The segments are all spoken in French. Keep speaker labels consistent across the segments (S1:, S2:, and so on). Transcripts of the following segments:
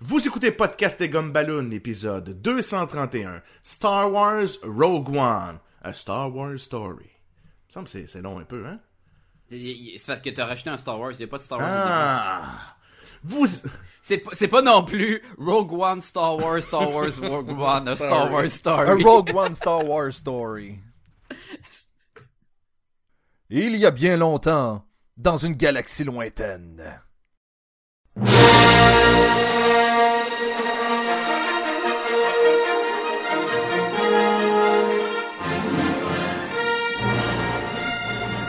S1: Vous écoutez Podcast et Gumballoon, épisode 231, Star Wars Rogue One, A Star Wars Story. Il me semble que c'est- c'est long un peu, hein?
S2: C'est parce que t'as racheté un Star Wars, il n'y a pas de Star Wars.
S1: Ah! Vous...
S2: C'est pas, c'est pas non plus Rogue One, Star Wars, Star Wars, Rogue One, a Star Wars
S3: Un
S2: Story.
S3: Rogue One Star Wars story. Il y a bien longtemps, dans une galaxie lointaine.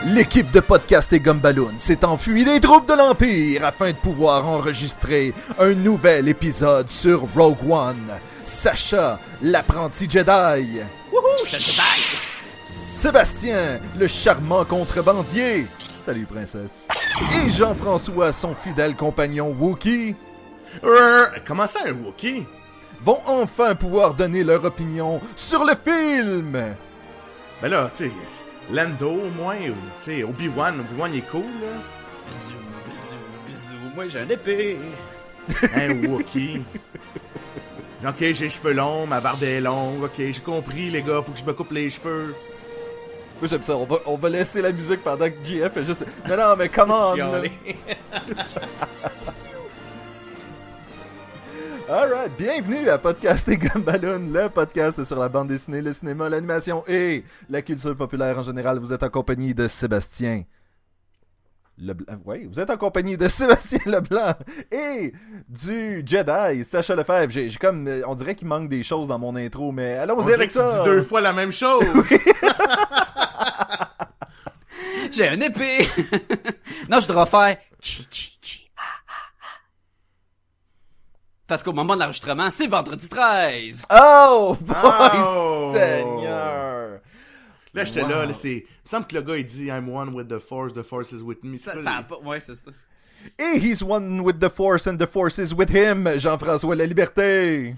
S3: L'équipe de podcast et Gumballoon s'est enfuie des troupes de l'Empire afin de pouvoir enregistrer un nouvel épisode sur Rogue One. Sacha, l'apprenti Jedi.
S2: Wouhou, je te bye!
S3: Sébastien, le charmant contrebandier. Salut, princesse. Et Jean-François, son fidèle compagnon Wookie,
S1: Rrr, Comment ça, un Wookiee?
S3: vont enfin pouvoir donner leur opinion sur le film.
S1: Ben là, tu sais, Lando, au moins, ou, tu sais, Obi-Wan, Obi-Wan, il est cool, là.
S2: Bisous, bisous, bisous, moi j'ai un épée.
S1: Un Hein, Wookiee. Ok, j'ai les cheveux longs, ma barbe est longue, ok, j'ai compris, les gars, faut que je me coupe les cheveux.
S3: Moi, j'aime ça. On va, on va laisser la musique pendant que JF est juste. Mais Oh, non, mais comment
S1: Chialer.
S3: Alright, bienvenue à Podcast et Gumballoon, le podcast sur la bande dessinée, le cinéma, l'animation et la culture populaire en général. Vous êtes en compagnie de Sébastien. Leblanc. Oui, vous êtes en compagnie de Sébastien Leblanc et du Jedi, Sacha Lefebvre. J'ai j'ai comme. euh, On dirait qu'il manque des choses dans mon intro, mais
S1: On
S3: allons-y
S1: dirait
S3: avec
S1: que tu dis
S3: ça.
S1: deux fois la même chose.
S2: J'ai un épée. non, je devrais faire. chi, chi, chi, ah, ah, ah. Parce qu'au moment de l'enregistrement, c'est vendredi 13.
S3: Oh, boy,
S1: Oh.
S3: Seigneur!
S1: Là, j'étais
S3: Wow.
S1: là, là, c'est. Il me semble que le gars, il dit I'm one with the force, the force is with me. C'est
S2: Ça,
S1: pas-
S2: ça a pas... Ouais, c'est ça.
S3: Et he's one with the force and the force is with him, Jean-François La Liberté.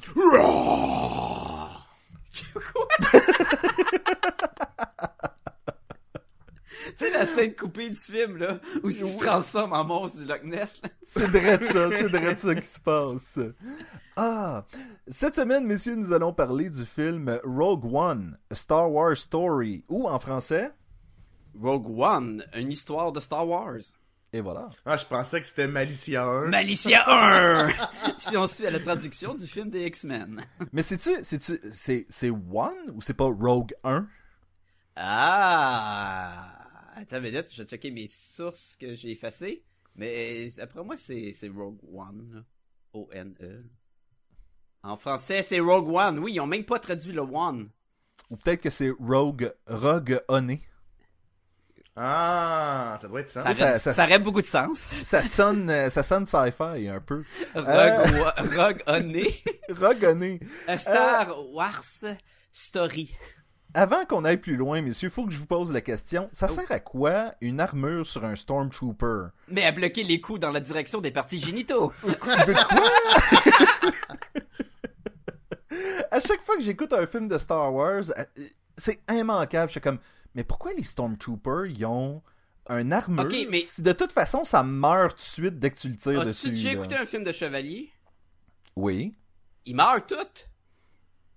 S2: Tu sais la scène coupée du film, là, où il se transforme en monstre du Loch Ness, là.
S3: C'est vrai de ça, c'est vrai de ça qui se passe. Ah, cette semaine, messieurs, nous allons parler du film Rogue One, A Star Wars Story, ou en français,
S2: Rogue One, une histoire de Star Wars.
S3: et voilà.
S1: Ah, je pensais que c'était malicieux. un.
S2: Malicia 1! si on suit à la traduction du film des X-Men.
S3: Mais c'est-tu, c'est-tu, c'est, c'est One ou c'est pas Rogue 1?
S2: Ah! Attends une minute, je vais checker mes sources que j'ai effacées. Mais après moi, c'est c'est Rogue One. là. O-N-E. En français, c'est Rogue One. Oui, ils ont même pas traduit le One.
S3: Ou peut-être que c'est Rogue, Rogue Honey.
S1: Ah, ça doit être ça.
S2: Ça,
S3: ça-
S2: aurait,
S3: ça-
S2: ça aurait beaucoup de sens.
S3: Ça sonne, euh, ça sonne sci-fi un peu.
S2: Rogue,
S3: Euh.
S2: Wa- Rogue Honey.
S3: Rogue Honey.
S2: A Star Wars Story.
S3: Avant qu'on aille plus loin, messieurs, faut que je vous pose la question. Ça
S2: Oh.
S3: sert à quoi une armure sur un Stormtrooper?
S2: Mais à bloquer les coups dans la direction des parties génitaux.
S3: à chaque fois que j'écoute un film de Star Wars, euh, c'est immanquable. Je suis comme, mais pourquoi les Stormtroopers, ils ont un armure
S2: Ok, mais-
S3: si de toute façon, ça meurt tout de suite dès que tu le tires dessus?
S2: As-tu déjà
S3: là?
S2: écouté un film de chevalier?
S3: Oui.
S2: Ils meurent toutes.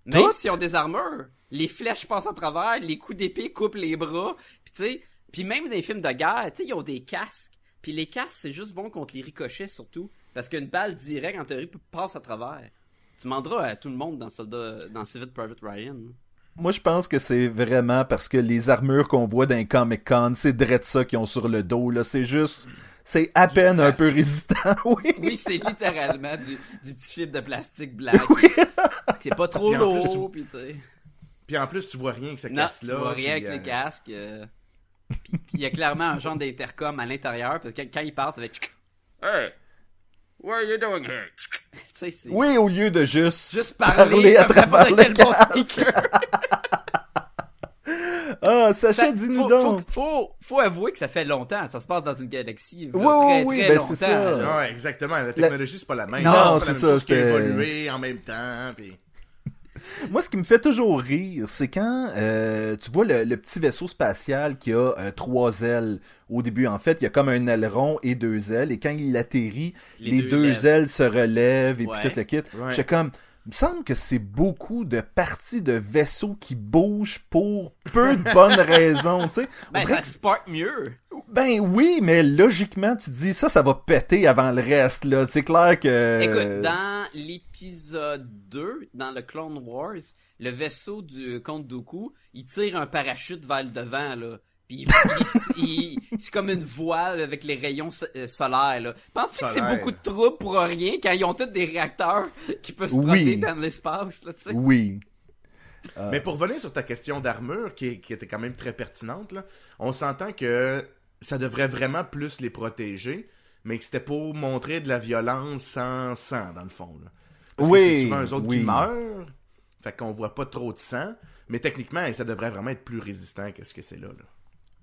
S2: Même
S3: Toutes?
S2: s'ils ont des armures. Les flèches passent à travers, les coups d'épée coupent les bras. Puis tu sais, puis même dans les films de guerre, tu sais, ils ont des casques. Puis les casques, c'est juste bon contre les ricochets surtout. Parce qu'une balle directe, en théorie, passe à travers. Tu demanderas à tout le monde dans, soldat, dans Civil Private Ryan.
S3: Moi, je pense que c'est vraiment parce que les armures qu'on voit dans Comic Con, c'est Dredd ça qu'ils ont sur le dos. là. C'est juste. C'est à peine un peu résistant, oui.
S2: Oui, c'est littéralement du, du petit fil de plastique black. C'est pas trop
S1: Puis en plus,
S2: lourd, puis tu sais.
S1: Puis en plus, tu vois rien que ce
S2: Non, tu
S1: casse-là.
S2: vois rien avec
S1: puis,
S2: les
S1: euh,
S2: casques. euh, puis- puis il y a clairement un genre d'intercom à l'intérieur, parce que quand ils parlent, ça fait... Hey, what are you doing here? Tu sais, c'est
S3: Oui, au lieu de juste.
S2: juste parler,
S3: Parler à
S2: comme n'importe
S3: travers
S2: quel
S3: le
S2: bon speaker.
S3: Ah, Sacha,
S2: Ça-
S3: dis-nous
S2: faut,
S3: donc.
S2: faut, faut, faut avouer que ça fait longtemps, ça se passe dans une galaxie. là,
S3: Oui, oui,
S2: très,
S3: oui,
S2: très
S3: ben,
S2: longtemps.
S3: c'est ça.
S2: là.
S1: Ouais, exactement. La technologie, c'est pas la même.
S2: Non,
S1: Non, c'est pas
S3: c'est
S1: la même
S3: ça,
S1: chose qui a
S3: c'était-
S1: évolué en même temps. Puis...
S3: Moi, ce qui me fait toujours rire, c'est quand euh, tu vois le, le petit vaisseau spatial qui a euh, trois ailes au début. En fait, il y a comme un aileron et deux ailes. Et quand il atterrit,
S2: Les
S3: les,
S2: deux
S3: deux,
S2: lèvent.
S3: ailes se relèvent et
S2: Ouais.
S3: puis tout le kit.
S1: Ouais.
S3: J'étais comme... Il me semble que c'est beaucoup de parties de vaisseaux qui bougent pour peu de bonnes raisons, tu sais. On
S2: Ben,
S3: dirait
S2: ça
S3: que-
S2: spark mieux.
S3: ben oui, mais logiquement, tu te dis ça, ça va péter avant le reste, là. C'est clair que.
S2: Écoute, dans l'épisode 2, dans le Clone Wars, le vaisseau du Comte Dooku, il tire un parachute vers le devant, là. Puis il- il- il- c'est comme une voile avec les rayons so- euh, solaires, là. Penses-tu que c'est
S1: Solaire.
S2: beaucoup de troubles pour rien quand ils ont tous des réacteurs qui peuvent se
S3: Oui.
S2: promener dans l'espace, là, tu sais?
S3: Oui.
S1: Mais pour revenir sur ta question d'armure, qui, qui était quand même très pertinente, là, on s'entend que ça devrait vraiment plus les protéger, mais que c'était pour montrer de la violence sans sang, dans le fond. Là. Parce
S3: Oui,
S1: que c'est souvent eux autres
S3: oui.
S1: qui meurent, fait qu'on voit pas trop de sang, mais techniquement, ça devrait vraiment être plus résistant que ce que c'est là. là.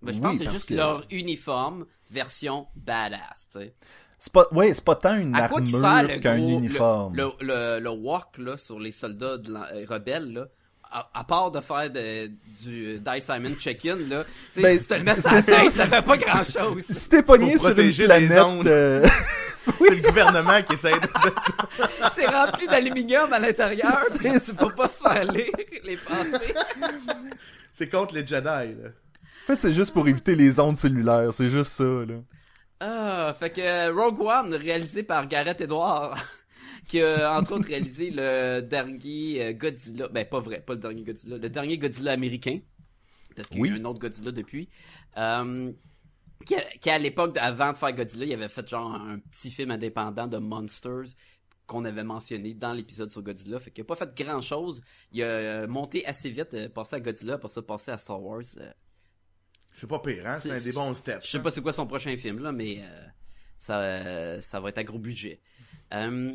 S2: Ben, je
S3: Oui,
S2: pense que c'est
S3: parce
S2: juste
S3: que-
S2: leur uniforme version badass, tu sais.
S3: C'est pas, ouais, c'est pas tant une
S2: À quoi qui sert le
S3: armure qu'un
S2: gros- le-
S3: uniforme.
S2: Le, le, le walk là, sur les soldats de l'en- euh, rebelles, là, à, à part de faire de- du Die Simon Check-in, là, tu sais,
S3: Ben,
S2: si tu le mets sur
S3: c'est
S2: la
S3: ça,
S2: tête, ça fait pas grand-chose.
S3: Si t'es pogné
S1: pour
S3: sur une
S1: protéger les
S3: planète.
S1: ondes.
S3: euh,
S1: C'est le gouvernement qui essaie de...
S2: C'est rempli d'aluminium à l'intérieur, puis tu
S3: C'est
S2: peux pas se faire lire les pensées.
S1: C'est contre les Jedi, là.
S3: En fait, c'est juste pour éviter les ondes cellulaires. C'est juste ça, là.
S2: Ah, fait que Rogue One, réalisé par Gareth Edwards, qui a entre autres réalisé le dernier euh, Godzilla, ben pas vrai, pas le dernier Godzilla, le dernier Godzilla américain, parce qu'il
S3: Oui.
S2: y a eu un autre Godzilla depuis, euh, qui, a- qui, à l'époque, avant de faire Godzilla, il avait fait genre un petit film indépendant de Monsters qu'on avait mentionné dans l'épisode sur Godzilla, fait qu'il a pas fait grand chose, il a euh, monté assez vite, euh, passé à Godzilla, pour ça passé à Star Wars, euh,
S1: C'est pas pire, hein? C'est
S2: C'est-
S1: un des bons steps.
S2: je sais pas c'est quoi son prochain film, là, mais euh, ça, euh, ça va être à gros budget. Euh,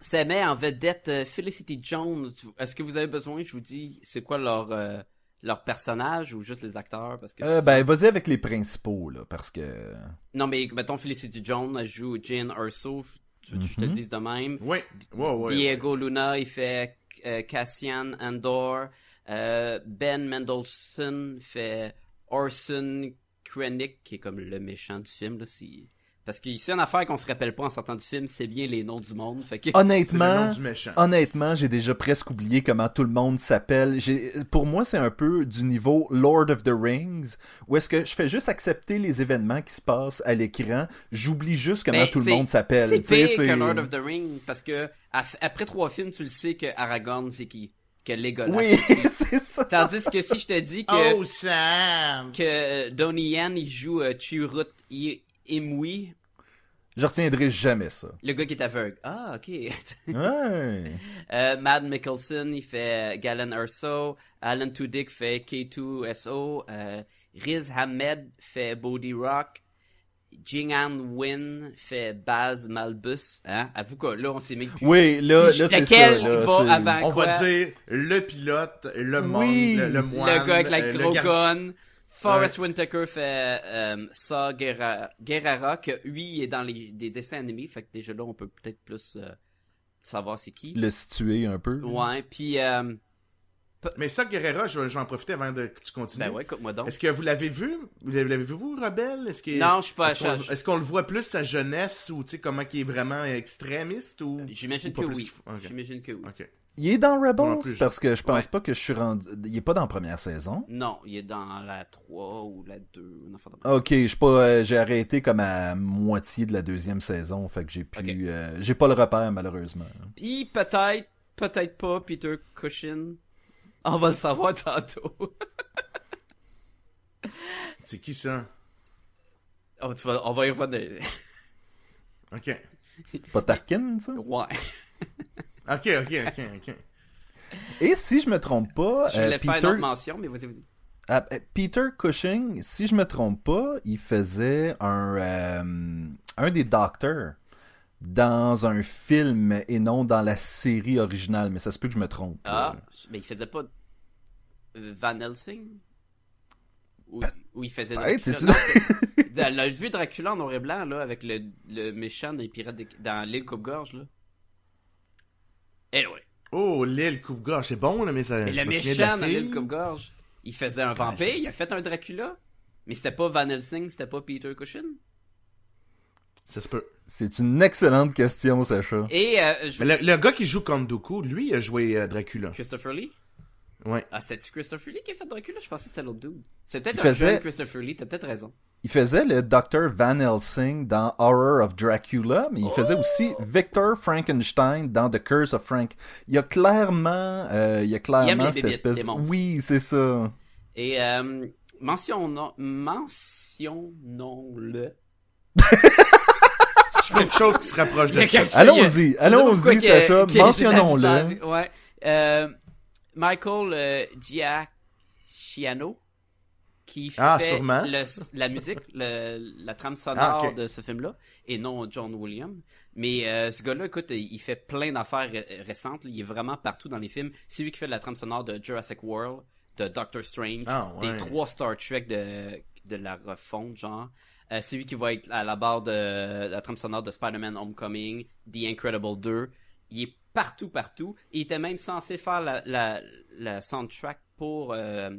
S2: ça met en vedette euh, Felicity Jones. Tu- Est-ce que vous avez besoin, je vous dis, c'est quoi leur, euh, leur personnage ou juste les acteurs? Parce que
S3: Euh, ben, vas-y avec les principaux, là, parce que.
S2: Non, mais mettons Felicity Jones, elle joue Jane Erso, tu veux que je te le
S3: Mhm.
S2: dise de même.
S1: Oui, ouais, ouais, ouais.
S2: Diego Luna, il fait euh, Cassian Andor. Euh, ben Mendelsohn fait Orson Krennic, qui est comme le méchant du film. Là, si... Parce que c'est une affaire qu'on se rappelle pas en sortant du film, c'est bien les noms du monde. Fait
S3: Ah,
S2: que...
S1: C'est le nom
S3: Honnêtement.
S1: du méchant.
S3: Honnêtement, j'ai déjà presque oublié comment tout le monde s'appelle. J'ai- Pour moi, c'est un peu du niveau Lord of the Rings, où est-ce que je fais juste accepter les événements qui se passent à l'écran, j'oublie juste comment
S2: Mais
S3: tout le
S2: ben, c'est-
S3: monde s'appelle.
S2: C'est
S3: Tu sais,
S2: pire
S3: c'est-
S2: que Lord of the Ring, parce que af- après trois films, tu le sais que Aragorn, c'est qui? Que Legolas.
S3: Oui,
S2: c'est qui.
S3: c'est ça.
S2: Tandis que si je te dis que...
S1: Oh, Sam!
S2: que euh, Donnie Yen, il joue euh, Chirrut I- Imwi,
S3: Je retiendrai jamais ça.
S2: le gars qui est aveugle. Ah, ok.
S3: Ouais.
S2: Euh, Mad Mickelson, il fait euh, Galen Erso. Alan Tudyk fait K2SO. Euh, Riz Hamed fait Bodhi Rock. Jinghan Win fait Baz Malbus. Hein? Avoue que là, on s'est mis...
S3: Oui, là,
S2: Si-
S3: là c'est ça.
S2: lequel
S3: Là,
S2: va
S3: c'est-
S2: avant
S1: On
S2: quoi?
S1: va dire le pilote, le monde,
S3: Oui.
S1: le, le
S3: Le
S2: Le
S1: moine,
S2: gars avec la
S1: euh, le
S2: gros
S1: gar-
S2: gun. Forrest Whitaker fait euh, ça Guerra- Guerrera, que lui il est dans les des dessins animés, fait que déjà là on peut peut-être plus euh, savoir c'est qui.
S3: Le situer un peu.
S2: Ouais, puis euh,
S1: Mais ça, Guerrera, je vais je vais en profiter avant de, que tu continues.
S2: ben ouais, écoute-moi donc.
S1: Est-ce que vous l'avez vu? Vous l'avez l'avez vu, vous, Rebelle? Est-ce que,
S2: Non, je suis pas
S1: Est-ce qu'on
S2: je-
S1: est-ce qu'on le voit plus sa jeunesse ou tu sais comment qu'il est vraiment extrémiste ou.
S2: J'imagine
S1: ou pas
S2: que
S1: plus
S2: oui.
S1: qu'il faut? Ok.
S2: J'imagine que oui.
S1: Ok.
S3: Il est dans
S1: Moi non
S3: Rebels
S1: plus, je-
S3: parce que je pense
S2: Ouais.
S3: pas que je suis rendu. Il est pas dans la première saison.
S2: Non, il est dans la 3 ou la 2, une affaire de même.
S3: Ok, je suis pas. euh, j'ai arrêté comme à moitié de la deuxième saison, fait que j'ai pu.
S2: Ok.
S3: euh, j'ai pas le repère malheureusement.
S2: Puis peut-être, peut-être pas Peter Cushing. On va le savoir tantôt.
S1: C'est qui ça?
S2: Oh, tu vas- on va y revenir.
S1: Ok.
S3: Pas Tarkin, ça.
S2: Ouais.
S1: Ok, ok, ok, ok.
S3: Et si je me trompe pas,
S2: Je
S3: euh,
S2: voulais faire une
S3: Peter,
S2: autre mention, mais vas-y, vas-y.
S3: ah, euh, Peter Cushing, si je me trompe pas, il faisait un euh, un des docteurs dans un film et non dans la série originale, mais ça se peut que je me trompe.
S2: Ah,
S3: là.
S2: mais il faisait pas euh, Van Helsing Ou, ou il faisait
S3: peut-être,
S2: Dracula
S3: c'est-tu-
S2: Non, c'est- dans Le vieux Dracula en noir et blanc, là, avec le, le méchant des pirates des- dans l'île Coupe-Gorge, là. Anyway.
S1: Oh, Oh, l'île coupe-gorge, c'est bon, là, mais ça.
S2: Mais
S1: je
S2: le
S1: me souviens de la
S2: méchant dans
S1: fille. Ah,
S2: l'île Coupe-Gorge, il faisait un vampire, il a fait un Dracula. Mais c'était pas Van Helsing, c'était pas Peter Cushing.
S1: Ça se peut.
S3: C'est une excellente question, Sacha.
S2: Et euh, je...
S1: Mais le, le gars qui joue Kondoku, lui, il a joué euh, Dracula.
S2: Christopher Lee.
S1: Ouais.
S2: Ah, c'était-tu Christopher Lee qui a fait Dracula? Je pensais que c'était l'autre dude. C'est peut-être
S3: Il
S2: un
S3: faisait-
S2: jeune Christopher Lee, t'as peut-être raison.
S3: Il faisait le Dr. Van Helsing dans Horror of Dracula, mais il faisait aussi
S2: Oh!
S3: Victor Frankenstein dans The Curse of Frank. Il y a clairement, euh, il y a
S2: aime les
S3: clairement cette
S2: bébites,
S3: espèce.
S2: les monstres.
S3: oui, c'est ça.
S2: Et euh, mentionnons- mentionnons-le.
S1: Quelque chose qui se rapproche
S2: Il
S1: de
S2: y a
S1: ça.
S2: quelque chose-
S3: Allons-y,
S2: il y a- je sais
S3: allons-y,
S2: pas pourquoi
S3: Sacha,
S2: que- que-
S3: mentionnons-le.
S2: Ouais. Euh, Michael euh, Giacchiano, qui fait
S1: Ah, sûrement.
S2: le- la musique, le- la trame sonore
S1: Ah, ok.
S2: de ce film-là, et non John Williams. Mais euh, ce gars-là, écoute, il fait plein d'affaires ré- récentes. là. Il est vraiment partout dans les films. C'est lui qui fait la trame sonore de Jurassic World, de Doctor Strange,
S1: Ah, ouais.
S2: des trois Star Trek de, de la refonte, genre. Euh, c'est lui qui va être à la barre de la trame sonore de Spider-Man Homecoming, The Incredible 2. Il est partout, partout. Il était même censé faire la, la, la soundtrack pour euh,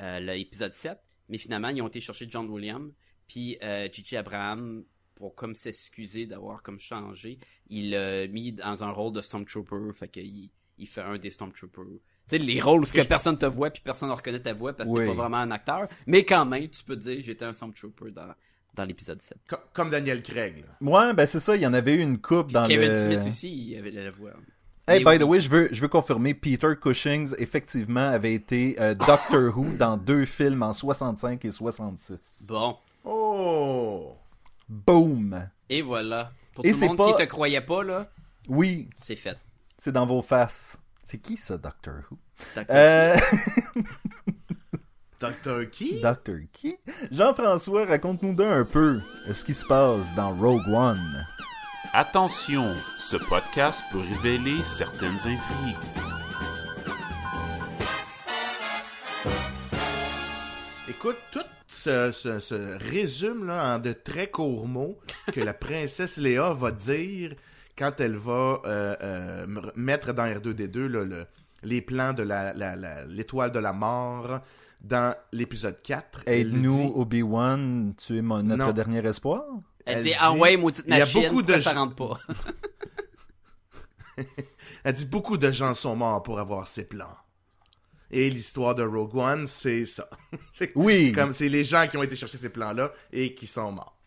S2: euh, l'épisode 7, mais finalement, ils ont été chercher John Williams, puis euh, Gigi Abraham, pour comme s'excuser d'avoir comme changé, il l'a mis dans un rôle de Stormtrooper, fait qu'il il fait un des Stormtroopers. Tu sais, les rôles où ce que personne te voit puis personne ne reconnaît ta voix parce que
S3: Oui.
S2: t'es pas vraiment un acteur, mais quand même, tu peux dire j'étais un Stormtrooper dans, dans l'épisode 7.
S1: Co- Comme Daniel Craig. là.
S3: Ouais, ben c'est ça, il y en avait eu une coupe dans
S2: Kevin
S3: le...
S2: Smith aussi, Eh il avait la voix.
S3: Hey,
S2: Mais
S3: by the way, je veux, je veux confirmer, Peter Cushings, effectivement, avait été euh, Doctor Who dans deux films en 65 et 66.
S2: Bon,
S1: Oh!
S3: Boom!
S2: et voilà. Pour
S3: Et
S2: tout
S3: c'est
S2: le monde
S3: pas-
S2: qui te croyait pas, là,
S3: Oui,
S2: c'est fait.
S3: c'est dans vos faces. C'est qui ça, Doctor Who?
S2: T'as-
S3: Euh,
S1: Doctor Key?
S3: Doctor qui? Jean-François, raconte-nous d'un un peu ce qui se passe dans Rogue One.
S4: Attention, ce podcast peut révéler certaines intrigues.
S1: Écoute, tout se, se- se résume là, en de très courts mots que la princesse Léa va dire quand elle va euh, euh, m- mettre dans R2D2 là, le- les plans de la- la- la- l'étoile de la mort dans l'épisode 4. Elle le
S3: Aide-nous,
S1: dit.
S3: Obi-Wan, tu es mon- notre
S1: Non.
S3: dernier espoir?
S2: Elle,
S1: Elle
S2: dit,
S1: dit,
S2: ah ouais, maudite
S1: il y a
S2: machine,
S1: beaucoup de
S2: pourquoi ça
S1: gens-
S2: rentre pas.
S1: Elle dit beaucoup de gens sont morts pour avoir ces plans. Et l'histoire de Rogue One, c'est ça. c'est
S3: Oui.
S1: comme c'est les gens qui ont été chercher ces plans-là et qui sont morts.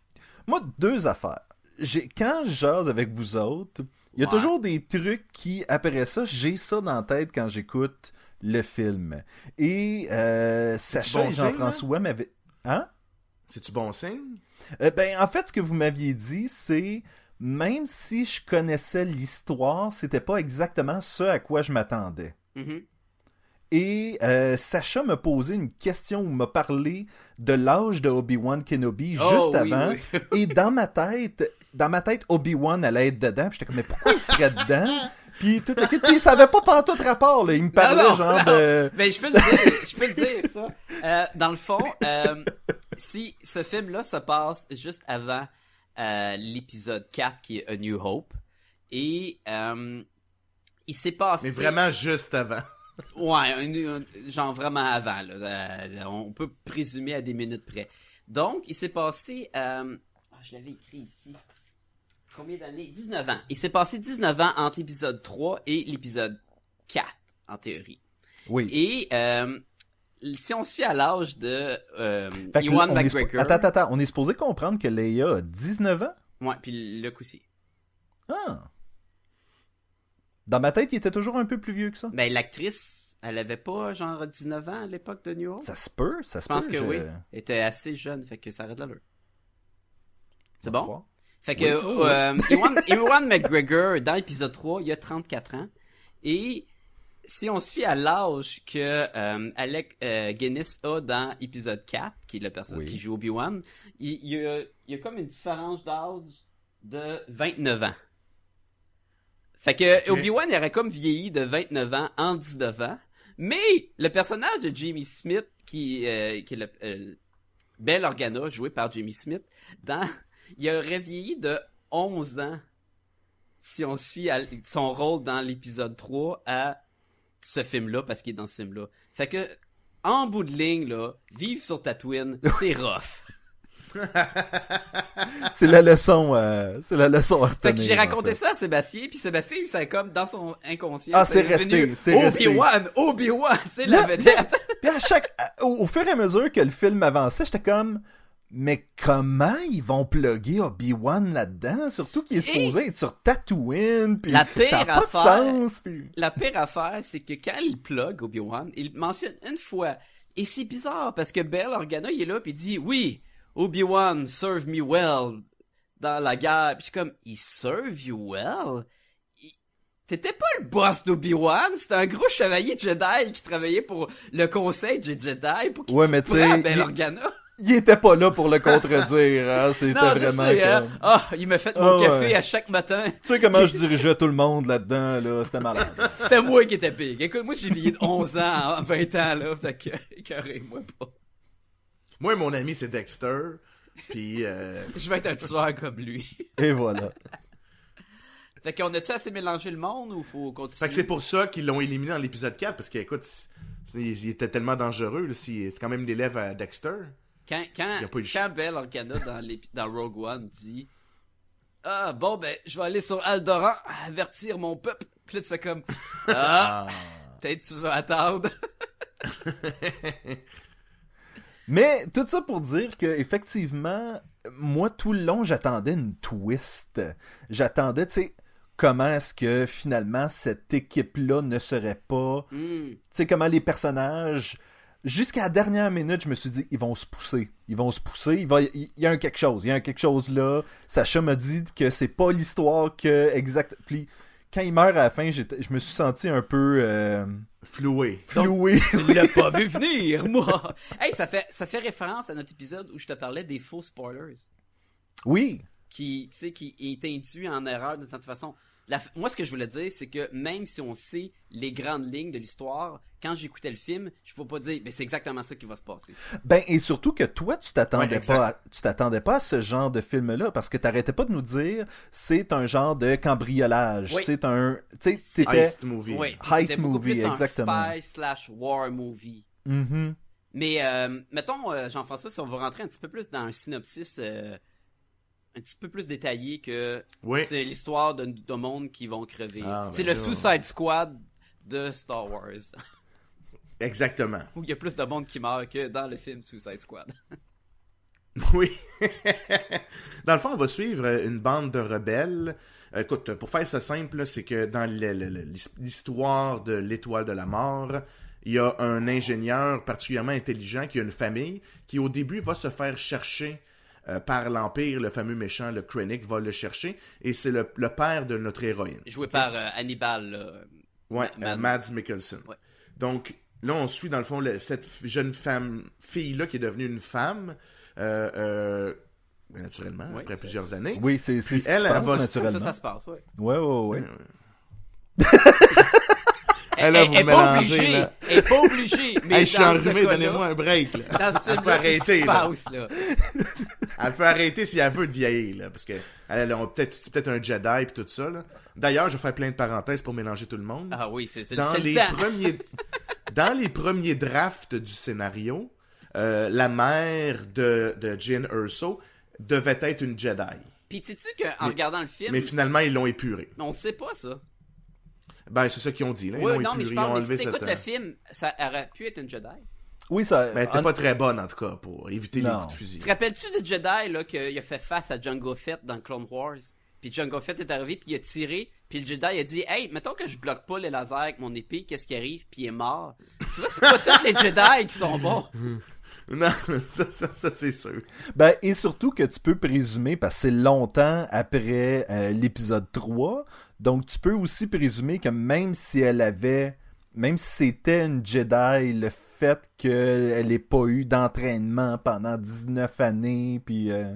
S3: Moi, deux affaires. J'ai, quand je jase avec vous autres, il y a
S2: Ouais.
S3: toujours des trucs qui, après ça, j'ai ça dans la tête quand j'écoute le film. Et euh, Sacha
S1: bon
S3: et
S1: signe, hein?
S3: Jean-François m'avaient... Hein?
S1: C'est-tu bon signe?
S3: Euh, ben, en fait, ce que vous m'aviez dit, c'est même si je connaissais l'histoire, c'était pas exactement ce à quoi je m'attendais.
S2: Mhm.
S3: Et euh, Sacha m'a posé une question ou m'a parlé de l'âge de Obi-Wan Kenobi
S2: Oh,
S3: juste
S2: oui,
S3: avant.
S2: oui.
S3: Et dans ma tête, dans ma tête, Obi-Wan allait être dedans. Puis j'étais comme, mais pourquoi il serait dedans? Puis tout à coup, puis ça avait pas pantoute rapport, là. Il me parlait
S2: Bah Ah, non,
S3: genre
S2: non.
S1: euh.
S3: de...
S2: Ben, je peux le dire, je peux le dire, ça. Euh, dans le fond, euh, si ce film-là se passe juste avant euh, l'épisode 4, qui est A New Hope, et euh, il s'est passé...
S1: Mais vraiment juste avant.
S2: Ouais, un- un- genre vraiment avant. Là. Euh, on peut présumer à des minutes près. Donc, il s'est passé... euh, ah, je l'avais écrit ici. Combien d'années 19 ans. Il s'est passé 19 ans entre l'épisode 3 et l'épisode 4, en théorie.
S3: Oui.
S2: Et euh, si on se fie à l'âge de euh,
S3: Fait que
S2: Ewan
S3: on est suppo-
S2: McGregor...
S3: Attends, attends, attends. On est supposé comprendre que Leia a 19 ans?
S2: Ouais, puis Luke aussi.
S3: Ah. Dans ma tête, il était toujours un peu plus vieux que ça.
S2: Ben, l'actrice, elle avait pas genre 19 ans à l'époque de New Hope?
S3: Ça se peut, ça se
S2: je
S3: peut.
S2: pense que
S3: je-
S2: oui.
S3: je
S2: Elle était assez jeune, fait que ça arrête l'allure. C'est
S3: vais
S2: bon?
S3: croire.
S2: Fait que
S3: Oui. Oh,
S2: euh, Ewan, Ewan McGregor, dans l'épisode 3, il a 34 ans. Et si on se fie à l'âge que euh, Alec euh, Guinness a dans épisode 4, qui est le personnage
S3: Oui.
S2: qui joue Obi-Wan, il, il y a, il y a comme une différence d'âge de 29 ans. Fait que
S1: Ok.
S2: Obi-Wan il aurait comme vieilli de 29 ans en 19 ans. Mais le personnage de Jimmy Smith, qui, euh, qui est le euh, bel organa joué par Jimmy Smith, dans, il aurait vieilli de 11 ans si on se fie à son rôle dans l'épisode 3 à ce film-là, parce qu'il est dans ce film-là. Fait que, en bout de ligne, là, vivre sur Tatooine, c'est rough.
S3: c'est la leçon, euh, c'est la leçon à
S2: Fait que
S3: retenir,
S2: j'ai
S3: en
S2: raconté
S3: fait.
S2: ça à Sébastien, puis Sébastien, c'est comme dans son inconscient.
S3: Ah, c'est
S2: devenu
S3: resté, c'est resté.
S2: Obi-Wan, Obi-Wan, c'est la
S3: Là,
S2: vedette.
S3: Puis à chaque, à- au, au fur et à mesure que le film avançait, j'étais comme, mais comment ils vont plugger Obi-Wan là-dedans? Surtout qu'il est
S2: Et-
S3: supposé être sur Tatooine, puis
S2: La pire
S3: ça n'a pas de
S2: affaire-
S3: sens. puis-
S2: La pire affaire, c'est que quand il plug Obi-Wan, il le mentionne une fois. Et c'est bizarre, parce que Bell Organa, il est là, puis il dit, oui, Obi-Wan, serve me well, dans la guerre. Puis je suis comme, il serve you well? Il- T'étais pas le boss d'Obi-Wan, c'était un gros chevalier Jedi qui travaillait pour le conseil des Jedi pour qu'il
S3: Ouais,
S2: se
S3: mais tu sais,
S2: prend à Bail
S3: il-
S2: Organa.
S3: Il était pas là pour le contredire, hein, C'était
S2: Non, je
S3: vraiment
S2: sais,
S3: comme-
S2: hein. Ah, il m'a fait mon
S3: Ah,
S2: café
S3: ouais.
S2: à chaque matin.
S3: Tu sais comment je dirigeais tout le monde là-dedans, là. C'était malade.
S2: C'était moi qui étais big. Écoute, moi, j'ai vieilli de 11 ans en 20 ans, là. Fait que, écœurez-moi pas.
S1: Moi, mon ami, c'est Dexter. Puis, euh,
S2: Je vais être un tueur comme lui.
S3: Et voilà.
S2: Fait qu'on a-tu assez mélangé le monde ou faut continuer?
S1: Fait que c'est pour ça qu'ils l'ont éliminé dans l'épisode 4, parce qu'écoute, il était tellement dangereux, là, si- c'est quand même l'élève à Dexter.
S2: Quand, quand,
S1: Y a pas eu le
S2: quand Bell Organa dans, l'épi- dans Rogue One dit Ah, bon, ben, je vais aller sur Aldoran avertir mon peuple. Puis là, tu fais comme Ah, peut-être tu vas attendre.
S3: Mais tout ça pour dire que effectivement, moi tout le long j'attendais une twist. J'attendais, tu sais, comment est-ce que finalement cette équipe-là ne serait pas, tu
S2: Hmm.
S3: sais, comment les personnages. Jusqu'à la dernière minute, je me suis dit, ils vont se pousser. Ils vont se pousser. Il, va, il y a un quelque chose. Il y a un quelque chose là. Sacha m'a dit que c'est pas l'histoire que exact. Puis quand il meurt à la fin, j'étais- je me suis senti un peu euh,
S1: Floué.
S2: Donc,
S3: floué.
S2: Tu ne l'as pas vu venir, moi! Hey, ça fait, ça fait référence à notre épisode où je te parlais des faux spoilers.
S3: Oui.
S2: qui, tu sais, qui est induit en erreur d'une certaine façon. La f- Moi, ce que je voulais dire, c'est que même si on sait les grandes lignes de l'histoire, quand j'écoutais le film, je ne peux pas dire, mais c'est exactement ça qui va se passer.
S3: Ben, et surtout que toi, tu
S1: Ouais,
S3: t'attendais
S1: exact.
S3: pas, à, tu t'attendais pas à ce genre de film-là, parce que t'arrêtais pas de nous dire, c'est un genre de cambriolage,
S2: Oui. Ah,
S3: c'est un, tu sais,
S2: C'est-
S3: c'était-
S1: Heist movie.
S2: Oui, puis
S3: Heist
S2: c'était beaucoup
S3: movie,
S2: plus
S3: exactement.
S2: un spy slash war movie.
S3: Mhm.
S2: Mais euh, mettons, euh, Jean-François, si on veut rentrer un petit peu plus dans un synopsis euh, un petit peu plus détaillé que
S1: Oui.
S2: c'est l'histoire d'un d'un monde qui vont crever.
S1: Ah, ben
S2: c'est le
S1: là.
S2: Suicide Squad de Star Wars.
S1: Exactement.
S2: où il y a plus de monde qui meurt que dans le film Suicide Squad.
S1: Oui. dans le fond, on va suivre euh, une bande de rebelles. Euh, Écoute, pour faire ça simple, là, c'est que dans le- le- le- l'histoire de l'étoile de la mort, il y a un ingénieur particulièrement intelligent qui a une famille qui, au début, va se faire chercher euh, par l'Empire. Le fameux méchant, le Krennic, va le chercher. Et c'est le- le père de notre héroïne.
S2: Joué par euh, Hannibal. là.
S1: Ouais,
S2: Ma-
S1: euh,
S2: Mad-
S1: Mads Mikkelsen.
S2: Ouais.
S1: Donc, là, on suit, dans le fond, le- cette f- jeune femme, fille-là, qui est devenue une femme, euh, euh, ben, naturellement,
S2: Ouais,
S1: après
S2: c'est-
S1: plusieurs
S2: c'est-
S1: années.
S3: Oui, c'est, c'est
S1: Puis
S3: ce qui
S1: elle,
S3: se
S1: elle
S3: passe,
S1: va-
S2: Ça, ça,
S3: naturellement.
S2: se passe, ouais.
S3: Ouais, ouais, ouais.
S1: Mm. Elle, là, vous
S2: est pas
S1: mélangez,
S2: obligée.
S1: là.
S2: Elle est pas obligée. Mais
S1: Hey, je suis
S2: dans ce
S1: enrhumé,
S2: cas-là-
S1: donnez-moi un break. là.
S2: Dans ce film-là,
S1: peut
S2: c'est ce qui
S1: arrêter,
S2: se
S1: là.
S2: passe, là.
S1: Elle peut arrêter si elle veut de vieillir, là, parce que elle, a peut-être c'est peut-être un Jedi et tout ça. là. D'ailleurs, je vais faire plein de parenthèses pour mélanger tout le monde.
S2: Ah oui, c'est c'est-
S1: dans
S2: c'est
S1: les
S2: le temps.
S1: premiers dans les premiers drafts du scénario, euh, la mère de, de Jin Erso devait être une Jedi.
S2: Puis sais-tu qu'en regardant le film,
S1: Mais finalement, ils l'ont épurée.
S2: on sait pas ça.
S1: Ben, c'est ça qu'ils ont dit. Là. Ils
S2: Ouais,
S1: l'ont
S2: non, mais
S1: épurée,
S2: je
S1: ils ont
S2: parle,
S1: enlevé
S2: mais si t'écoutes
S1: cette... euh,
S2: le film, ça aurait pu être une Jedi.
S3: Oui,
S1: Mais
S3: ça,
S1: elle
S2: Ah,
S1: était
S3: en-
S1: Ben, pas très bonne, en tout cas, pour éviter les
S3: Non.
S1: coups de fusil.
S2: Te rappelles-tu de Jedi, là, qu'il a fait face à Jango Fett dans Clone Wars? Puis Jango Fett est arrivé, puis il a tiré, puis le Jedi a dit « Hey, mettons que je bloque pas les lasers avec mon épée, qu'est-ce qui arrive? » Puis il est mort. Tu vois, c'est pas tous les Jedi qui sont bons.
S1: Non, ça, ça, ça, c'est sûr.
S3: Ben, et surtout que tu peux présumer, parce que c'est longtemps après euh, l'épisode 3, donc tu peux aussi présumer que même si elle avait, même si c'était une Jedi, le fait qu'elle n'ait pas eu d'entraînement pendant 19 années, puis... euh,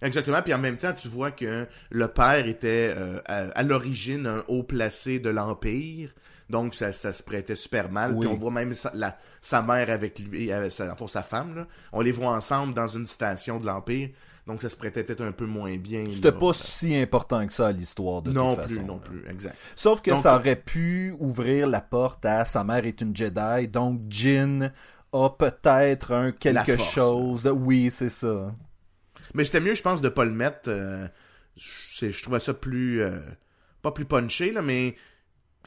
S1: Exactement. Puis en même temps, tu vois que le père était euh, à, à l'origine un haut placé de l'Empire. Donc ça, ça se prêtait super mal.
S3: Oui.
S1: Puis on voit même sa, la- euh, sa mère avec lui, avec sa, en fait, sa femme. là. On les voit ensemble dans une station de l'Empire. Donc ça se prêtait peut-être un peu moins bien.
S3: C'était
S1: là.
S3: pas si important que ça à l'histoire de
S1: non
S3: toute
S1: plus,
S3: façon.
S1: non
S3: là.
S1: plus, exact.
S3: Sauf que
S1: Donc-
S3: ça aurait pu ouvrir la porte à sa mère est une Jedi, donc Jin a peut-être un quelque
S1: La force.
S3: chose. de- Oui, c'est ça.
S1: Mais c'était mieux, je pense, de pas le mettre. euh, je c'est- je trouvais ça plus. euh, pas plus punché, là, mais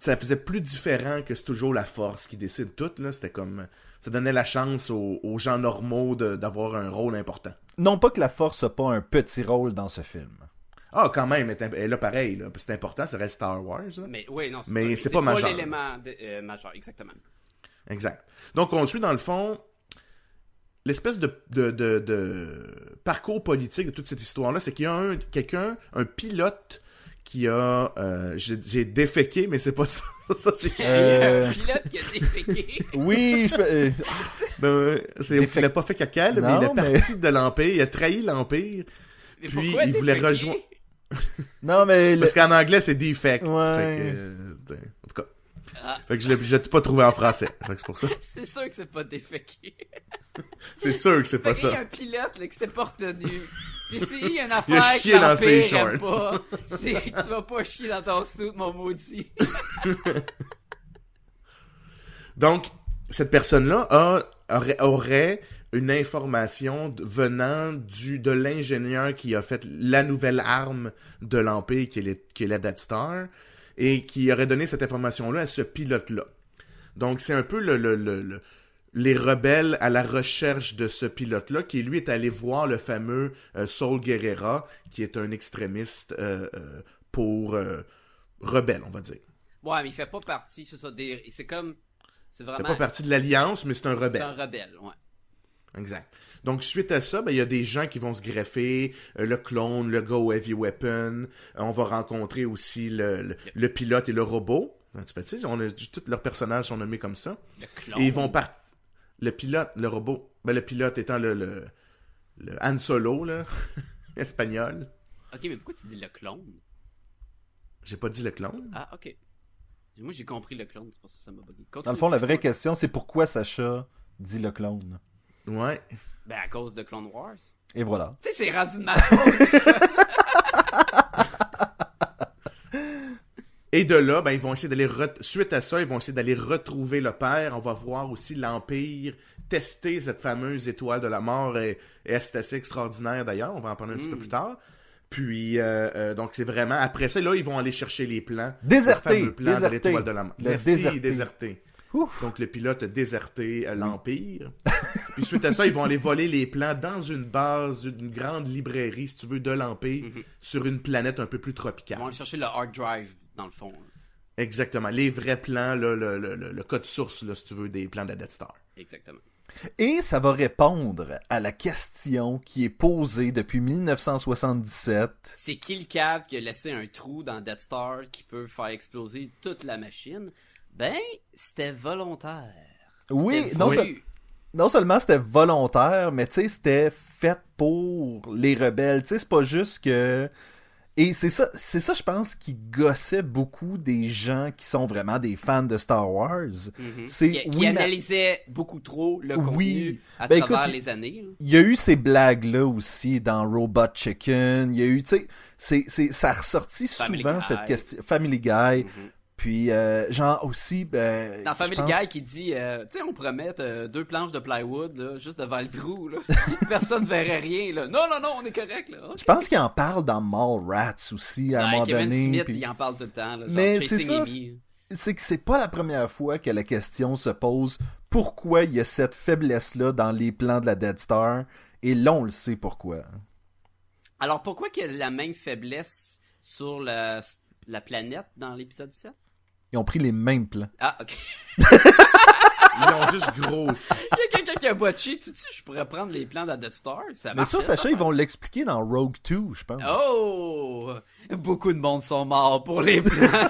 S1: ça faisait plus différent que c'est toujours la force qui décide tout. là. C'était comme. Ça donnait la chance aux, aux gens normaux de- d'avoir un rôle important.
S3: Non pas que la force n'a pas un petit rôle dans ce film.
S1: Ah, quand même, elle est imp- elle est là, pareil, là, c'est important, ça reste Star Wars. là.
S2: Mais oui, non,
S1: Mais
S2: ça.
S1: c'est pas majeur.
S2: l'élément de- euh, majeur, exactement.
S1: Exact. Donc, on suit, dans le fond, l'espèce de, de- de- de parcours politique de toute cette histoire-là, c'est qu'il y a un, quelqu'un, un pilote, qui a... euh, j'ai j'ai déféqué, mais c'est pas ça. ça c'est
S2: J'ai
S3: Euh.
S2: un pilote qui a déféqué.
S3: Oui, je fais- euh,
S1: Euh, c'est-
S3: Défec-
S1: Il a pas fait caca, là, mais
S3: Non,
S1: il est
S3: mais-
S1: parti de l'Empire, il a trahi l'Empire.
S2: Mais
S1: Puis,
S2: pourquoi
S1: il voulait
S2: déféquer?
S1: rejoindre-
S3: Non mais le-
S1: Parce qu'en anglais, c'est defect.
S3: Ouais.
S1: Fait que, euh, t'sais, en tout cas. Fait que je l'ai je l'ai pas trouvé en français. Fait que c'est pour ça.
S2: C'est sûr que c'est pas déféqué.
S1: C'est sûr que c'est pas
S2: Fait qu'il y a
S1: ça.
S2: un pilote là, qui s'est pas retenu. Puis s'il y a une affaire
S1: Il a chié
S2: que
S1: dans ses
S2: l'Empire aime pas, c'est que tu vas pas chier dans ton soupe, mon maudit.
S1: Donc, cette personne-là a- aurait, aurait une information de- venant du, de l'ingénieur qui a fait la nouvelle arme de l'Empire, qui est, les- qui est la Death Star, et qui aurait donné cette information-là à ce pilote-là. Donc, c'est un peu le, le- le- le- les rebelles à la recherche de ce pilote-là, qui lui est allé voir le fameux euh, Saul Guerrera, qui est un extrémiste euh, euh, pour euh, rebelle, on va dire.
S2: Ouais, mais il fait pas partie, c'est ça. Des... C'est comme. C'est
S1: Il fait
S2: vraiment.
S1: pas partie de l'Alliance, mais c'est un
S2: C'est
S1: rebelle.
S2: un rebelle, ouais.
S1: Exact. Donc, suite à ça, ben, il y a des gens qui vont se greffer, euh, le clone, le Go Heavy Weapon, Euh, on va rencontrer aussi le, le, le pilote et le robot. Hein, Tu fais-tu? On a, tous leurs personnages sont nommés comme ça.
S2: Le clone.
S1: Et ils vont partir. Le pilote, le robot. Ben, le pilote étant le, le, le Han Solo, là, espagnol.
S2: Ok, mais pourquoi tu dis le clone
S1: J'ai pas dit le clone.
S2: Ah, ok. Moi, j'ai compris le clone, c'est pour ça que ça m'a bugué. Continue.
S3: dans le fond la vraie question c'est pourquoi Sacha dit le clone.
S1: Ouais.
S2: Ben, à cause de Clone Wars.
S3: Et voilà.
S2: Tu sais, c'est rendu de ma faute.
S1: Et de là, ben, ils vont essayer d'aller, re- suite à ça, ils vont essayer d'aller retrouver le père. On va voir aussi l'Empire tester cette fameuse étoile de la mort. Et, et c'est assez extraordinaire d'ailleurs. On va en parler un
S3: Hmm.
S1: petit peu plus tard. Puis, euh, euh, donc c'est vraiment, après ça, là, ils vont aller chercher les plans.
S3: Déserté,
S1: Le fameux plan
S3: déserté.
S1: de l'étoile de la mort.
S3: Le
S1: Merci,
S3: déserté.
S1: déserté.
S3: Ouf. Hmm.
S1: Donc le pilote a déserté euh, l'Empire. Puis suite à ça, ils vont aller voler les plans dans une base, une grande librairie, si tu veux, de l'Empire,
S3: Hmm.
S1: sur une planète un peu plus
S2: Ils
S1: tropicale.
S2: vont aller chercher le hard drive, dans le fond.
S1: Exactement. Les vrais plans, là, le, le, le, le code source, là, si tu veux, des plans de la Death Star.
S2: Exactement.
S3: Et ça va répondre à la question qui est posée depuis 1977.
S2: C'est qui le cave qui a laissé un trou dans Death Star qui peut faire exploser toute la machine? Ben, c'était volontaire.
S3: Oui,
S2: C'était
S3: non,
S2: voulu.
S3: ça- non seulement c'était volontaire, mais tu sais, c'était fait pour les rebelles. Tu sais, c'est pas juste que. Et c'est ça, c'est ça, je pense, qui gossait beaucoup des gens qui sont vraiment des fans de Star Wars.
S2: Mhm.
S3: C'est
S2: Qui, qui
S3: oui, mais-
S2: analysait beaucoup trop le
S3: Oui.
S2: contenu à
S3: Ben,
S2: travers
S3: écoute,
S2: les années. là.
S3: Il y a eu ces blagues-là aussi dans Robot Chicken. Il y a eu, tu sais, c'est- c'est- ça a ressorti
S2: Family Guy.
S3: souvent
S2: Mm-hmm.
S3: cette question. Family Guy. Puis, euh, genre aussi, ben.
S2: Dans
S3: je
S2: Family
S3: pense-
S2: Guy qui dit, euh, tu sais, on pourrait mettre euh, deux planches de plywood là, juste devant le trou. Là. Personne verrait rien. Là. Non, non, non, on est correct. Là.
S3: Je pense qu'il en parle dans Mallrats aussi, à un
S2: Ouais,
S3: moment
S2: Kevin
S3: donné.
S2: Smith,
S3: puis-
S2: il en parle tout le temps. Là, genre
S3: Mais
S2: Chasing
S3: c'est ça,
S2: Amy.
S3: C'est que c'est pas la première fois que la question se pose pourquoi il y a cette faiblesse-là dans les plans de la Dead Star. Et là, on le sait pourquoi.
S2: Alors, pourquoi qu'il y a la même faiblesse sur la, la planète dans l'épisode 7?
S3: Ils ont pris les mêmes plans.
S2: Ah, ok.
S1: Ils ont juste grossi.
S2: Il y a quelqu'un qui a botché. Tu sais, je pourrais prendre les plans de la Death Star. Ça
S3: Mais
S2: marche,
S3: ça, Sacha, ils vont l'expliquer dans Rogue 2, je pense.
S2: Oh! Beaucoup de monde sont morts pour les plans.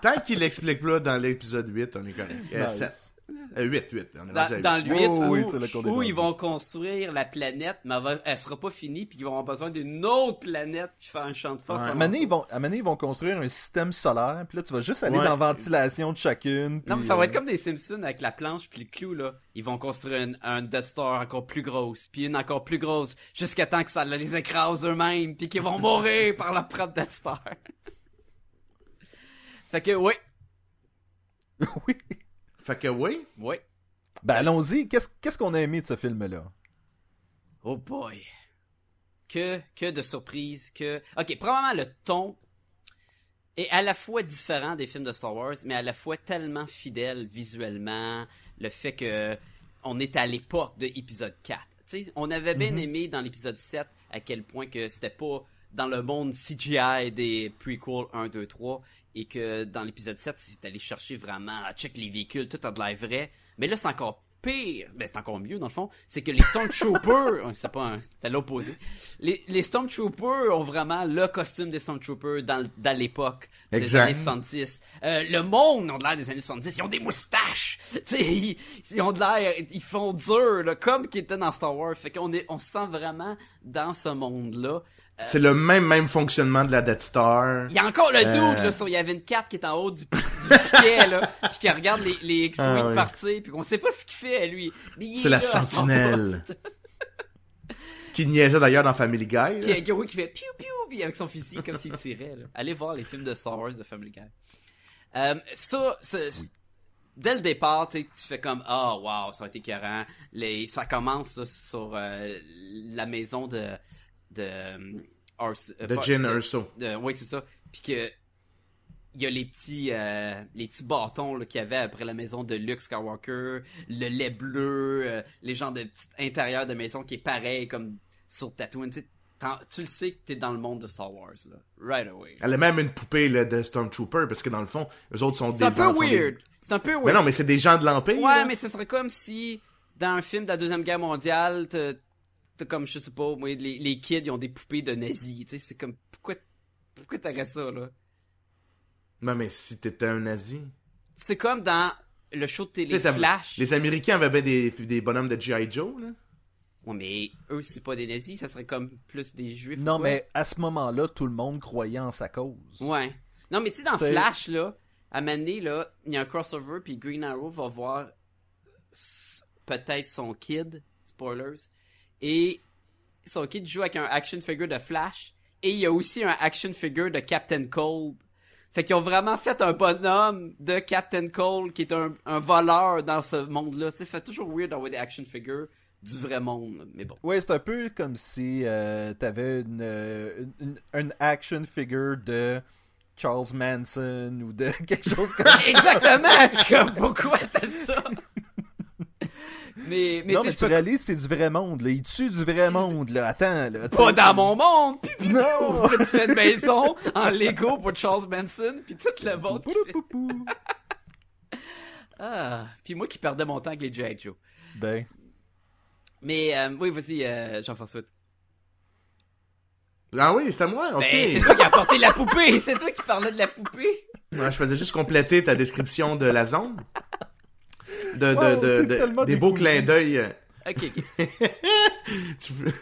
S1: Tant qu'il l'explique pas dans l'épisode 8, on est correct. Euh,
S3: Nice.
S1: sept. Euh, 8, 8. On est rendu à
S2: Dans, dans le
S1: huit.
S2: 8,
S3: Oui, oui,
S2: où,
S3: c'est là qu'on est
S2: où
S3: rendu.
S2: ils vont construire la planète, mais elle, va- elle sera pas finie, puis ils vont avoir besoin d'une autre planète, puis faire un champ de force.
S1: Ouais.
S2: à
S3: À un moment donné, ils vont, à un moment donné, ils vont construire un système solaire, puis là, tu vas juste aller
S1: Ouais.
S3: dans la ventilation de chacune.
S2: Non, mais
S3: puis,
S2: ça va
S3: euh,
S2: être comme des Simpsons avec la planche puis le clou, là. Ils vont construire une, un Death Star encore plus grosse, puis une encore plus grosse, jusqu'à temps que ça les écrase eux-mêmes, puis qu'ils vont mourir par leur propre Death Star. fait que, oui,
S3: euh, oui.
S1: Fait que oui,
S2: oui.
S3: Ben, allons-y. Qu'est-ce qu'est-ce qu'on a aimé de ce film-là?
S2: Oh boy. Que, que de surprises, que... Ok, probablement le ton est à la fois différent des films de Star Wars, mais à la fois tellement fidèle visuellement, le fait que on est à l'époque de épisode 4. Tu sais, on avait bien aimé dans l'épisode 7 à quel point que c'était pas dans le monde CGI des prequels 1, 2, 3, et que dans l'épisode 7, c'est allé chercher vraiment, ah, check les véhicules, tout a de l'air vrai. Mais là, c'est encore pire, ben, c'est encore mieux dans le fond, c'est que les Stormtroopers, oh, c'est pas un- c'est à l'opposé, les, les Stormtroopers ont vraiment le costume des Stormtroopers dans, l- dans l'époque des
S1: Exact.
S2: années 70. Euh, le monde ont de l'air des années 70, ils ont des moustaches, tu sais, ils, ils ont de l'air, ils font dur, là, comme qu'ils étaient dans Star Wars, fait qu'on est, on se sent vraiment dans ce monde-là.
S1: c'est le même, même fonctionnement de la Death Star.
S2: Il y a encore le
S1: Euh.
S2: dude, là, sur, il y avait une carte qui est en haut du, du piquet, là, puis qui regarde les, les X-Wing
S1: Ah oui.
S2: partir, puis qu'on sait pas ce qu'il fait, lui. Mais il est
S1: C'est la
S2: là, à son
S1: sentinelle. Qui niaisait d'ailleurs dans Family Guy. là.
S2: Qui, qui- oui, qui fait piou piou puis avec son fusil comme s'il tirait. Là. Allez voir les films de Star Wars de Family Guy. Euh, ça, ce- ce- dès le départ, tu sais, tu fais comme ah wow, ça a été écœurant. Les, ça commence là, sur euh, la maison de de euh, Ars- euh,
S1: De
S2: pas-
S1: Jin
S2: de-
S1: Erso.
S2: de- oui, Euh, c'est ça. Puis que il y a les petits euh, les petits bâtons là, qu'il y avait après la maison de Luke Skywalker, le lait bleu, euh, les gens de petit intérieur de maison qui est pareil comme sur Tatooine. Tu, sais, t'en- tu le sais que t'es dans le monde de Star Wars là, right away.
S1: Elle a même une poupée là, de Stormtrooper, parce que dans le fond, eux autres sont
S2: C'est
S1: des...
S2: un peu
S1: sont des-
S2: weird. C'est un peu weird.
S1: Mais non, mais c'est des gens de l'Empire.
S2: ouais,
S1: là.
S2: mais ce serait comme si dans un film de la deuxième guerre mondiale, t'as t'as comme je sais pas, moi, les, les kids ils ont des poupées de nazis. Tu sais, c'est comme pourquoi pourquoi t'aurais ça là?
S1: Non, mais si t'étais un nazi...
S2: C'est comme dans le show de télé
S1: T'sais, t'as-
S2: Flash.
S1: Les Américains avaient bien des, des bonhommes de G.I. Joe, là.
S2: Ouais, mais eux, c'est pas des nazis, ça serait comme plus des juifs. ou
S3: Non,
S2: quoi.
S3: mais à ce moment-là, tout le monde croyait en sa cause.
S2: Ouais. Non, mais tu sais, dans
S3: C'est-
S2: Flash, là, à Mané, là, il y a un crossover, puis Green Arrow va voir s- peut-être son kid, spoilers, et son kid joue avec un action figure de Flash, et il y a aussi un action figure de Captain Cold. Fait qu'ils ont vraiment fait un bonhomme de Captain Cold qui est un, un voleur dans ce monde-là. Tu sais, c'est toujours weird d'avoir des action figures du vrai monde, mais bon.
S3: Ouais, c'est un peu comme si euh, t'avais une, euh, une, une action figure de Charles Manson ou de quelque chose comme ça.
S2: Exactement! C'est comme, pourquoi t'as ça? Mais, mais
S3: non,
S2: tu sais,
S3: mais tu
S2: je peux-
S3: réalises, c'est du vrai monde, là. Il tue du vrai monde, là. Attends, là.
S2: pas dans mon monde! Puis
S3: Non!
S2: là, tu fais une maison en Lego pour Charles Manson, puis tout le monde qui fait...
S3: Poupoupou.
S2: Ah! Puis moi qui perdais mon temps avec les G.I. Joe.
S3: Ben,
S2: Mais, euh, oui, vas-y, euh, Jean-François.
S1: Ah oui, c'est à moi, ok.
S2: Ben, c'est toi qui as apporté la poupée! C'est toi qui parlais de la poupée!
S1: Ouais, je faisais juste compléter ta description de la zone. De, de,
S3: Wow,
S1: de-
S3: c'est
S1: de-
S3: tellement
S1: des beaux
S3: dégoûtant.
S1: clins d'œil. euh,
S2: Ok, ok.
S1: tu veux-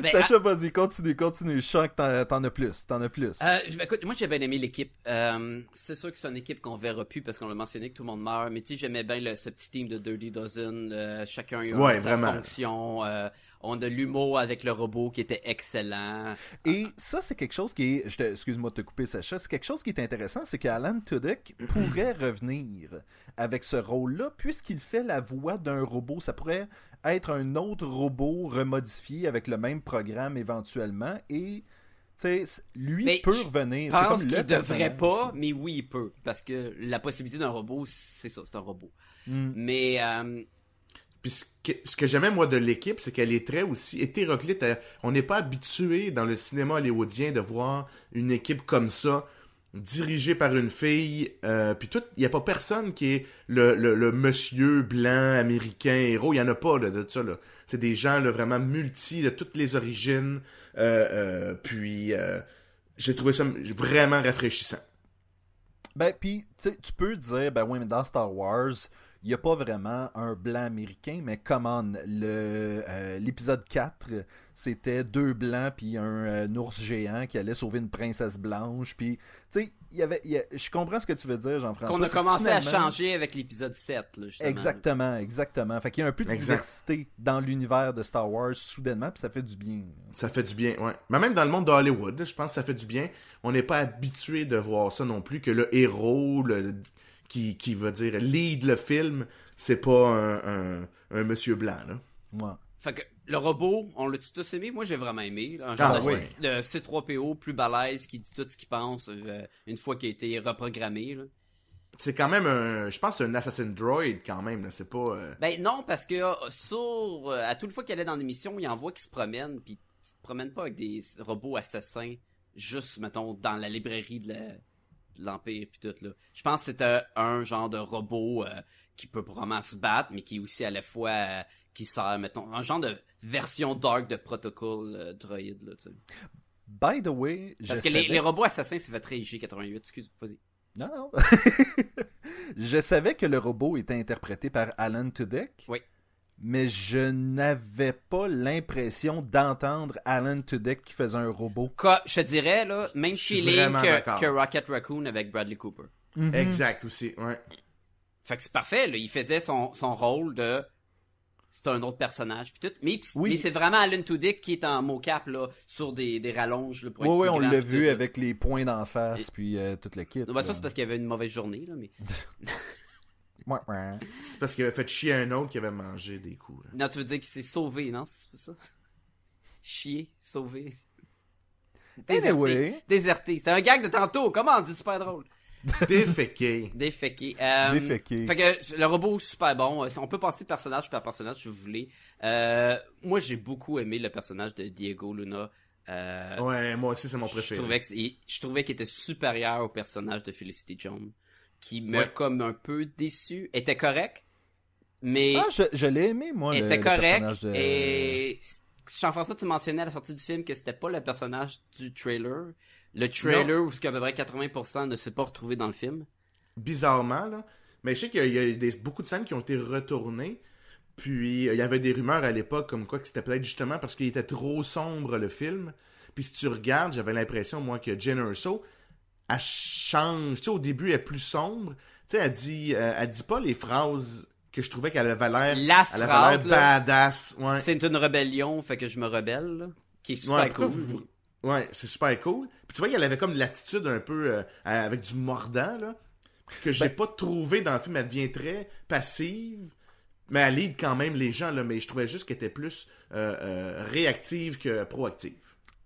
S2: Ben,
S3: Sacha, vas-y, continue, continue. Je sens que t'en- t'en as plus, t'en as plus.
S2: Euh, ben, écoute, moi j'ai bien aimé l'équipe. Euh, c'est sûr que c'est une équipe qu'on verra plus parce qu'on l'a mentionné que tout le monde meurt. Mais tu sais, j'aimais bien le- ce petit team de Dirty Dozen. euh, chacun a
S1: Ouais,
S2: sa
S1: vraiment.
S2: fonction. euh, on a l'humour avec le robot qui était excellent.
S3: Et ça, c'est quelque chose qui est. je te- Excuse-moi de te couper, Sacha. C'est quelque chose qui est intéressant, c'est qu'Alan Tudyk pourrait revenir avec ce rôle-là, puisqu'il fait la voix d'un robot. Ça pourrait être un autre robot remodifié avec le même programme éventuellement. Et, tu sais, c- lui
S2: Mais
S3: peut
S2: je
S3: revenir.
S2: Je
S3: C'est comme
S2: pense
S3: le
S2: qu'il devrait
S3: personnage.
S2: pas, mais oui, il peut. Parce que la possibilité d'un robot, c'est ça, c'est un robot.
S3: Mm.
S2: Mais euh,
S1: Puis ce que, ce que j'aimais, moi, de l'équipe, c'est qu'elle est très aussi hétéroclite. Elle- On n'est pas habitué dans le cinéma hollywoodien de voir une équipe comme ça, dirigée par une fille. euh, puis tout, il n'y a pas personne qui est le, le- le monsieur blanc américain héros. Il n'y en a pas là, de ça. Là. C'est des gens là, vraiment multi, de toutes les origines. Euh, euh, puis euh, j'ai trouvé ça vraiment rafraîchissant.
S3: Ben, puis, tu sais, tu peux dire, ben oui, mais dans Star Wars, il n'y a pas vraiment un blanc américain, mais comment euh, l'épisode 4, c'était deux blancs puis un, euh, un ours géant qui allait sauver une princesse blanche. Puis, tu sais, il y avait, il y a- je comprends ce que tu veux dire, Jean-François.
S2: Qu'on a
S3: c'est
S2: commencé à
S3: finalement-
S2: changer avec l'épisode 7, là, justement.
S3: Exactement, exactement. Fait qu'il y a un peu de
S1: Exact.
S3: diversité dans l'univers de Star Wars soudainement, puis ça fait du bien.
S1: Ça fait du bien, ouais. Mais même dans le monde de Hollywood, là, je pense que ça fait du bien. On n'est pas habitué de voir ça non plus, que le héros le- qui, qui va dire lead le film, c'est pas un, un- un monsieur blanc. Là.
S3: Ouais.
S2: Fait que le robot, on l'a tous aimé. Moi, j'ai vraiment aimé. là. un genre
S1: Ah,
S2: de,
S1: oui.
S2: de C3PO plus balèze qui dit tout ce qu'il pense euh, une fois qu'il a été reprogrammé. là.
S1: C'est quand même un. Je pense que c'est un Assassin Droid quand même, là. C'est pas. euh,
S2: Ben non, parce que euh, sur euh, à toute fois qu'il allait dans l'émission, il en voit qui se promène, puis tu te promènes pas avec des robots assassins juste mettons dans la librairie de la- de l'Empire puis tout là. Je pense que c'était un genre de robot euh, qui peut probablement se battre, mais qui est aussi à la fois euh, qui sert mettons un genre de version dark de protocole euh, droïde là, tu sais.
S3: By the way, je
S2: Parce que les,
S3: savais-
S2: les robots assassins c'est fait très G88, excuse, vas-y.
S3: Non, non. je savais que le robot était interprété par Alan Tudyk.
S2: Oui.
S3: Mais je n'avais pas l'impression d'entendre Alan Tudyk qui faisait un robot.
S2: Quoi, je te dirais là, même
S1: Je suis
S2: feeling
S1: vraiment
S2: que,
S1: d'accord.
S2: que Rocket Raccoon avec Bradley Cooper. Mm-hmm.
S1: Exact aussi, ouais.
S2: Fait que c'est parfait, là. Il faisait son, son rôle de. C'est un autre personnage, puis tout. Mais, pis-
S3: Oui.
S2: mais c'est vraiment Alan Tudyk qui est en mocap, là, sur des, des rallonges, là, pour
S3: Oui,
S2: être
S3: oui,
S2: plus
S3: on
S2: grand,
S3: l'a
S2: puis
S3: vu
S2: tout, là.
S3: avec les points d'en face, puis euh, tout le kit.
S2: Non, bah, ça, c'est parce qu'il avait une mauvaise journée, là, mais.
S3: Ouais, ouais.
S1: C'est parce qu'il avait fait chier un autre qui avait mangé des coups. là.
S2: Non, tu veux dire qu'il s'est sauvé, non? C'est pas ça? Chier, sauvé.
S3: Anyway.
S2: Déserté. C'est un gag de tantôt. Comment on dit super drôle?
S1: Déféqué.
S2: Déféqué. Euh,
S3: Déféqué.
S2: Fait que le robot super bon. Euh, On peut passer personnage par personnage si vous voulez. Euh, moi j'ai beaucoup aimé le personnage de Diego Luna. Euh,
S1: Ouais, moi aussi, c'est mon
S2: je
S1: préféré.
S2: trouvais que c'est- je trouvais qu'il était supérieur au personnage de Felicity Jones, qui me
S1: Ouais.
S2: comme un peu déçu. était correct, mais
S3: Ah, je, je l'ai aimé, moi, le,
S2: était
S3: le
S2: correct.
S3: personnage de...
S2: Et Jean-François, tu mentionnais à la sortie du film que c'était pas le personnage du trailer. Le trailer où ce qu'à peu près 80% ne s'est pas retrouvé dans le film.
S1: bizarrement, là. Mais je sais qu'il y a- il y a eu des- beaucoup de scènes qui ont été retournées. Puis euh, il y avait des rumeurs à l'époque comme quoi que c'était peut-être justement parce qu'il était trop sombre le film. Puis si tu regardes, j'avais l'impression, moi, que Jen Erso, elle change. Tu sais, au début, elle est plus sombre. Tu sais, elle dit, euh, elle dit pas les phrases que je trouvais qu'elle avait l'air.
S2: La
S1: elle avait
S2: phrase,
S1: l'air
S2: là,
S1: badass. Ouais.
S2: C'est une rébellion, fait que je me rebelle, là, qui est super
S1: Ouais,
S2: cool.
S1: pourquoi vous- Ouais, c'est super cool. Puis tu vois qu'elle avait comme de l'attitude un peu euh, euh, avec du mordant, là, que
S2: Ben
S1: j'ai pas trouvé dans le film. Elle devient très passive, mais elle lead quand même les gens, là, mais je trouvais juste qu'elle était plus euh, euh, réactive que proactive.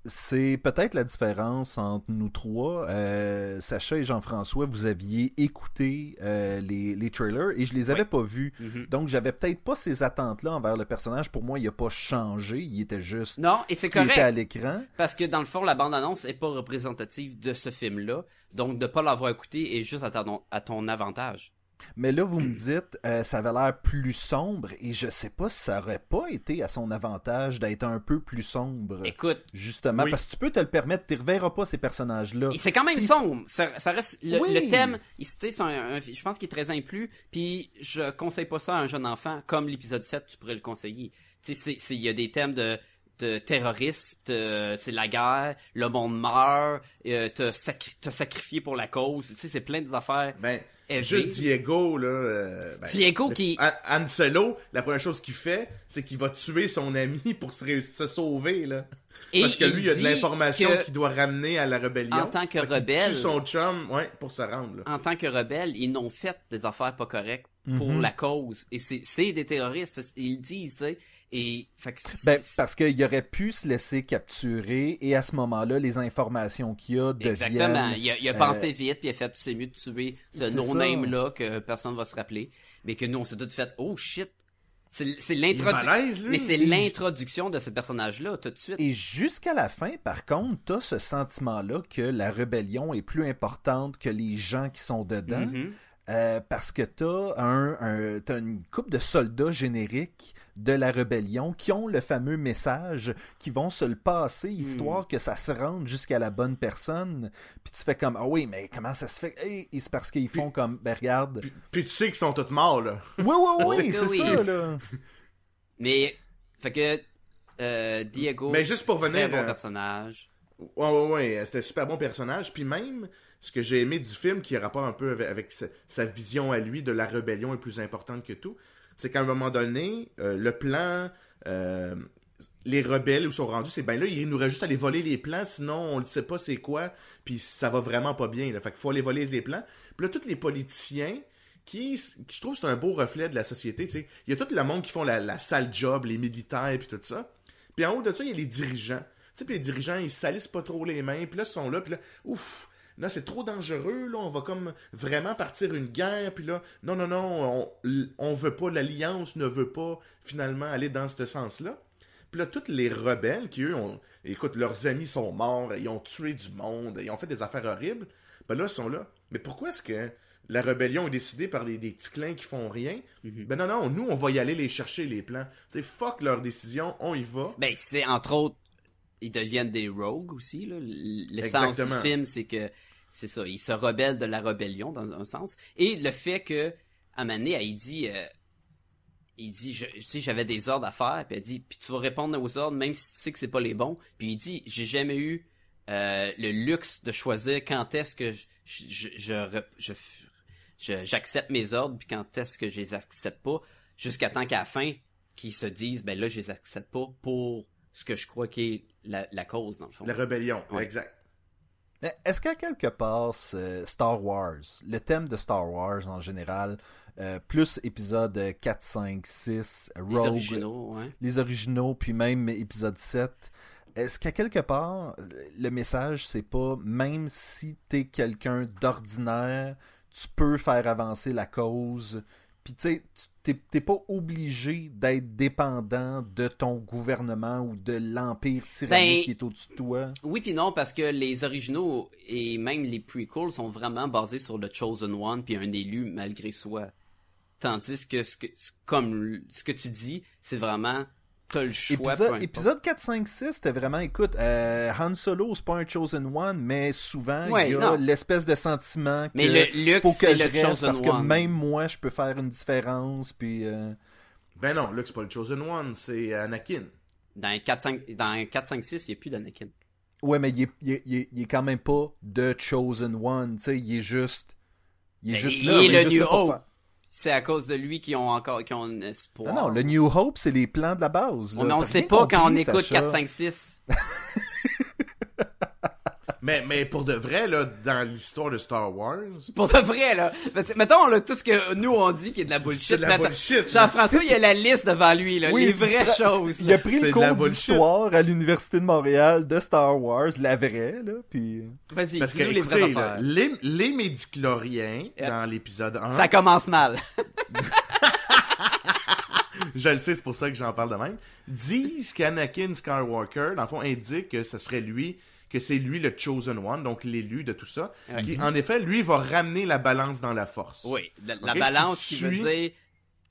S3: C'est peut-être la différence entre nous trois. Euh, Sacha et Jean-François, vous aviez écouté euh, les, les trailers et je les avais pas vus.
S2: Mhm.
S3: Donc, j'avais peut-être pas ces attentes-là envers le personnage. Pour moi, il a pas changé. Il était juste.
S2: Non, et
S3: ce
S2: c'est
S3: qui était à
S2: correct,
S3: l'écran.
S2: parce que dans le fond, la bande-annonce est pas représentative de ce film-là, donc de pas l'avoir écouté est juste à ton, à ton avantage.
S3: Mais là, vous
S2: Mm.
S3: me dites, euh, ça avait l'air plus sombre et je sais pas si ça aurait pas été à son avantage d'être un peu plus sombre.
S2: Écoute,
S3: Justement,
S1: Oui.
S3: parce que tu peux te le permettre, tu reverras pas ces personnages-là.
S2: et c'est quand même
S3: Si-
S2: sombre, ça, ça reste, le,
S3: Oui.
S2: le thème, il- tu sais, c'est un- un- je pense qu'il est très inclus, puis je conseille pas ça à un jeune enfant, comme l'épisode 7, tu pourrais le conseiller. Tu sais, c'est- c'est- il y a des thèmes de de terroristes, euh, c'est la guerre, le monde meurt, euh, te, sacri- te sacrifier pour la cause, tu sais, c'est plein d'affaires
S1: Ben,
S2: élevées.
S1: juste Diego, là. euh, ben,
S2: Diego
S1: le-
S2: qui-
S1: An- Anselo, la première chose qu'il fait, c'est qu'il va tuer son ami pour se, ré- se sauver, là.
S2: Et
S1: Parce que lui, il y a de
S2: dit
S1: l'information
S2: que-
S1: qu'il doit ramener à la rébellion.
S2: En tant que
S1: Fait qu'il
S2: rebelle-
S1: tue son chum, ouais, pour se rendre, là.
S2: en tant que rebelle, ils n'ont fait des affaires pas correctes pour la cause. Et c'est- c'est des terroristes, c'est- ils le disent, tu sais. Et, fait que c'est-
S3: Ben, parce qu'il aurait pu se laisser capturer et à ce moment-là, les informations qu'il y a deviennent...
S2: Exactement. Il a, il a
S3: euh,
S2: pensé vite, puis il a fait, c'est mieux de tuer ce
S3: C'est
S2: no-name-là que personne va se rappeler. Mais que nous, on s'est tous fait, oh shit. C'est c'est l'introdu-
S1: Il est balèze, lui.
S2: Mais c'est
S1: Il-
S2: l'introduction de ce personnage-là, tout de suite.
S3: Et jusqu'à la fin, par contre, t'as ce sentiment-là que la rébellion est plus importante que les gens qui sont dedans.
S2: Mhm.
S3: euh, parce que t'as un, un- t'as une coupe de soldats génériques de la rébellion qui ont le fameux message qui vont se le
S2: Hmm.
S3: passer histoire que ça se rende jusqu'à la bonne personne. Puis tu fais comme ah oui mais comment ça se fait Hey, Et c'est parce qu'ils font comme ben regarde.
S1: Puis, puis tu sais qu'ils sont tous morts, là.
S3: Oui oui oui
S2: Oui,
S3: c'est
S2: oui.
S3: ça là.
S2: Mais, fait que, euh, Diego,
S1: Mais juste pour
S2: très
S1: venir,
S2: bon
S1: euh,
S2: personnage.
S1: Ouais, ouais, ouais, euh, c'était un super bon personnage. Puis même, ce que j'ai aimé du film, qui a rapport un peu avec, avec sa, sa vision à lui de la rébellion est plus importante que tout, c'est qu'à un moment donné, euh, le plan, euh, les rebelles où sont rendus, c'est ben là, ils nous restent juste à aller voler les plans, sinon on ne sait pas c'est quoi, puis ça va vraiment pas bien. Là. Fait qu'il faut aller voler les plans. Puis là, tous les politiciens, qui, qui je trouve c'est un beau reflet de la société, tu sais, il y a tout le monde qui font la, la sale job, les militaires, puis tout ça. Puis en haut de ça, il y a les dirigeants. Tu sais, puis les dirigeants, ils salissent pas trop les mains, puis là, ils sont là, puis là, ouf, là, c'est trop dangereux, là, on va comme vraiment partir une guerre, puis là, non, non, non, on, on veut pas, l'Alliance ne veut pas, finalement, aller dans ce sens-là. Puis là, toutes les rebelles qui, eux, ont, écoute, leurs amis sont morts, ils ont tué du monde, ils ont fait des affaires horribles, ben là, ils sont là. Mais pourquoi est-ce que la rébellion est décidée par des, des petits clins qui font rien? Ben non, non, nous, on va y aller les chercher, les plans. Tu sais, fuck leur décision, on y va.
S2: Ben, c'est, entre autres, ils deviennent des rogues aussi, là. L'essence du
S1: Exactement.
S2: film, c'est que, c'est ça, ils se rebellent de la rébellion, dans un sens. Et le fait que, à un moment donné, elle dit, euh, il dit, je, tu sais, j'avais des ordres à faire, puis elle dit, puis tu vas répondre aux ordres, même si tu sais que c'est pas les bons. Puis il dit, j'ai jamais eu euh, le luxe de choisir quand est-ce que je, je, je, re- je, je- j'accepte mes ordres, puis quand est-ce que je les accepte pas, jusqu'à temps qu'à la fin, qu'ils se disent, ben là, je les accepte pas pour ce que je crois qui est la, la cause, dans le fond.
S1: La rébellion,
S2: Ouais.
S1: exact.
S3: Mais Est-ce qu'à quelque part, ce- Star Wars, le thème de Star Wars en général, euh, plus épisode 4, 5, 6,
S2: Les
S3: Rogue,
S2: originaux, ouais.
S3: les originaux, puis même épisode 7. Est-ce qu'à quelque part, le message, c'est pas même si t'es quelqu'un d'ordinaire, tu peux faire avancer la cause, puis tu sais, tu- t'es- t'es pas obligé d'être dépendant de ton gouvernement ou de l'empire tyrannique
S2: Ben,
S3: qui est au-dessus de toi.
S2: Oui puis non parce que les originaux et même les prequels sont vraiment basés sur le chosen one puis un élu malgré soi. Tandis que ce que ce- comme l- ce que tu dis, c'est vraiment t'as le choix. peu
S3: Épisode,
S2: importe.
S3: épisode 4, 5, 6, c'était vraiment, écoute, euh, Han Solo, c'est pas un Chosen One, mais souvent,
S2: Ouais,
S3: il y a
S2: non.
S3: l'espèce de sentiment que
S2: Mais le luxe,
S3: faut que
S2: c'est
S3: je
S2: le
S3: reste
S2: Chosen
S3: parce que
S2: One.
S3: même moi, je peux faire une différence, puis... euh,
S1: Ben non, là, c'est pas le Chosen One, c'est Anakin.
S2: Dans 4 5 dans 4 5 6, il y a plus d'Anakin.
S3: Ouais, mais il est, il est- il est- il est quand même pas The Chosen One, tu sais, il est juste... Il est
S2: Mais
S3: juste
S2: Ben, il
S3: là,
S2: est
S3: mais
S2: le
S3: juste
S2: New
S3: là pour
S2: Hope.
S3: faire-
S2: C'est à cause de lui qu'ils ont encore qu'ils ont un espoir.
S3: Non, non, le New Hope, c'est les plans de la base. là.
S2: Mais on
S3: T'as
S2: sait
S3: rien
S2: pas quand on
S3: compris,
S2: écoute
S3: Sacha.
S2: 4 5 6.
S1: Mais, mais pour de vrai, là, dans l'histoire de Star Wars,
S2: Pour de vrai là. Parce que, mettons là tout ce que nous on dit qui est de la bullshit.
S1: C'est de la
S2: mais attends,
S1: bullshit, là.
S2: Jean-François, il a la liste devant lui là,
S3: Oui,
S2: euh, les
S3: c'est-
S2: vraies
S3: c'est-
S2: choses.
S3: Il a
S2: là.
S3: pris
S1: C'est
S3: le
S1: de la
S3: cours
S1: bullshit.
S3: d'histoire à l'Université de Montréal de Star Wars, la vraie, là, puis...
S2: Vas-y,
S1: Parce que,
S2: dis-nous les vraies
S1: écoutez, là,
S2: affaires.
S1: les, les médicloriens, dans l'épisode 1,
S2: Ça commence mal.
S1: je le sais, c'est pour ça que j'en parle de même, disent qu'Anakin Skywalker, dans le fond, indique que ce serait lui, que c'est lui le Chosen One, donc l'élu de tout ça,
S2: Ouais.
S1: qui, en effet, lui, va ramener la balance dans la force.
S2: Oui, la, la
S1: Ok,
S2: balance
S1: si
S2: qui
S1: tu
S2: veut
S1: suis-
S2: dire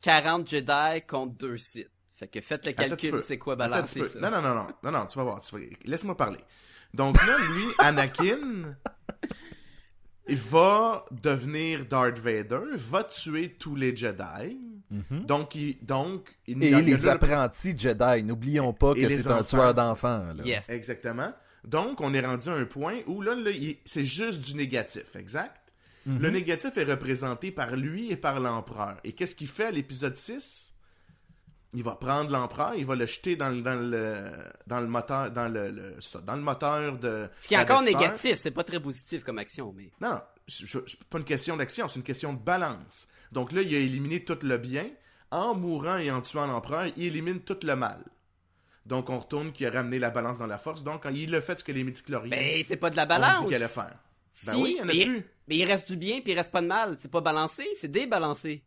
S2: 40 Jedi contre 2 Sith. Fait que faites le
S1: Attends un petit
S2: calcul,
S1: peu.
S2: c'est quoi
S1: Attends un petit
S2: balancer
S1: peu.
S2: ça.
S1: Non, non, non, non, non, non, tu vas voir, tu vas- laisse-moi parler. Donc là, lui, Anakin, il va devenir Darth Vader, va tuer tous les Jedi, donc il, donc, il,
S3: Mhm. Et
S1: il y a
S3: les
S1: là le-
S3: apprentis Jedi, n'oublions pas
S1: Et
S3: que
S1: les
S3: c'est un
S1: enfants,
S3: tueur d'enfants. là.
S2: Yes.
S1: Exactement. Donc, on est rendu à un point où là, là, il- c'est juste du négatif, exact?
S2: Mhm.
S1: Le négatif est représenté par lui et par l'empereur. Et qu'est-ce qu'il fait à l'épisode 6? Il va prendre l'empereur, il va le jeter dans le, dans le, dans le moteur, dans le, le- ça, dans le moteur de.
S2: Ce qui est encore
S1: Dexter.
S2: négatif, c'est pas très positif comme action, mais.
S1: Non, non, je- je- c'est pas une question d'action, c'est une question de balance. Donc là, il a éliminé tout le bien. En mourant et en tuant l'empereur, il élimine tout le mal. Donc on retourne qui a ramené la balance dans la force. Donc il a fait ce que les midichloriens
S2: Ben, c'est pas de la
S1: ont
S2: balance.
S1: dit qu'elle allait faire. Ben
S2: Si,
S1: oui, il y en a
S2: mais-
S1: plus.
S2: Mais il reste du bien, puis il reste pas de mal. C'est pas balancé, c'est débalancé.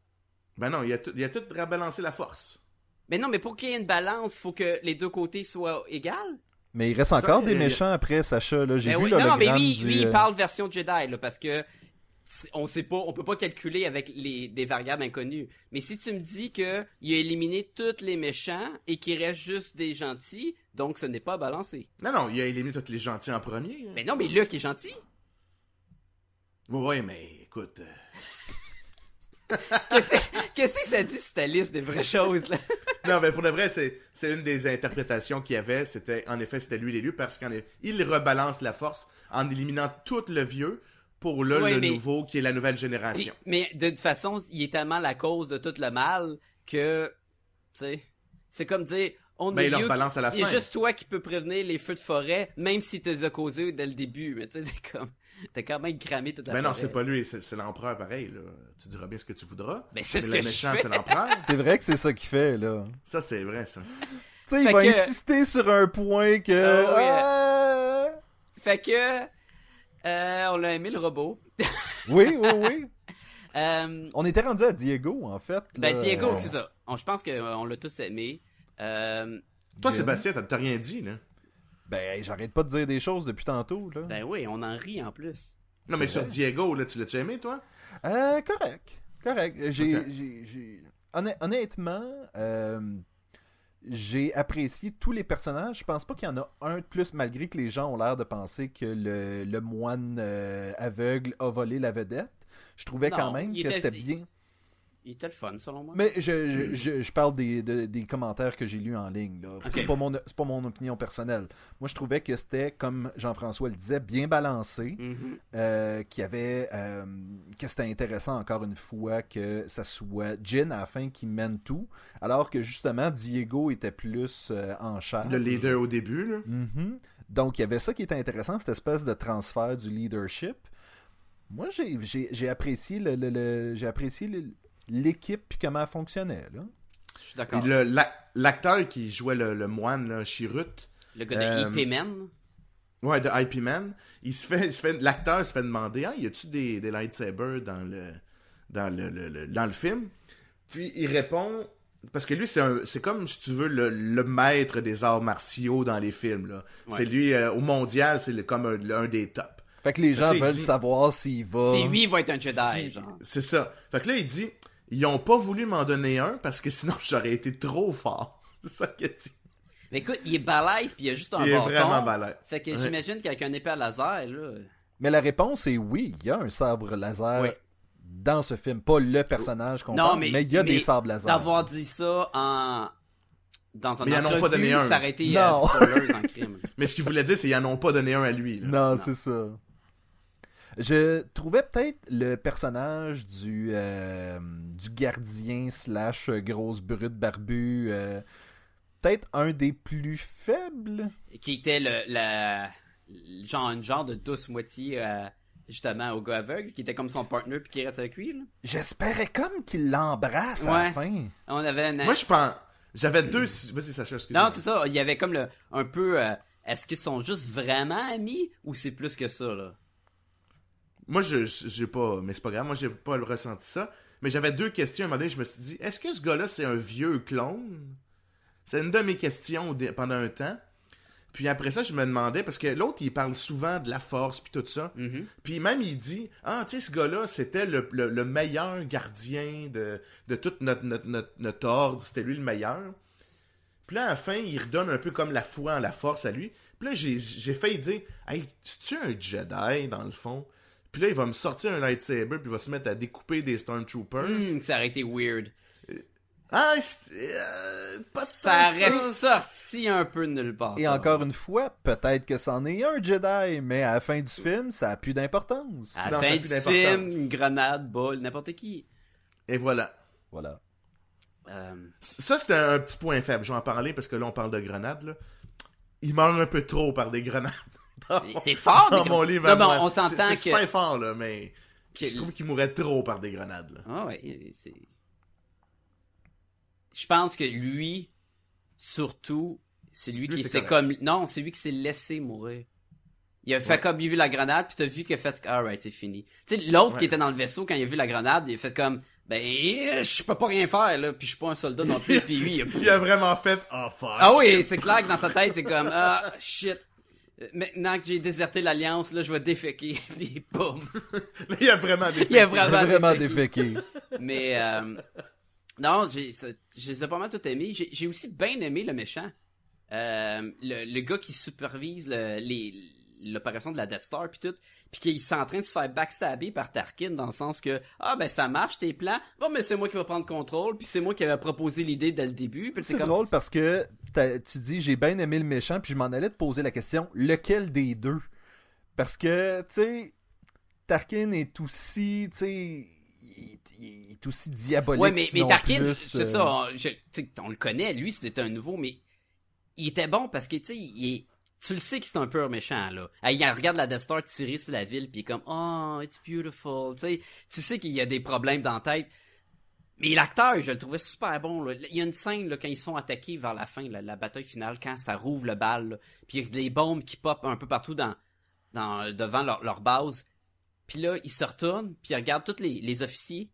S1: Ben non, il a, tout, il a tout rebalancé la force.
S2: Mais non, mais pour qu'il y ait une balance, faut que les deux côtés soient égales.
S3: Mais il reste
S1: Ça,
S3: encore
S1: il y a-
S3: des méchants après, Sacha. là. J'ai
S2: Ben
S3: vu
S2: oui.
S3: là,
S2: Non,
S3: le
S2: non, mais
S3: gramme
S2: lui,
S3: du,
S2: lui,
S3: euh,
S2: il parle version Jedi, là, parce que c'est- on sait pas, on peut pas calculer avec les, des variables inconnues. Mais si tu me dis que il a éliminé tous les méchants et qu'il reste juste des gentils, donc ce n'est pas balancé.
S1: Non, non, il a éliminé tous les gentils en premier. hein.
S2: Mais non, mais Luc est gentil.
S1: Ouais, ouais, mais écoute. euh,
S2: Qu'est-ce que ça dit sur ta liste des vraies choses là
S1: Non, mais pour de vrai, c'est c'est une des interprétations qu'il y avait. C'était En effet, c'était lui l'élu parce qu'il rebalance la force en éliminant tout le vieux pour là,
S2: Ouais,
S1: le
S2: mais-
S1: nouveau qui est la nouvelle
S2: Puis-
S1: génération.
S2: mais de toute façon, il est tellement la cause de tout le mal que, tu sais, c'est comme dire, on
S1: Ben,
S2: est
S1: il leur
S2: mieux
S1: balance à la
S2: Il y a
S1: fin.
S2: juste toi qui peux prévenir les feux de forêt, même si tu les as causés dès le début. Mais tu sais, t'es comme, t'as quand même cramé toute la
S1: Mais Ben non,
S2: forêt.
S1: c'est pas lui, c'est c'est l'empereur pareil. Là. Tu diras bien ce que tu voudras.
S2: Mais c'est ce
S1: le
S2: que je
S1: méchant,
S2: fais.
S1: c'est l'empereur.
S3: C'est vrai que c'est ça qu'il fait, là.
S1: Ça, c'est vrai, ça.
S3: Tu sais, il
S2: Fait
S3: va
S2: que-
S3: insister sur un point que.
S2: Ah oui, euh.
S3: Ah!
S2: Fait que, euh, on l'a aimé le robot.
S3: oui, oui, oui.
S2: Euh,
S3: On était rendu à Diego, en fait.
S2: ben,
S3: là. Euh,
S2: Diego, c'est ça. On- Je pense qu'on l'a tous aimé. Euh,
S1: Toi,
S3: Bien.
S1: Sébastien, t'as t'as rien dit, là.
S3: Ben, hey, j'arrête pas de dire des choses depuis tantôt, là.
S2: ben oui, on en rit en plus.
S1: Non, mais
S3: C'est
S1: sur
S3: vrai.
S1: Diego, là, tu l'as-tu aimé, toi?
S3: Euh, correct. Correct. J'ai,
S1: Ok.
S3: j'ai- j'ai- honn- honnêtement, euh, j'ai apprécié tous les personnages. Je pense pas qu'il y en a un de plus, malgré que les gens ont l'air de penser que le, le moine euh, aveugle a volé la vedette. Je trouvais
S2: Non,
S3: quand même
S2: il
S3: que
S2: était-
S3: c'était bien.
S2: Il était le fun, selon moi.
S3: Mais je, je- je- je parle des, de- des commentaires que j'ai lus en ligne. là. C'est
S2: Ok.
S3: pas, mon- c'est pas mon opinion personnelle. Moi, je trouvais que c'était, comme Jean-François le disait, bien balancé
S2: Mhm.
S3: euh, qu'il y avait euh, que c'était intéressant encore une fois que ça soit Jin à la fin qui mène tout, alors que justement Diego était plus euh, en charge.
S1: Le leader au début, là.
S3: Mhm. Donc il y avait ça qui était intéressant, cette espèce de transfert du leadership. Moi j'ai- j'ai j'ai apprécié le, le- le- j'ai apprécié le- l'équipe puis comment elle fonctionnait. là.
S2: Je
S1: Puis
S2: suis
S3: Ah.
S2: d'accord. Le...
S1: le- la- l'acteur qui jouait le, le moine, là, Chirut,
S2: gars de
S1: Euh,
S2: IP Man.
S1: ouais, de IP Man, il se fait, il se fait- l'acteur se fait demander, ah, y a-tu des, des lightsabers dans le, dans le, le- le- dans le film? Puis il répond, parce que lui, c'est un- c'est comme, si tu veux, le, le maître des arts martiaux dans les films, là.
S2: Ouais.
S1: C'est lui, euh, au mondial, c'est le- comme un, un des tops.
S3: Fait que les gens
S1: que là, il
S3: veulent
S1: dit-
S3: savoir s'il va.
S2: Si lui, il va être un Jedi,
S1: Si-
S2: genre.
S1: C'est ça. Fait que là, il dit ils ont pas voulu m'en donner un parce que sinon j'aurais été trop fort. C'est ça qu'il dit.
S2: Mais écoute, il est balèze, puis il a juste un
S1: Il est
S2: bâton.
S1: vraiment balèze.
S2: Fait que
S1: Ouais.
S2: j'imagine qu'avec un épée à laser, là...
S3: Mais la réponse est oui, il y a un sabre laser
S2: Oui.
S3: dans ce film, pas le personnage qu'on
S2: Non,
S3: parle, mais,
S2: mais-
S3: il y a
S2: mais
S3: des sabres laser.
S2: D'avoir dit ça en... Dans un
S1: Mais ils en ont pas
S2: entrevue,
S1: donné un,
S2: Ça aurait été
S1: c'est-
S2: euh,
S3: Non.
S2: spoilers en crime.
S1: Mais ce qu'il voulait dire, c'est ils en ont pas donné un à lui. là.
S3: Non, c'est ça. Je trouvais peut-être le personnage du, euh, du gardien slash grosse brute barbu euh, peut-être un des plus faibles.
S2: Qui était le, la, le genre, une genre de douce moitié, euh, justement, au gars aveugle, qui était comme son partner, puis qui reste avec lui, là.
S3: J'espérais comme qu'il l'embrasse à la
S2: Ouais.
S3: fin.
S2: On avait une...
S1: Moi, je pense. J'avais deux. Vas-y, Sacha, excuse-moi.
S2: Hein? Euh, Non, c'est ça, il y avait comme le... Un peu... euh, Est-ce qu'ils sont juste vraiment amis, ou c'est plus que ça, là?
S1: Moi, je je- j'ai pas. Mais c'est pas grave. Moi, j'ai pas le ressenti ça. Mais j'avais deux questions. À un moment donné, je me suis dit est-ce que ce gars-là, c'est un vieux clone C'est une de mes questions au dé- pendant un temps. Puis après ça, je me demandais, parce que l'autre, il parle souvent de la force, puis tout ça.
S2: Mhm.
S1: Puis même, il dit Ah, tu sais, ce gars-là, c'était le, le- le meilleur gardien de, de tout notre, notre, notre, notre ordre. C'était lui le meilleur. Puis là, à la fin, il redonne un peu comme la foi en la force à lui. Puis là, j'ai- j'ai failli dire Hey, tu un Jedi, dans le fond Puis là, il va me sortir un lightsaber, puis il va se mettre à découper des Stormtroopers.
S2: Hmm, ça aurait été weird.
S1: Ah, c'est- euh, pas
S2: Ça
S1: tant que
S2: aurait sorti un peu de nulle part.
S3: Et
S2: Ah, ça.
S3: encore une fois, peut-être que c'en est un Jedi, mais à la fin du film, ça a plus d'importance.
S2: À
S1: Non, ça
S2: la fin
S1: a
S2: du
S1: plus d'importance.
S2: film, Ah, ben, une grenade, balle, n'importe qui.
S1: Et voilà.
S3: Voilà.
S2: Euh,
S1: Ça, c'était un petit point faible. Je vais en parler parce que là, on parle de grenades. Là. Il meurt un peu trop par des grenades. Dans
S2: Ah, mais
S1: mon-
S2: c'est fort,
S1: dans
S2: des-
S1: Oh, mon livre.
S2: Non,
S1: à
S2: bon,
S1: moi.
S2: on s'entend
S1: C'est-
S2: que.
S1: C'est super fort, là, mais
S2: que-
S1: je trouve qu'il mourrait trop par des grenades. Là.
S2: Ah ouais, c'est. Je pense que lui, surtout, c'est lui,
S1: Lui,
S2: qui
S1: c'est
S2: s'est comme.
S1: correct.
S2: Non, c'est lui qui s'est laissé mourir. Il a fait comme il a vu la grenade, puis t'as vu qu'il a fait. Alright, c'est fini. Tu sais, l'autre qui
S1: Ouais.
S2: était dans le vaisseau, quand il a vu la grenade, il a fait comme. Ben, euh, je peux pas rien faire, là, puis je suis pas un soldat non plus, puis lui, il a.
S1: Il a vraiment fait oh fuck.
S2: Ah oui, c'est clair que dans sa tête, c'est comme, ah, shit. euh, maintenant que j'ai déserté l'Alliance, là, je vais déféquer. Puis boum.
S1: Là, il y a vraiment des
S2: Il y a
S3: J'ai
S2: vraiment,
S3: vraiment
S2: déféqué.
S3: déféqué.
S2: Mais euh, non, j'ai- ça- je les ai pas mal tout aimés. J'ai j'ai aussi bien aimé le méchant. Euh, le, le gars qui supervise le- les- l'opération de la Death Star puis tout, puis qui est en train de se faire backstabber par Tarkin dans le sens que ah ben ça marche tes plans, bon mais c'est moi qui vais prendre contrôle, puis c'est moi qui avais proposé l'idée dès le début, puis
S3: C'est drôle parce que t'as- tu dis j'ai bien aimé le méchant, puis je m'en allais te poser la question lequel des deux Parce que, tu sais, Tarkin est aussi, tu sais, il, il- il est aussi diabolique.
S2: Ouais, mais, mais
S3: sinon
S2: Tarkin,
S3: plus,
S2: c'est
S3: euh,
S2: ça, on, je- tu sais, on le connaît, lui, c'était un nouveau, mais il était bon parce que, tu sais, il est- tu le sais que c'est un peu un méchant, là. Ah, Il regarde la Death Star tirer sur la ville, puis il est comme, oh, it's beautiful, tu sais. Tu sais qu'il y a des problèmes dans la tête. Mais l'acteur, je le trouvais super bon, là. Il y a une scène, là, quand ils sont attaqués vers la fin, là, la bataille finale, quand ça rouvre le bal, là, puis il y a des bombes qui popent un peu partout dans, dans, devant leur, leur base. Puis là, ils se retournent, puis ils regardent tous les, les officiers,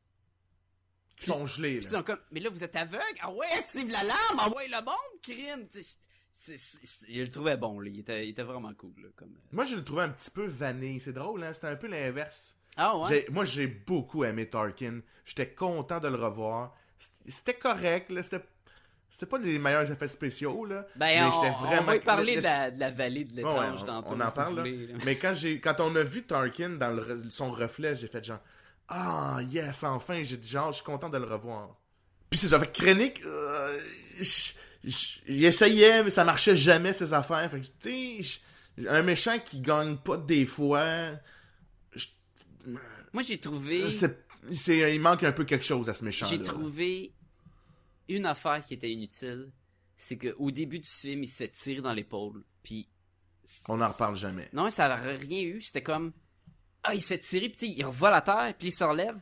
S1: qui sont gelés.
S2: puis ils
S1: là.
S2: sont comme, mais là, vous êtes aveugle? Ah ouais, active l'alarme! Ah ouais, le monde, crime! Tu sais, c'est- c'est- c'est- il le trouvait bon, là. Il était, il était vraiment cool, là. Comme... euh.
S1: Moi, je le trouvais un petit peu vanné. C'est drôle, hein? C'était un peu l'inverse.
S2: Ah ouais?
S1: J'ai- Moi, j'ai beaucoup aimé Tarkin. J'étais content de le revoir. C't- C'était correct, là. C'était... C'était pas les meilleurs effets spéciaux, là.
S2: Ben, on,
S1: j'étais
S2: on va y parler
S1: Le-
S2: de la, de la vallée de
S1: Ouais,
S2: l'étrange
S1: on-
S2: tantôt.
S1: on en
S2: si
S1: parle,
S2: vous
S1: là.
S2: voulez, là.
S1: Mais quand j'ai quand on a vu Tarkin dans le re- son reflet, j'ai fait genre ah yes enfin j'ai dit genre je suis content de le revoir. Puis c'est ça fait que Krennic euh, je- je- il essayait mais ça marchait jamais ses affaires. Fait que tu sais je- un méchant qui gagne pas des fois
S2: Moi, j'ai trouvé,
S1: c'est c'est- il manque un peu quelque chose à ce méchant
S2: j'ai
S1: là.
S2: trouvé une affaire qui était inutile. C'est qu'au début du film, il se fait tirer dans l'épaule. Puis.
S1: On en reparle jamais.
S2: Non, ça n'aurait rien eu. C'était comme. Ah, il se fait tirer, puis tu sais, il revole à terre, puis il se relève.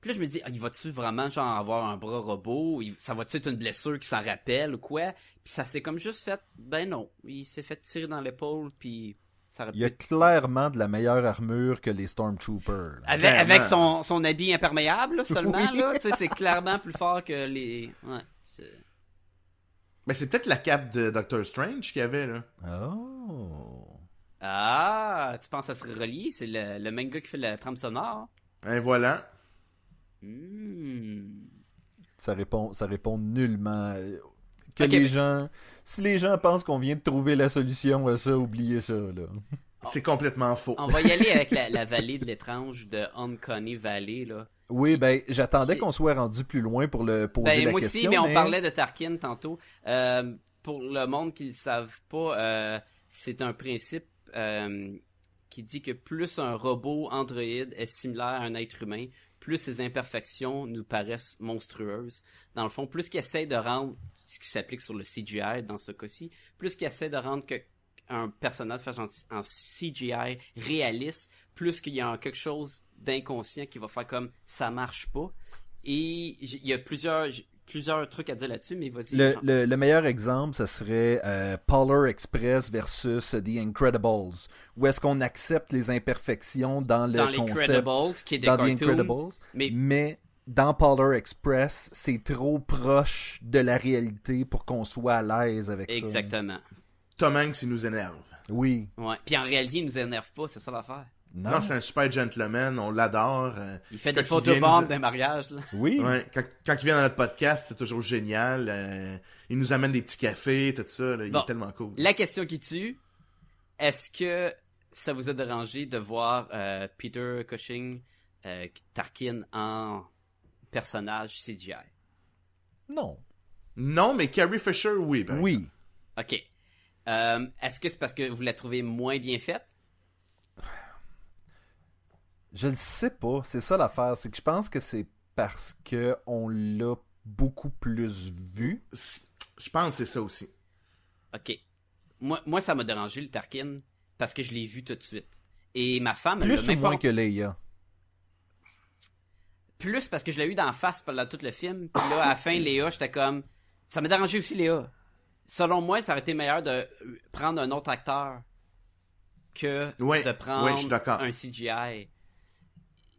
S2: Puis là, je me dis, ah, il va-tu vraiment, genre, avoir un bras robot Il- Ça va-tu être une blessure qui s'en rappelle ou quoi Puis ça s'est comme juste fait. Ben non, il s'est fait tirer dans l'épaule, puis ça aurait
S3: Il y a
S2: pu-
S3: clairement de la meilleure armure que les Stormtroopers. là.
S2: Avec,
S1: Clairement.
S2: avec son, son habit imperméable, là, seulement,
S3: Oui.
S2: là, tu sais, c'est clairement plus fort que les. Ouais. c'est-
S1: Mais c'est peut-être la cape de Doctor Strange qu'il y avait là.
S3: Oh.
S2: Ah, tu penses à se relier C'est le, le même gars qui fait la trame sonore.
S1: Un volant.
S2: Hmm.
S3: Ça répond, ça répond nullement. euh, Que
S2: Ok,
S3: les
S2: mais-
S3: gens. Si les gens pensent qu'on vient de trouver la solution à ça, oubliez ça, là.
S2: Ah.
S1: C'est complètement faux.
S2: On va y aller avec la, la vallée de l'étrange de Uncanny Valley, là.
S3: Oui, ben, j'attendais
S2: J'ai-
S3: qu'on soit rendu plus loin pour le poser
S2: Ben,
S3: la
S2: moi
S3: question.
S2: aussi, mais on parlait de Tarkin tantôt. Euh, pour le monde qui ne le savent pas, euh, c'est un principe euh, qui dit que plus un robot androïde est similaire à un être humain, plus ses imperfections nous paraissent monstrueuses. Dans le fond, plus qu'il essaie de rendre, ce qui s'applique sur le CGI dans ce cas-ci, plus qu'il essaie de rendre que un personnage fait en, en CGI réaliste, plus qu'il y a un- quelque chose d'inconscient qui va faire comme ça marche pas. Et j- il y a plusieurs j- plusieurs trucs à dire là-dessus, mais vas-y.
S3: Le, le- le meilleur exemple, ce serait euh, Polar Express versus The Incredibles, où est-ce qu'on accepte les imperfections dans le
S2: dans les
S3: concept
S2: Credibles, qui est des
S3: dans The
S2: cartoons.
S3: Incredibles,
S2: mais-
S3: mais... dans Polar Express, c'est trop proche de la réalité pour qu'on soit à l'aise avec ça.
S2: Exactement.
S1: Tom Hanks il nous énerve.
S3: Oui.
S2: Ouais. Puis en réalité, il nous énerve pas, c'est ça l'affaire.
S3: Non.
S1: Non, c'est un super gentleman, on l'adore. euh,
S2: Il fait
S1: Quand
S2: des
S1: il
S2: photos
S1: vient
S2: bombes
S1: nous-
S2: d'un mariage, là.
S3: Oui.
S1: Ouais, quand, quand il vient dans notre podcast, c'est toujours génial. euh, il nous amène des petits cafés, tout ça. là, il
S2: Bon.
S1: est tellement cool.
S2: La question qui tue, est-ce que ça vous a dérangé de voir euh, Peter Cushing euh, Tarkin en personnage CGI?
S3: Non.
S1: Non, mais Carrie Fisher, oui. ben, par exemple.
S3: Oui.
S2: Ok. Euh, est-ce que c'est parce que vous la trouvez moins bien faite?
S3: Je le sais pas. C'est ça l'affaire. C'est que je pense que c'est parce que on l'a beaucoup plus vu.
S1: C'est- Je pense que c'est ça aussi.
S2: Ok. Moi, moi ça m'a dérangé le Tarkin parce que je l'ai vu tout de suite. Et ma femme, elle
S3: Plus
S2: l'a
S3: ou
S2: même pas
S3: moins que Leia.
S2: plus parce que je l'ai eu d'en face pendant tout le film. Puis là, à la fin, Léa, j'étais comme. Ça m'a dérangé aussi, Léa. Selon moi, ça aurait été meilleur de euh, prendre un autre acteur que
S1: Ouais,
S2: de prendre
S1: ouais, je suis d'accord.
S2: un CGI.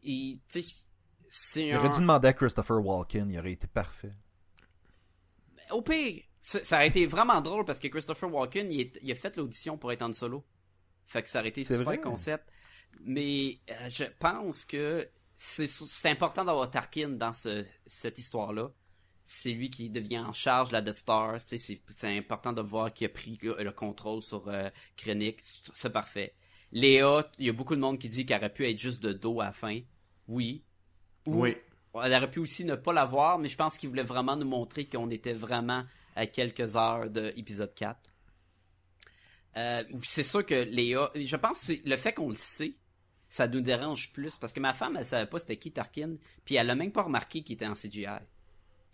S2: Et, tu sais, c'est
S3: Il
S2: un.
S3: aurait dû demander à Christopher Walken. Il aurait été parfait.
S2: Au pire, ça, ça aurait été vraiment drôle parce que Christopher Walken, il, est- il a fait l'audition pour être en solo. Fait que ça aurait été
S3: C'est
S2: super
S3: vrai.
S2: concept. Mais euh, je pense que c'est c'est important d'avoir Tarkin dans ce, cette histoire-là. C'est lui qui devient en charge de la Death Star. Tu sais, C'est c'est important de voir qu'il a pris euh, le contrôle sur euh, Krennic. C'est c'est parfait. Léa, il y a beaucoup de monde qui dit qu'elle aurait pu être juste de dos à la fin. Oui. Ou-
S1: Oui.
S2: elle aurait pu aussi ne pas l'avoir, mais je pense qu'il voulait vraiment nous montrer qu'on était vraiment à quelques heures de épisode 4. Euh, c'est sûr que Léa, je pense que le fait qu'on le sait, ça nous dérange plus parce que ma femme, elle savait pas c'était qui Tarkin, puis elle a même pas remarqué qu'il était en CGI.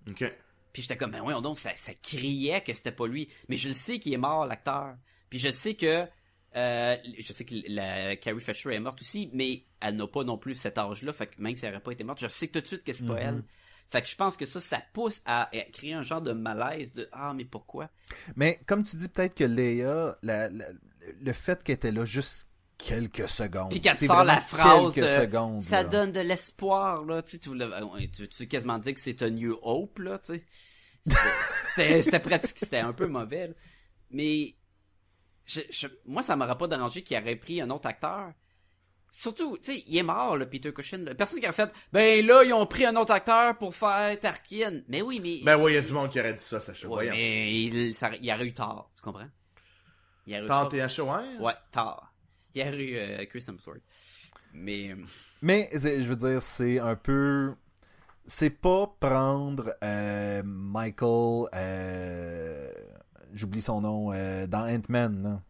S1: Ok.
S2: Puis j'étais comme, ben voyons donc, ça, ça criait que c'était pas lui. Mais je le sais qu'il est mort, l'acteur. Puis je sais que, euh, je sais que la Carrie Fisher est morte aussi, mais elle n'a pas non plus cet âge-là. Fait que même si elle n'aurait pas été morte, je sais tout de suite que c'est pas elle. Fait que je pense que ça, ça pousse à, à créer un genre de malaise de, ah, mais pourquoi?
S3: Mais comme tu dis, peut-être que Léa, la- la- le fait qu'elle était là juste quelques secondes.
S2: Puis qu'elle
S3: c'est
S2: sort
S3: vraiment
S2: la phrase
S3: quelques
S2: de-
S3: secondes.
S2: Ça
S3: là.
S2: donne de l'espoir, là. Tu sais, tu voulais- euh, tu veux-tu quasiment dire que c'est un New Hope, là, tu sais. C'était- C'était c'était pratique, c'était un peu mauvais, là. Mais, je, je- moi, ça m'aurait pas dérangé qu'il aurait pris un autre acteur. Surtout, tu sais, il est mort, le Peter Cushing. là. Personne qui a fait, ben là, ils ont pris un autre acteur pour faire Tarkin. Mais oui, mais...
S1: Ben oui, il y a du monde qui aurait dit ça, Sacha.
S2: Ouais,
S1: Voyons.
S2: mais il, ça- il aurait eu tort, tu comprends? Il aurait eu
S1: Tant
S2: tort.
S1: et H.O.R.
S2: Ouais, tard. Il y a eu euh, Chris Hemsworth. Mais... euh,
S3: Mais c'est- je veux dire, c'est un peu. C'est pas prendre euh, Michael. euh, J'oublie son nom. euh, dans Ant-Man. là.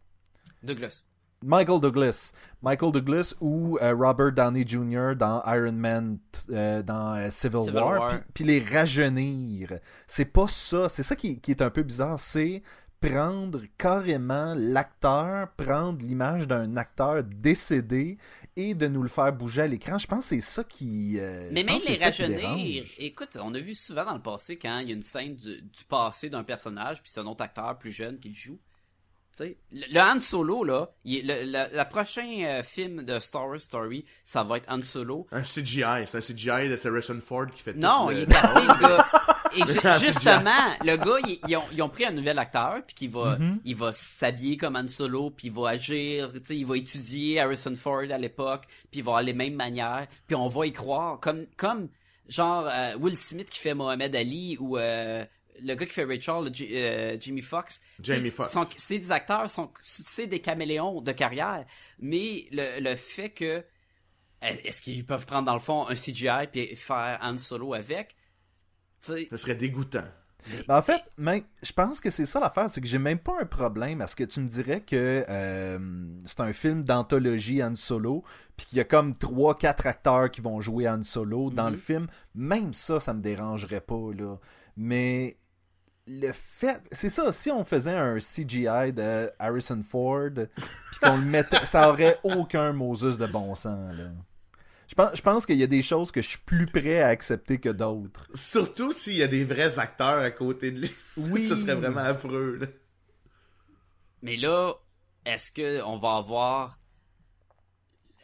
S2: Douglas.
S3: Michael Douglas. Michael Douglas ou euh, Robert Downey Jr. dans Iron Man, t- euh, dans euh, Civil,
S2: Civil
S3: War,
S2: War.
S3: puis- puis les rajeunir. C'est pas ça. C'est ça qui, qui est un peu bizarre. C'est prendre carrément l'acteur, prendre l'image d'un acteur décédé et de nous le faire bouger à l'écran. Je pense que c'est ça qui. euh,
S2: Mais
S3: je
S2: même
S3: pense que
S2: les
S3: c'est ça qui
S2: rajeunir,
S3: dérange.
S2: écoute, on a vu souvent dans le passé quand il y a une scène du, du passé d'un personnage, puis c'est un autre acteur plus jeune qui le joue. Tu sais, le, le Han Solo, là, il est- le, le- la prochain euh, film de Star Wars Story, ça va être Han Solo.
S1: Un CGI, c'est un CGI de Harrison Ford qui fait tout euh,
S2: Non,
S1: le-
S2: il est casté, le gars. Et ju-
S1: Ah, c'est
S2: justement, le gars, ils, ils ont, ils ont pris un nouvel acteur, puis qui va, il va s'habiller comme Han Solo, puis il va agir, tu sais, il va étudier Harrison Ford à l'époque, puis il va avoir les mêmes manières, puis on va y croire, comme, comme genre euh, Will Smith qui fait Mohamed Ali ou euh, le gars qui fait Richard, Jimmy Fox.
S1: Jamie
S2: Tu sais,
S1: Fox.
S2: sont- euh, C'est des acteurs, sont, c'est des caméléons de carrière, mais le, le fait que euh, est-ce qu'ils peuvent prendre dans le fond un CGI puis faire Han Solo avec Tu sais,
S1: Ça serait dégoûtant.
S3: Ben, en fait, même, je pense que c'est ça l'affaire, c'est que j'ai même pas un problème à ce que tu me dirais que euh, c'est un film d'anthologie Han Solo, puis qu'il y a comme trois quatre acteurs qui vont jouer Han Solo dans le film. Même ça, ça me dérangerait pas là. Mais le fait, c'est ça. Si on faisait un CGI de Harrison Ford, puis qu'on le mettait, ça aurait aucun Moses de bon sens là. Je pense, je pense qu'il y a des choses que je suis plus prêt à accepter que d'autres.
S1: Surtout s'il y a des vrais acteurs à côté de lui.
S3: Oui.
S1: ça serait vraiment affreux. là.
S2: mais là est-ce que on va avoir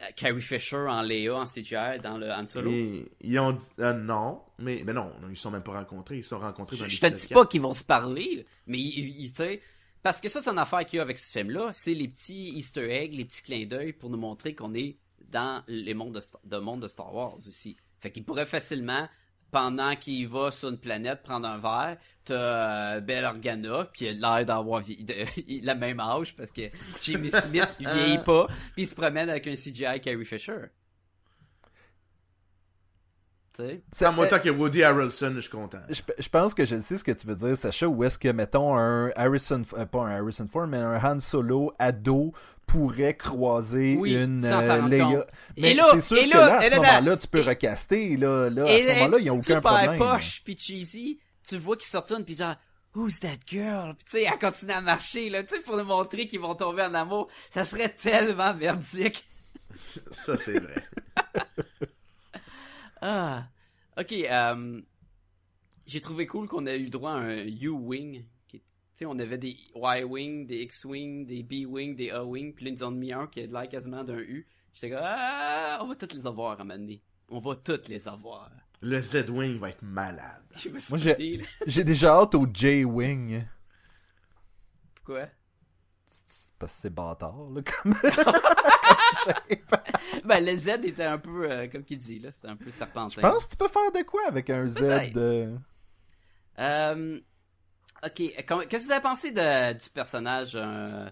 S2: euh, Carrie Fisher en Léa en CGI dans le Han Solo
S1: Et ils ont dit euh, non, mais, mais non, ils se sont même pas rencontrés. Ils se sont rencontrés dans
S2: Je, je te dis
S1: l'épisode
S2: pas qu'ils vont se parler, mais ils, ils- tu sais, parce que ça, c'est une affaire qu'il y a avec ce film-là, c'est les petits Easter eggs, les petits clins d'œil pour nous montrer qu'on est dans les mondes de, Star- de monde de Star Wars aussi. Fait qu'il pourrait facilement, pendant qu'il va sur une planète prendre un verre, t'as euh, Belle Organa qui a l'air d'avoir vie- de- il a le même âge parce que Jimmy Smith il vieillit pas, puis il se promène avec un CGI Carrie Fisher. Tu sais.
S1: quatre. En moi, tant que Woody Harrelson, je suis content.
S3: je, je pense que je sais ce que tu veux dire, Sacha, où est-ce que, mettons, un Harrison, euh, pas un Harrison Ford, mais un Han Solo ado pourrait croiser
S2: Oui,
S3: une
S2: sans s'en
S3: euh,
S2: rendre
S3: Leia.
S2: compte.
S3: Mais
S2: Et là,
S3: c'est sûr
S2: et
S3: que
S2: là,
S3: là, à
S2: et
S3: ce
S2: là,
S3: moment-là, tu peux
S2: et-
S3: recaster. Là, là, à
S2: Et
S3: ce moment-là, ils n'ont aucun
S2: super
S3: problème.
S2: poche puis cheesy. Tu vois qu'ils sortent une puis genre Who's that girl? Puis tu sais, elle continue à marcher là, tu sais, pour nous montrer qu'ils vont tomber en amour. Ça serait tellement merdique.
S1: Ça, c'est vrai.
S2: Ah. Ok. euh, J'ai trouvé cool qu'on a eu droit à un U-wing. qui- Tu sais, on avait des Y-wing, des X-wing, des B-wing, des A-wing. Puis là, ils nous ont mis un qui a de l'air quasiment d'un U. J'étais comme ah, on va toutes les avoir à un moment donné. On va toutes les avoir.
S1: Le Z-Wing va être malade.
S2: Je me suis
S3: Moi, j'ai-
S2: dit, là,
S3: J'ai déjà hâte au J-Wing.
S2: Pourquoi?
S3: Parce que c'est bâtard, là, comme...
S2: Ben, le Z était un peu, euh, comme qu'il dit, là, c'était un peu serpentin.
S3: Je pense que tu peux faire de quoi avec un Z
S2: Peut-être.
S3: euh,
S2: Euh, ok, com- qu'est-ce que vous avez pensé de, du personnage euh,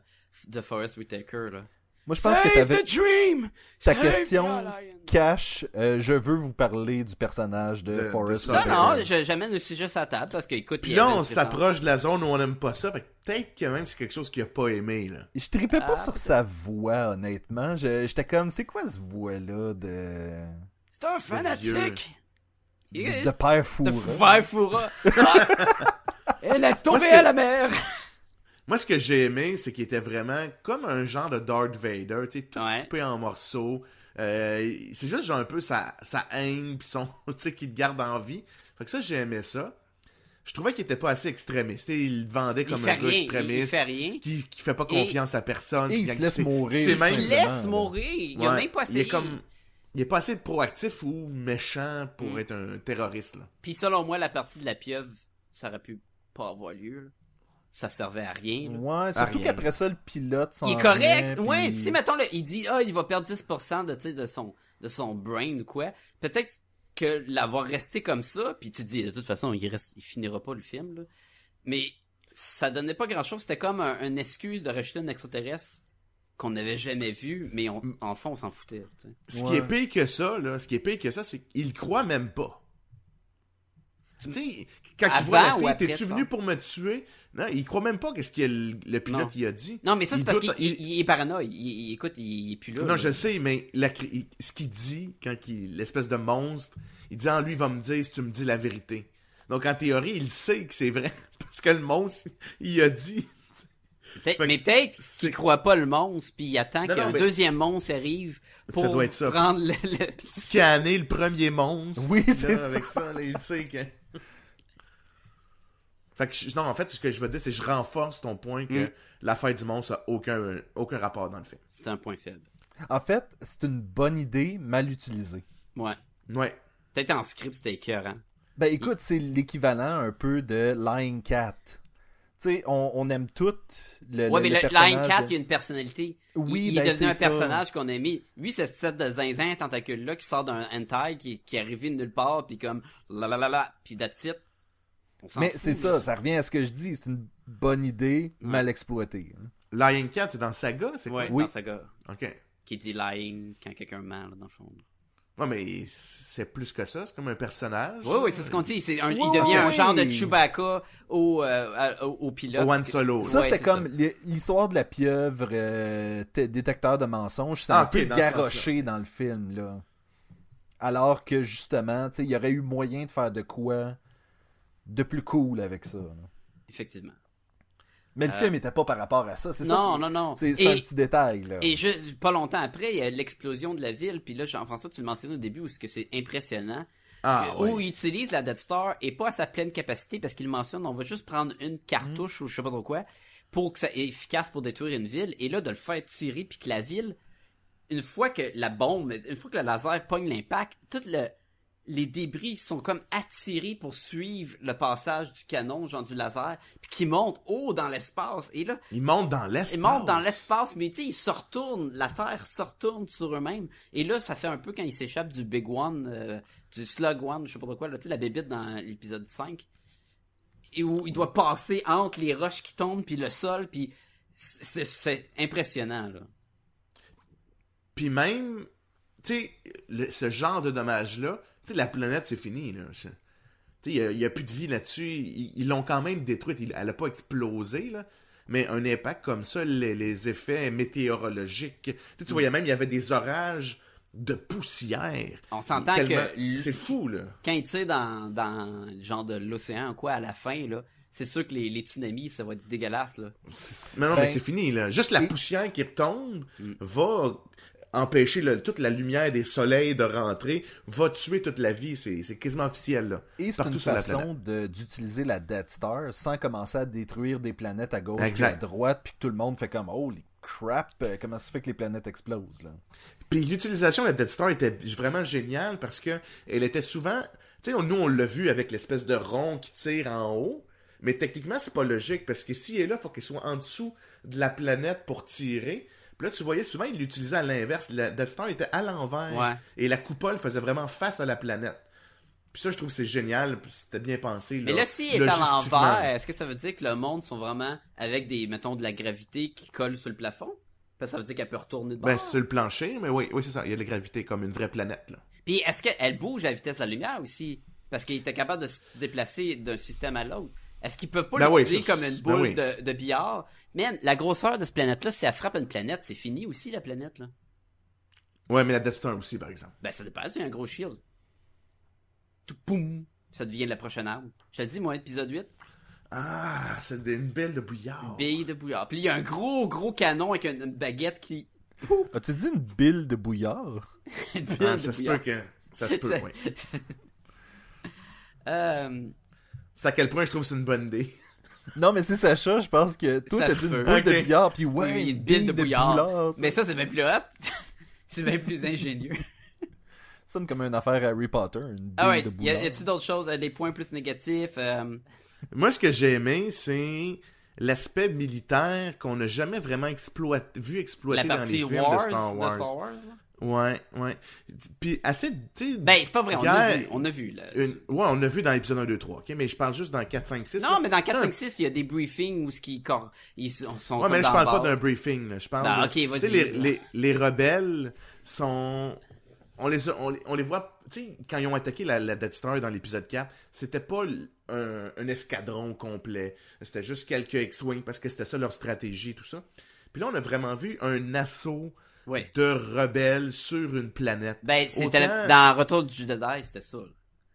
S2: de Forrest Whitaker, là?
S3: Moi, je pense que t'avais...
S2: dream!
S3: Ta question cache, euh, je veux vous parler du personnage de,
S1: De- de
S3: Forrest
S1: ça.
S2: Non,
S3: Whitaker.
S2: non, je- j'amène le sujet sur la table, parce que, écoute... euh, il
S1: Puis
S2: y
S1: là,
S2: avait une
S1: on
S2: présence.
S1: s'approche de la zone où on n'aime pas ça. Fait que peut-être que même c'est quelque chose qu'il a pas aimé, là.
S3: Je tripais pas
S2: Ah,
S3: sur
S2: peut-être.
S3: sa voix, honnêtement. Je- J'étais comme, c'est quoi ce voix-là de...
S2: C'est un
S1: vieux.
S2: fanatique! Il est-
S3: De père
S2: de
S3: fourré.
S2: Vert Foura. Ah! Elle est
S1: Moi,
S2: tombée
S1: ce que-
S2: à la mer!
S1: Moi, ce que j'ai aimé, c'est qu'il était vraiment comme un genre de Darth Vader, tu sais, tout
S2: Ouais.
S1: coupé en morceaux. Euh, c'est juste genre un peu sa, sa haine pis son, tu sais, qui te garde en vie. Fait que ça, j'ai aimé ça. Je trouvais qu'il était pas assez extrémiste. Tu sais, Il le vendait
S2: Il
S1: comme
S2: fait
S1: un gars
S2: rien, il, il
S1: extrémiste.
S2: fait rien.
S1: Qui, qui fait pas confiance à personne.
S3: et
S1: qui-
S3: il se
S1: qui
S3: laisse
S1: s'est-
S3: mourir,
S1: c'est
S2: Il se
S1: même-
S3: Simplement,
S2: laisse
S3: là.
S2: mourir, il a
S1: Ouais.
S2: même pas
S1: Il
S2: essayé.
S1: est comme. Il est pas assez proactif ou méchant
S2: Mm.
S1: pour être un terroriste, là.
S2: Puis selon moi, la partie de la pieuvre, ça aurait pu pas avoir lieu. là. Ça servait à rien. là.
S3: Ouais, surtout
S1: rien.
S3: qu'après ça, le pilote s'en
S2: Il est correct.
S3: venait,
S2: Ouais,
S3: puis-
S2: si mettons là, il dit ah, il va perdre 10% de tu sais, de son de son brain ou quoi. Peut-être que l'avoir resté comme ça, puis tu te dis de toute façon, il reste il finira pas le film là. Mais ça donnait pas grand-chose, c'était comme un, une excuse de rajouter un extraterrestre qu'on n'avait jamais vu, mais on,
S1: Mm.
S2: en fond, on s'en foutait. tu sais.
S1: Ce
S3: Ouais.
S1: qui est pire que ça, là, ce qui est pire que ça, c'est qu'il croit même pas. Tu sais, quand
S2: Avant
S1: il voit la
S2: ou
S1: fille,
S2: après
S1: t'es-tu
S2: ça?
S1: venu pour me tuer? Non, il croit même pas qu'est-ce que le, le
S2: Non.
S1: pilote il a dit.
S2: Non, mais ça c'est
S1: Il
S2: parce qu'il
S1: doute-
S2: il...
S1: il-
S2: il est paranoïa. Il, il- écoute, il, il est plus là.
S1: Non,
S2: là.
S1: je le sais, mais la cri- il- ce qu'il dit, quand il, l'espèce de monstre, il dit en lui, il va me dire si tu me dis la vérité. Donc, en théorie, il sait que c'est vrai, parce que le monstre, il a dit.
S2: Peut-être-
S1: Fait que
S2: mais peut-être qu'il
S1: c'est-
S2: croit pas le monstre, puis il attend
S1: Non,
S2: qu'un
S1: non, mais-
S2: deuxième monstre arrive pour
S1: doit être ça.
S2: prendre le- le...
S1: Scanner le premier monstre.
S3: Oui,
S1: Là,
S3: c'est ça.
S1: Avec ça, là, il sait que. Fait que, je- non, en fait, ce que je veux dire, c'est que je renforce ton point que
S2: Mm.
S1: l'affaire du monstre a aucun, aucun rapport dans le film.
S2: C'est un point faible.
S3: En fait, c'est une bonne idée mal utilisée.
S2: Ouais.
S1: Ouais.
S2: Peut-être en script, c'était écœurant.
S3: Ben écoute, c'est l'équivalent un peu de Lion Cat. Tu sais, on, on aime tout le, le-
S2: Ouais, mais
S3: le
S2: le,
S3: personnage
S2: Lion Cat,
S3: de-
S2: il y a une personnalité.
S3: Oui,
S2: il, il
S3: ben,
S2: est devenu
S3: c'est
S2: un
S3: ça.
S2: personnage qu'on a mis. Lui, ce set de zinzin tentacule-là qui sort d'un hentai, qui, qui est arrivé de nulle part, puis comme la la la la, puis that's it. On s'en
S3: Mais
S2: fout.
S3: c'est ça, ça revient à ce que je dis, c'est une bonne idée mal exploitée. hein.
S1: Lion Cat, c'est dans Saga, c'est
S2: Ouais,
S3: Oui.
S2: dans Saga.
S1: quoi? Ok.
S2: Qui dit lying quand quelqu'un ment, là, dans le fond.
S1: Ouais, mais c'est plus que ça, c'est comme un personnage.
S2: Oui, oui, c'est ce qu'on dit. C'est un-
S3: Oui,
S2: il devient un
S3: oui.
S2: genre de Chewbacca au, euh, à- au, au pilote.
S1: One Solo. là.
S3: Ça,
S2: Ouais,
S3: c'était
S2: c'est
S3: comme l'hi- l'histoire de la pieuvre euh, t- détecteur de mensonges, c'est
S1: Ah,
S3: un
S1: ok,
S3: peu
S1: dans ce
S3: garoché dans le film, là. Alors que justement, tu sais, il y aurait eu moyen de faire de quoi de plus cool avec ça. là.
S2: Effectivement.
S3: Mais le film était pas par rapport à ça, c'est ça.
S2: Euh. Non,
S3: qui-
S2: non, non.
S3: C'est c'est
S2: Et-
S3: un petit détail, là.
S2: Et je, pas longtemps après, il y a l'explosion de la ville. Puis là, Jean-François, tu le mentionnais au début, où ce que c'est impressionnant.
S1: Ah,
S2: où
S1: ouais.
S2: il utilise la Death Star et pas à sa pleine capacité parce qu'il mentionne on va juste prendre une
S1: Mm.
S2: cartouche ou je sais pas trop quoi pour que ça soit efficace pour détruire une ville. Et là, de le faire tirer puis que la ville, une fois que la bombe, une fois que le laser pogne l'impact, tout le les débris sont comme attirés pour suivre le passage du canon, genre du laser, puis qui monte haut dans l'espace. Et là,
S1: Il monte dans l'espace.
S2: ils montent dans l'espace, mais tu sais, ils se retournent, la Terre se retourne sur eux-mêmes. Et là, ça fait un peu quand ils s'échappent du Big One, euh, du Slug One, je sais pas trop quoi, là, tu sais, la bébite dans l'épisode 5. Et où il doit passer entre les roches qui tombent, puis le sol, puis c'est- c'est c'est impressionnant, là.
S1: Puis même, tu sais, le- ce genre de dommage-là, tu sais, la planète, c'est fini, là. Je- Tu sais, il n'y a, plus de vie là-dessus. Ils ils l'ont quand même détruite. Il- Elle n'a pas explosé, là. Mais un impact comme ça, les, les effets météorologiques. Tu sais,
S2: Mm.
S1: tu voyais même, il y avait des orages de poussière.
S2: On s'entend
S1: Tellement-
S2: que l-
S1: C'est fou, là.
S2: quand ils tirent dans, dans le genre de l'océan, quoi, à la fin, là, c'est sûr que les, les tsunamis, ça va être dégueulasse, là.
S1: C'est- Mais non,
S3: Ben, Mm.
S1: mais c'est fini, là. Juste la
S3: et-
S1: poussière qui tombe va empêcher le- toute la lumière des soleils de rentrer, va tuer toute la vie. C'est c'est quasiment officiel, là.
S3: Et c'est
S1: Partout
S3: une
S1: sur la planète.
S3: façon de- d'utiliser la Death Star sans commencer à détruire des planètes à gauche et
S1: Exact.
S3: à droite, puis que tout le monde fait comme Holy crap, euh, comment ça se fait que les planètes explosent là?
S1: Puis l'utilisation de la Death Star était vraiment géniale parce que elle était souvent, tu sais, on- nous on l'a vu avec l'espèce de rond qui tire en haut, mais techniquement c'est pas logique parce que s'il est là, faut qu'il soit en dessous de la planète pour tirer. Puis là, tu voyais souvent, ils l'utilisaient à l'inverse. La Death Star était à l'envers.
S2: Ouais.
S1: Et la coupole faisait vraiment face à la planète. Puis ça, je trouve que c'est génial. puis C'était bien pensé. Là,
S2: Mais là, s'il est à
S1: logistiquement.
S2: l'envers, est-ce que ça veut dire que le monde sont vraiment avec des, mettons, de la gravité qui colle sur le plafond? Parce que ça veut dire qu'elle peut retourner de bord.
S1: Ben, c'est sur le plancher, mais oui, oui c'est ça. Il y a de la gravité comme une vraie planète. Là.
S2: Puis est-ce qu'elle bouge à la vitesse de la lumière aussi? Parce qu'il était capable de se déplacer d'un système à l'autre. Est-ce qu'ils peuvent pas
S1: Ben oui,
S2: l'utiliser
S1: ça,
S2: comme une
S1: ben
S2: boule
S1: oui.
S2: de, de billard? Man, la grosseur de cette planète-là, si elle frappe une planète, c'est fini aussi la planète, là.
S1: Ouais, mais la Death Star aussi, par exemple.
S2: Ben, ça dépasse, il y a un gros shield. Tout poum! Ça devient la prochaine arme. Je te dis, moi, épisode 8,
S1: Ah, c'est des- une belle de bouillard.
S2: bille de bouillard. Puis il y a un gros, gros canon avec une, une baguette qui.
S3: As-tu dit une bille de bouillard?
S2: une bille
S1: Ah,
S2: de
S1: ça se peut
S2: bouillard.
S1: que. Ça se peut,
S2: Ça-
S1: oui.
S2: Euh,
S1: C'est à quel point je trouve que c'est une bonne idée.
S3: Non, mais c'est Sacha, je pense que toi,
S2: Ça
S3: t'as
S2: se
S3: dit une
S2: peut.
S3: boule de
S1: Ok.
S3: bouillard, puis
S2: oui,
S3: ouais,
S2: une bille de bouillard.
S3: tu
S2: Mais ça, c'est bien plus hot. c'est bien plus ingénieux.
S3: Ça sonne comme une affaire à Harry Potter, une bille
S2: Ah ouais, y,
S3: de
S2: a,
S3: bouillard.
S2: y a-tu d'autres choses, euh, des points plus négatifs euh,
S1: Moi, ce que j'ai aimé, c'est l'aspect militaire qu'on n'a jamais vraiment exploité, vu exploité
S2: La
S1: dans les
S2: partie
S1: films
S2: Wars
S1: de Star Wars.
S2: là?
S1: Ouais, ouais. Puis assez, tu sais,
S2: Ben, c'est pas vrai, on a
S1: Hier,
S2: vu. On a vu là.
S1: une- Ouais, on l'a vu dans l'épisode 1, 2, 3, ok? Mais je parle juste dans 4, 5, 6.
S2: Non, mais dans 4,
S1: T'as un-
S2: 5, 6, il y a des briefings où ce qui cor- ils sont. sont
S1: Ouais,
S2: comme
S1: mais là, je
S2: dans
S1: parle
S2: la
S1: pas
S2: base.
S1: d'un briefing, là. Je parle. de-
S2: Non, ok, vas-y.
S1: Tu sais, les, les, les rebelles sont. On les, a- on, les- on les voit. Tu sais, quand ils ont attaqué la, la Death Star dans l'épisode 4, c'était pas l- un, un escadron complet. C'était juste quelques X-Wing parce que c'était ça leur stratégie, tout ça. Puis là, on a vraiment vu un assaut
S2: Ouais.
S1: de rebelles sur une planète.
S2: Ben, c'était
S1: Autant-
S2: dans Retour du Jedi, c'était ça. là.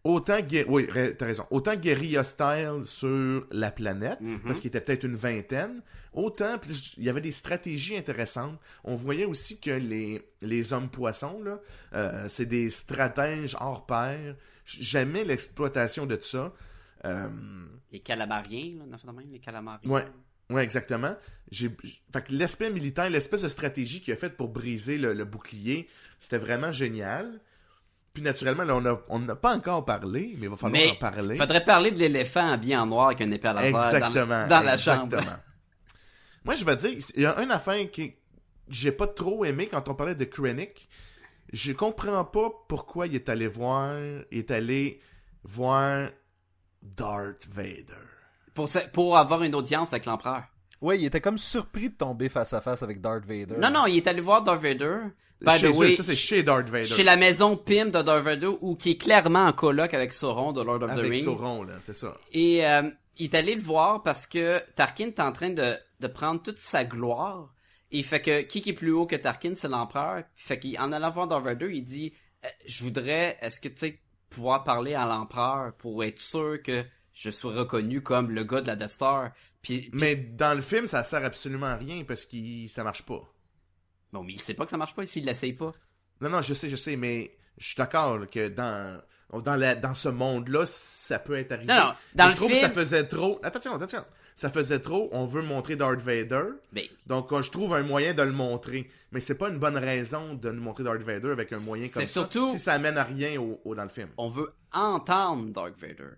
S1: Autant, gué- oui, ra- t'as raison. Autant guérilla style sur la planète,
S2: Mm-hmm.
S1: parce qu'il était peut-être une vingtaine, autant, plus, il y avait des stratégies intéressantes. On voyait aussi que les, les hommes-poissons, là, euh, c'est des stratèges hors pair. J- Jamais l'exploitation de ça. Euh,
S2: Les Calabariens, là, dans le même, les Calamariens.
S1: ouais, ouais, exactement. J'ai, j- fait que l'aspect militaire, l'espèce de stratégie qu'il a faite pour briser le, le bouclier, c'était vraiment génial. Puis naturellement, là, on n'a on n'a pas encore parlé, mais il va falloir
S2: Mais
S1: en parler.
S2: Faudrait parler de l'éléphant habillé en noir avec un épée à laser dans la-
S1: Exactement.
S2: dans, la chambre.
S1: exactement. Moi, je vais dire, il y a une affaire qui que j'ai pas trop aimé quand on parlait de Krennic. Je comprends pas pourquoi il est allé voir, il est allé voir Darth Vader.
S2: Pour, se- pour avoir une audience avec l'empereur.
S3: Ouais, il était comme surpris de tomber face à face avec Darth Vader.
S2: Non, non, il est allé voir Darth Vader. By
S1: chez
S2: the way,
S1: eux, ça c'est chez Darth Vader.
S2: chez la maison Pym de Darth Vader, ou qui est clairement en colloque avec Sauron de Lord of the
S1: avec
S2: Rings.
S1: Sauron là, c'est ça.
S2: Et euh, il est allé le voir parce que Tarkin est en train de, de prendre toute sa gloire. Et fait que qui qui est plus haut que Tarkin, c'est l'empereur. Fait qu'en allant voir Darth Vader, il dit Euh, je voudrais est-ce que tu sais pouvoir parler à l'empereur pour être sûr que je sois reconnu comme le gars de la Death Star. Puis, puis-
S1: Mais dans le film, ça sert absolument à rien parce que ça marche pas.
S2: bon, mais il sait pas que ça marche pas s'il l'essaye pas.
S1: Non, non, je sais, je sais, mais je suis d'accord là, que dans, dans, la, dans ce monde-là, ça peut être arrivé.
S2: Non, non,
S1: Mais
S2: dans le
S1: je trouve
S2: film-
S1: que ça faisait trop. Attention, attention. Ça faisait trop. On veut montrer Darth Vader.
S2: Ben,
S1: Donc, euh, je trouve un moyen de le montrer. Mais c'est pas une bonne raison de nous montrer Darth Vader avec un moyen comme
S2: C'est
S1: ça.
S2: surtout-
S1: Si ça amène à rien au, au- dans le film.
S2: on veut entendre Darth Vader.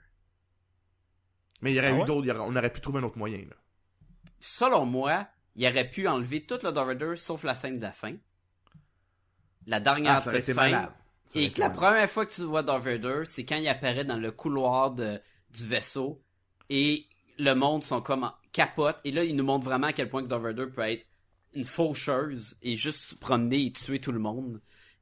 S1: Mais il y aurait
S3: Ah
S1: eu
S3: ouais?
S1: d'autres. il y aurait- On aurait pu trouver un autre moyen. Là.
S2: selon moi, il aurait pu enlever tout le Darth Vader sauf la scène de la fin. La dernière
S1: Ah, ça aurait
S2: toute
S1: été
S2: fin.
S1: malade. Ça aurait
S2: Et que
S1: été
S2: la
S1: malade.
S2: première fois que tu vois Darth Vader, c'est quand il apparaît dans le couloir de, du vaisseau et le monde sont comme en- capote. Et là, il nous montre vraiment à quel point que Darth Vader peut être une faucheuse et juste se promener et tuer tout le monde.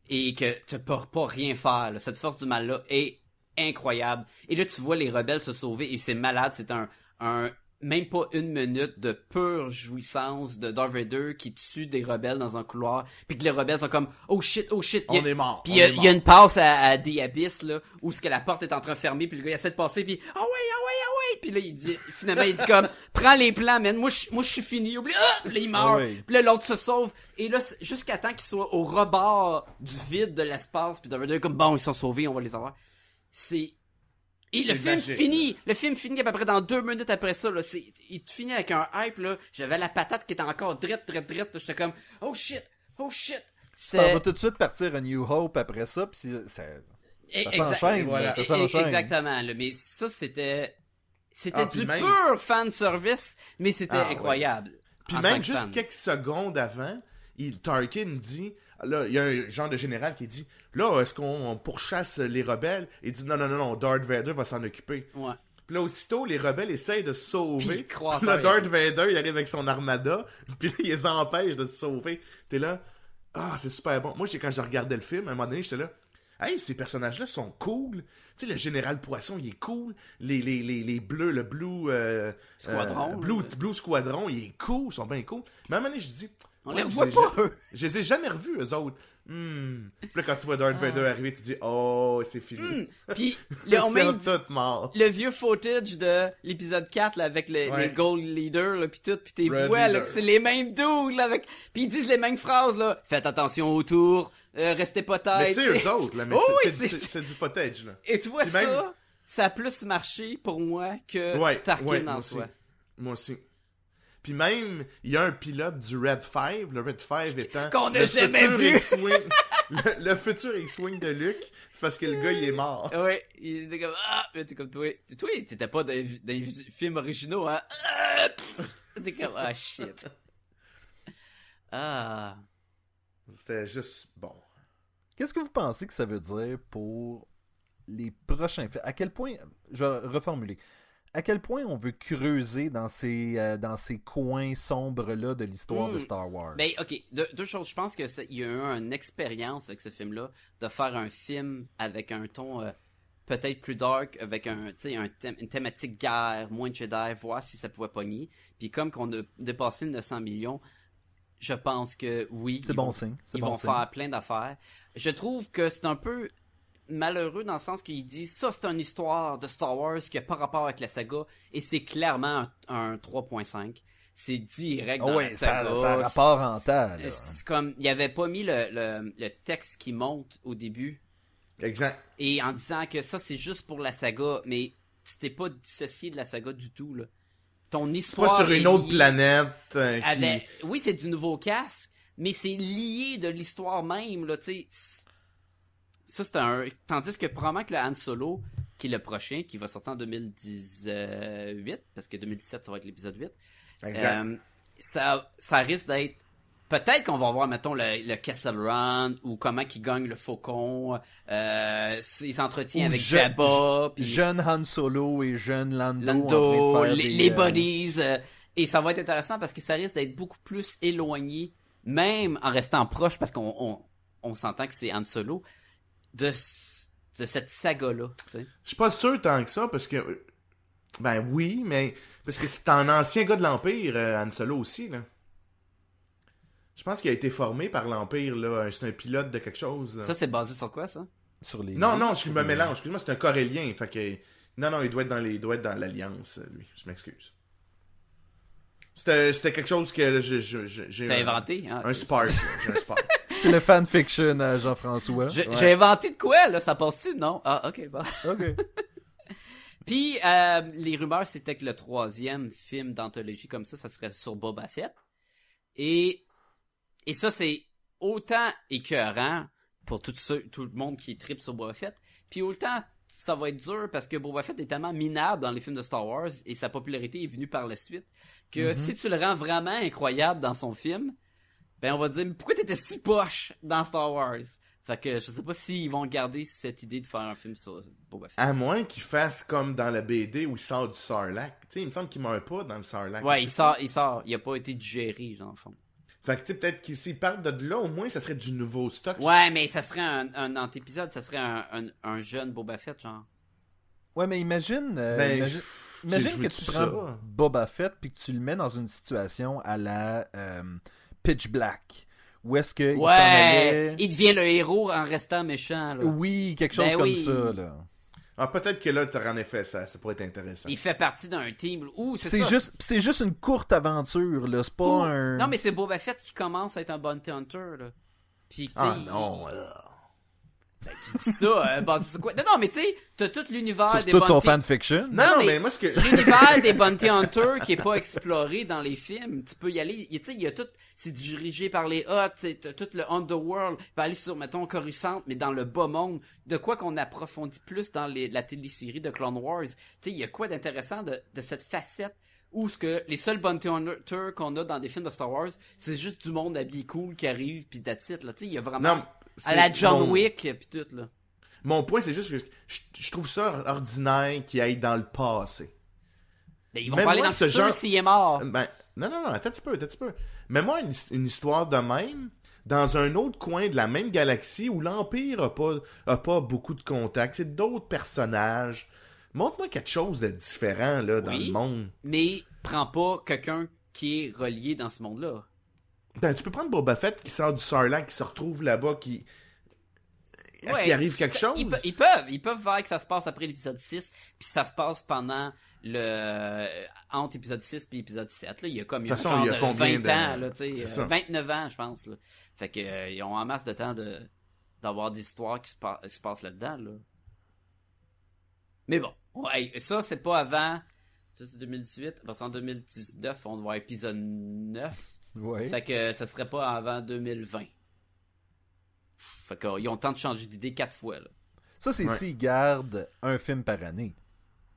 S2: Et que tu peux pas rien faire. là. Cette force du mal-là est incroyable. Et là, tu vois les rebelles se sauver et c'est malade. C'est un, un, même pas une minute de pure jouissance de Darth Vader qui tue des rebelles dans un couloir. Puis que les rebelles sont comme, oh shit, oh shit. il y a-
S1: On est mort.
S2: puis
S1: on
S2: il y a-
S1: est
S2: il
S1: mort.
S2: y, a une passe à, à The Abyss, là, où ce que la porte est en train de fermer, puis le gars il essaie de passer, puis ah ouais, ah ouais, ah ouais, puis là il dit, finalement il dit comme, prends les plans, man, moi je moi, je suis fini, oublie, ah! Puis là il meurt,
S3: Ah ouais.
S2: puis là l'autre se sauve, et là c'est- jusqu'à temps qu'ils soient au rebord du vide de l'espace, puis Darth Vader est comme bon ils sont sauvés, on va les avoir, c'est et le
S1: C'est
S2: film
S1: magique,
S2: finit, le film finit à peu près dans deux minutes après ça, là, c'est, il te finit avec un hype, là, j'avais la patate qui était encore drette, drette, drette, là, j'étais comme, oh shit, oh shit,
S3: Ça va tout de suite partir à New Hope après ça, puis c'est- ça...
S2: Et-
S3: Ça
S2: E, exact-
S3: s'enchaîne,
S2: et
S1: voilà.
S2: et-
S3: Ça s'enchaîne.
S2: Exactement, là, mais ça c'était c'était
S1: Ah, puis
S2: du
S1: même-
S2: pur fan service, mais c'était
S1: Ah,
S2: incroyable.
S1: Puis
S2: En tant
S1: même
S2: que
S1: juste
S2: fan.
S1: quelques secondes avant, il, Tarkin dit, là, il y a un genre de général qui dit, là, est-ce qu'on on pourchasse les rebelles? Il dit, non, non, non, non, Darth Vader va s'en occuper.
S2: Ouais.
S1: Puis là, aussitôt, les rebelles essayent de se
S2: Puis
S1: sauver.
S2: le croiseur,
S1: Puis là,
S2: il-
S1: Darth Vader, il arrive avec son armada, puis là, il les empêche de se sauver. T'es là, ah, c'est super bon. Moi, j'ai- quand je regardais le film, à un moment donné, j'étais là, hey, ces personnages-là sont cool. Tu sais, le général Poisson, il est cool. Les, les, les, les bleus, le Blue... euh,
S2: Squadron,
S1: euh, Blue,
S2: là.
S1: Blue Squadron, il est cool, ils sont bien cool. Mais à un moment donné, je dis...
S2: On
S1: ouais,
S2: les
S1: je
S2: revoit
S1: ai
S2: pas,
S1: ja-
S2: eux.
S1: Je les ai jamais revus, eux autres. Hmm. Puis là, quand tu vois
S2: Ah.
S1: Darth Vader arriver, tu dis, oh, c'est
S2: Hmm.
S1: fini.
S2: Puis,
S1: Ils
S2: le, on met
S1: sont tous morts.
S2: le vieux footage de l'épisode 4 là, avec le-
S1: Ouais.
S2: les gold leaders là, pis tout pis tes
S1: Red
S2: voix là,
S1: leader.
S2: que c'est les mêmes dudes là, avec pis ils disent les mêmes phrases là faites attention autour euh, restez pas tête
S1: Mais c'est eux autres, là. Mais
S2: Oh
S1: c'est-
S2: oui,
S1: c'est du-
S2: c'est-
S1: c'est- c'est du footage, là.
S2: et tu vois
S1: Puis
S2: ça
S1: même-
S2: ça a plus marché pour moi que
S1: Ouais,
S2: Euh, Tarkin
S1: ouais,
S2: en
S1: moi aussi.
S2: soi
S1: Moi aussi. Puis même, il y a un pilote du Red 5, le Red 5 étant
S2: Qu'on n'a
S1: le
S2: jamais
S1: futur
S2: vu.
S1: X-Wing, le, le futur X-Wing de Luke, c'est parce que le gars, il est mort.
S2: ouais il était comme ah mais t'es comme toi toi t'étais pas dans les, dans les films originaux hein Ah! t'es comme ah shit ah
S1: C'était juste bon.
S3: Qu'est-ce que vous pensez que ça veut dire pour les prochains films À quel point, je vais reformuler, à quel point on veut creuser dans ces, euh, dans ces coins sombres-là de l'histoire de
S2: Hmm.
S3: Star Wars
S2: Ben, ok, deux, deux choses. Je pense que ça- il y a eu une expérience avec ce film-là de faire un film avec un ton euh, peut-être plus dark, avec un, tu sais, un thème- une thématique guerre, moins de Jedi, voir si ça pouvait pogner. Puis comme qu'on a dépassé le 900 millions, je pense que oui,
S3: C'est
S2: ils
S3: bon
S2: vont-
S3: signe. C'est
S2: ils
S3: bon
S2: vont
S3: signe.
S2: faire plein d'affaires. Je trouve que c'est un peu malheureux dans le sens qu'il dit ça c'est une histoire de Star Wars qui a pas rapport avec la saga et c'est clairement un, un 3.5. C'est direct
S3: Ah
S2: dans
S3: ouais,
S2: la
S3: ça,
S2: saga.
S3: ça a rapport en tas. là.
S2: C'est comme il avait pas mis le, le, le texte qui monte au début
S1: Exact.
S2: et en disant que ça c'est juste pour la saga, mais tu t'es pas dissocié de la saga du tout là. Ton
S1: C'est pas
S2: histoire
S1: sur
S2: est
S1: une autre
S2: liée
S1: planète euh, qui-
S2: avec- Oui, c'est du nouveau casque, mais c'est lié de l'histoire même là, tu sais. Ça c'est un tandis que probablement que le Han Solo qui est le prochain qui va sortir en 2018 parce que 2017 ça va être l'épisode 8.
S1: Exact.
S2: Euh, ça, ça risque d'être. Peut-être qu'on va voir, mettons, le, le Castle Run ou comment il gagne le faucon. Euh, il s'entretient
S3: Ou
S2: avec
S3: je-
S2: Jabba. puis
S3: Jeune Han Solo et jeune Lando, en
S2: Lando,
S3: train de faire
S2: les,
S3: des,
S2: les
S3: euh,
S2: buddies. euh, et ça va être intéressant parce que ça risque d'être beaucoup plus éloigné, même en restant proche, parce qu'on on, on s'entend que c'est Han Solo, de, s- de cette saga-là. tu sais.
S1: Je suis pas sûr tant que ça, parce que... euh, Ben oui, mais... Parce que c'est un ancien gars de l'Empire, euh, Han Solo aussi, là. Je pense qu'il a été formé par l'Empire, là. C'est un pilote de quelque chose, là.
S2: Ça, c'est basé sur quoi,
S1: Euh,
S2: ça?
S3: sur les-
S1: Non, non, je me
S3: les-
S1: mélange. Excuse-moi, c'est un Corélien. Fait que... Non, non, il doit être dans les, il doit être dans l'Alliance, lui. Je m'excuse. C'était c'était quelque chose que je- je- je- j'ai...
S2: T'as
S1: un-
S2: inventé? hein?
S1: Un
S2: C'est-
S1: spark, là. J'ai un spark.
S3: C'est le fanfiction à Jean-François.
S2: J'ai j'ai inventé de quoi, là? Ça passe-tu? Non? Ah, ok, bon.
S3: Ok.
S2: Puis, euh, les rumeurs, c'était que le troisième film d'anthologie comme ça, ça serait sur Boba Fett. Et, et ça, c'est autant écœurant pour tout, ceux, tout le monde qui tripe sur Boba Fett. Puis autant, ça va être dur parce que Boba Fett est tellement minable dans les films de Star Wars et sa popularité est venue par la suite que si tu le rends vraiment incroyable dans son film, ben on va dire, mais pourquoi t'étais si poche dans Star Wars? Fait que je sais pas s'ils vont garder cette idée de faire un film sur Boba Fett.
S1: À moins qu'il fasse comme dans la BD où il sort du Sarlacc. Tu sais, il me semble qu'il meurt pas dans le Sarlacc.
S2: Ouais, il sort, il sort. Il a pas été digéré, genre, en fond.
S1: Fait que tu sais, peut-être qu'il s'il parle de là, au moins, ça serait du nouveau stock.
S2: Ouais, mais ça serait un, un antépisode, ça serait un, un, un jeune Boba Fett, genre.
S3: Ouais, mais imagine, euh,
S1: Ben,
S3: imagine,
S1: je-
S3: imagine
S1: je
S3: que tu
S1: veux-tu
S3: prends
S1: ça?
S3: Boba Fett puis que tu le mets dans une situation à la euh, Pitch Black, où est-ce que il s'en
S2: Ouais!
S3: allait-
S2: Il devient le héros en restant méchant, là.
S3: Oui, quelque chose
S2: Ben
S3: comme
S2: oui.
S3: ça là.
S1: Ah, peut-être que là, t'aurais en effet ça. Ça pourrait être intéressant.
S2: Il fait partie d'un team. Ouh, c'est
S3: C'est
S2: ça.
S3: juste, c'est juste une courte aventure là, c'est pas
S2: Ouh.
S3: un.
S2: Non, mais c'est Boba Fett qui commence à être un bounty hunter, là. Puis, tu sais,
S1: Ah
S2: il-
S1: non. euh.
S2: il dit ça, euh, basé sur quoi? Non, non, mais tu sais, t'as tout l'univers
S3: sur
S2: des
S3: tout son
S2: bounty...
S3: fanfiction.
S1: Non, non,
S2: mais-
S1: mais... moi, ce que.
S2: L'univers des bounty hunters qui est pas exploré dans les films, tu peux y aller, il- tu sais, il y a tout, c'est dirigé par les Huts, tu sais, t'as tout le underworld, tu peux aller sur, mettons, Coruscant, mais dans le bas monde, de quoi qu'on approfondit plus dans les, la télésérie de Clone Wars, tu sais, il y a quoi d'intéressant de, de cette facette où ce que les seuls bounty hunters qu'on a dans des films de Star Wars, c'est juste du monde habillé cool qui arrive puis that's it, là. Tu sais, il y a vraiment
S1: Non,
S2: à la
S1: c'est
S2: John
S1: mon-
S2: Wick puis tout là.
S1: Mon point, c'est juste que je, je trouve ça ordinaire qu'il aille dans le passé.
S2: Mais Ben, ils vont
S1: Même
S2: parler
S1: moi,
S2: dans le
S1: ce
S2: futur
S1: genre-
S2: s'il est mort.
S1: Ben, non, non, non, attends un petit peu, attends un petit peu. Mais moi, une, his- une histoire de même, dans un autre coin de la même galaxie où l'Empire a pas, a pas beaucoup de contacts, c'est d'autres personnages. Montre-moi quelque chose de différent, là, dans
S2: Oui.
S1: le monde.
S2: Mais prends pas quelqu'un qui est relié dans ce monde-là.
S1: Ben, tu peux prendre Boba Fett qui sort du Sarlacc, qui se retrouve là-bas, qui... à qui arrive quelque
S2: ça-
S1: chose.
S2: Ils, pe- ils peuvent, ils peuvent voir que ça se passe après l'épisode 6, puis ça se passe pendant le euh, entre épisode 6 puis épisode 7 là, il y a comme
S1: De toute façon,
S2: genre
S1: il y a
S2: de
S1: combien
S2: 20
S1: de-
S2: ans là, tu sais,
S1: C'est ça.
S2: euh, 29 ans je pense là. Fait que euh, ils ont en masse de temps de d'avoir des histoires qui se, pa- qui se passent là-dedans là. Mais bon, ouais, ça c'est pas avant ça c'est 2018 parce qu'en 2019 on va voir épisode 9
S3: Ouais.
S2: fait que ça serait pas avant 2020. Fait qu'ils ont le temps de changer d'idée quatre fois. Là.
S3: Ça, c'est
S1: Ouais.
S3: s'ils gardent un film par année.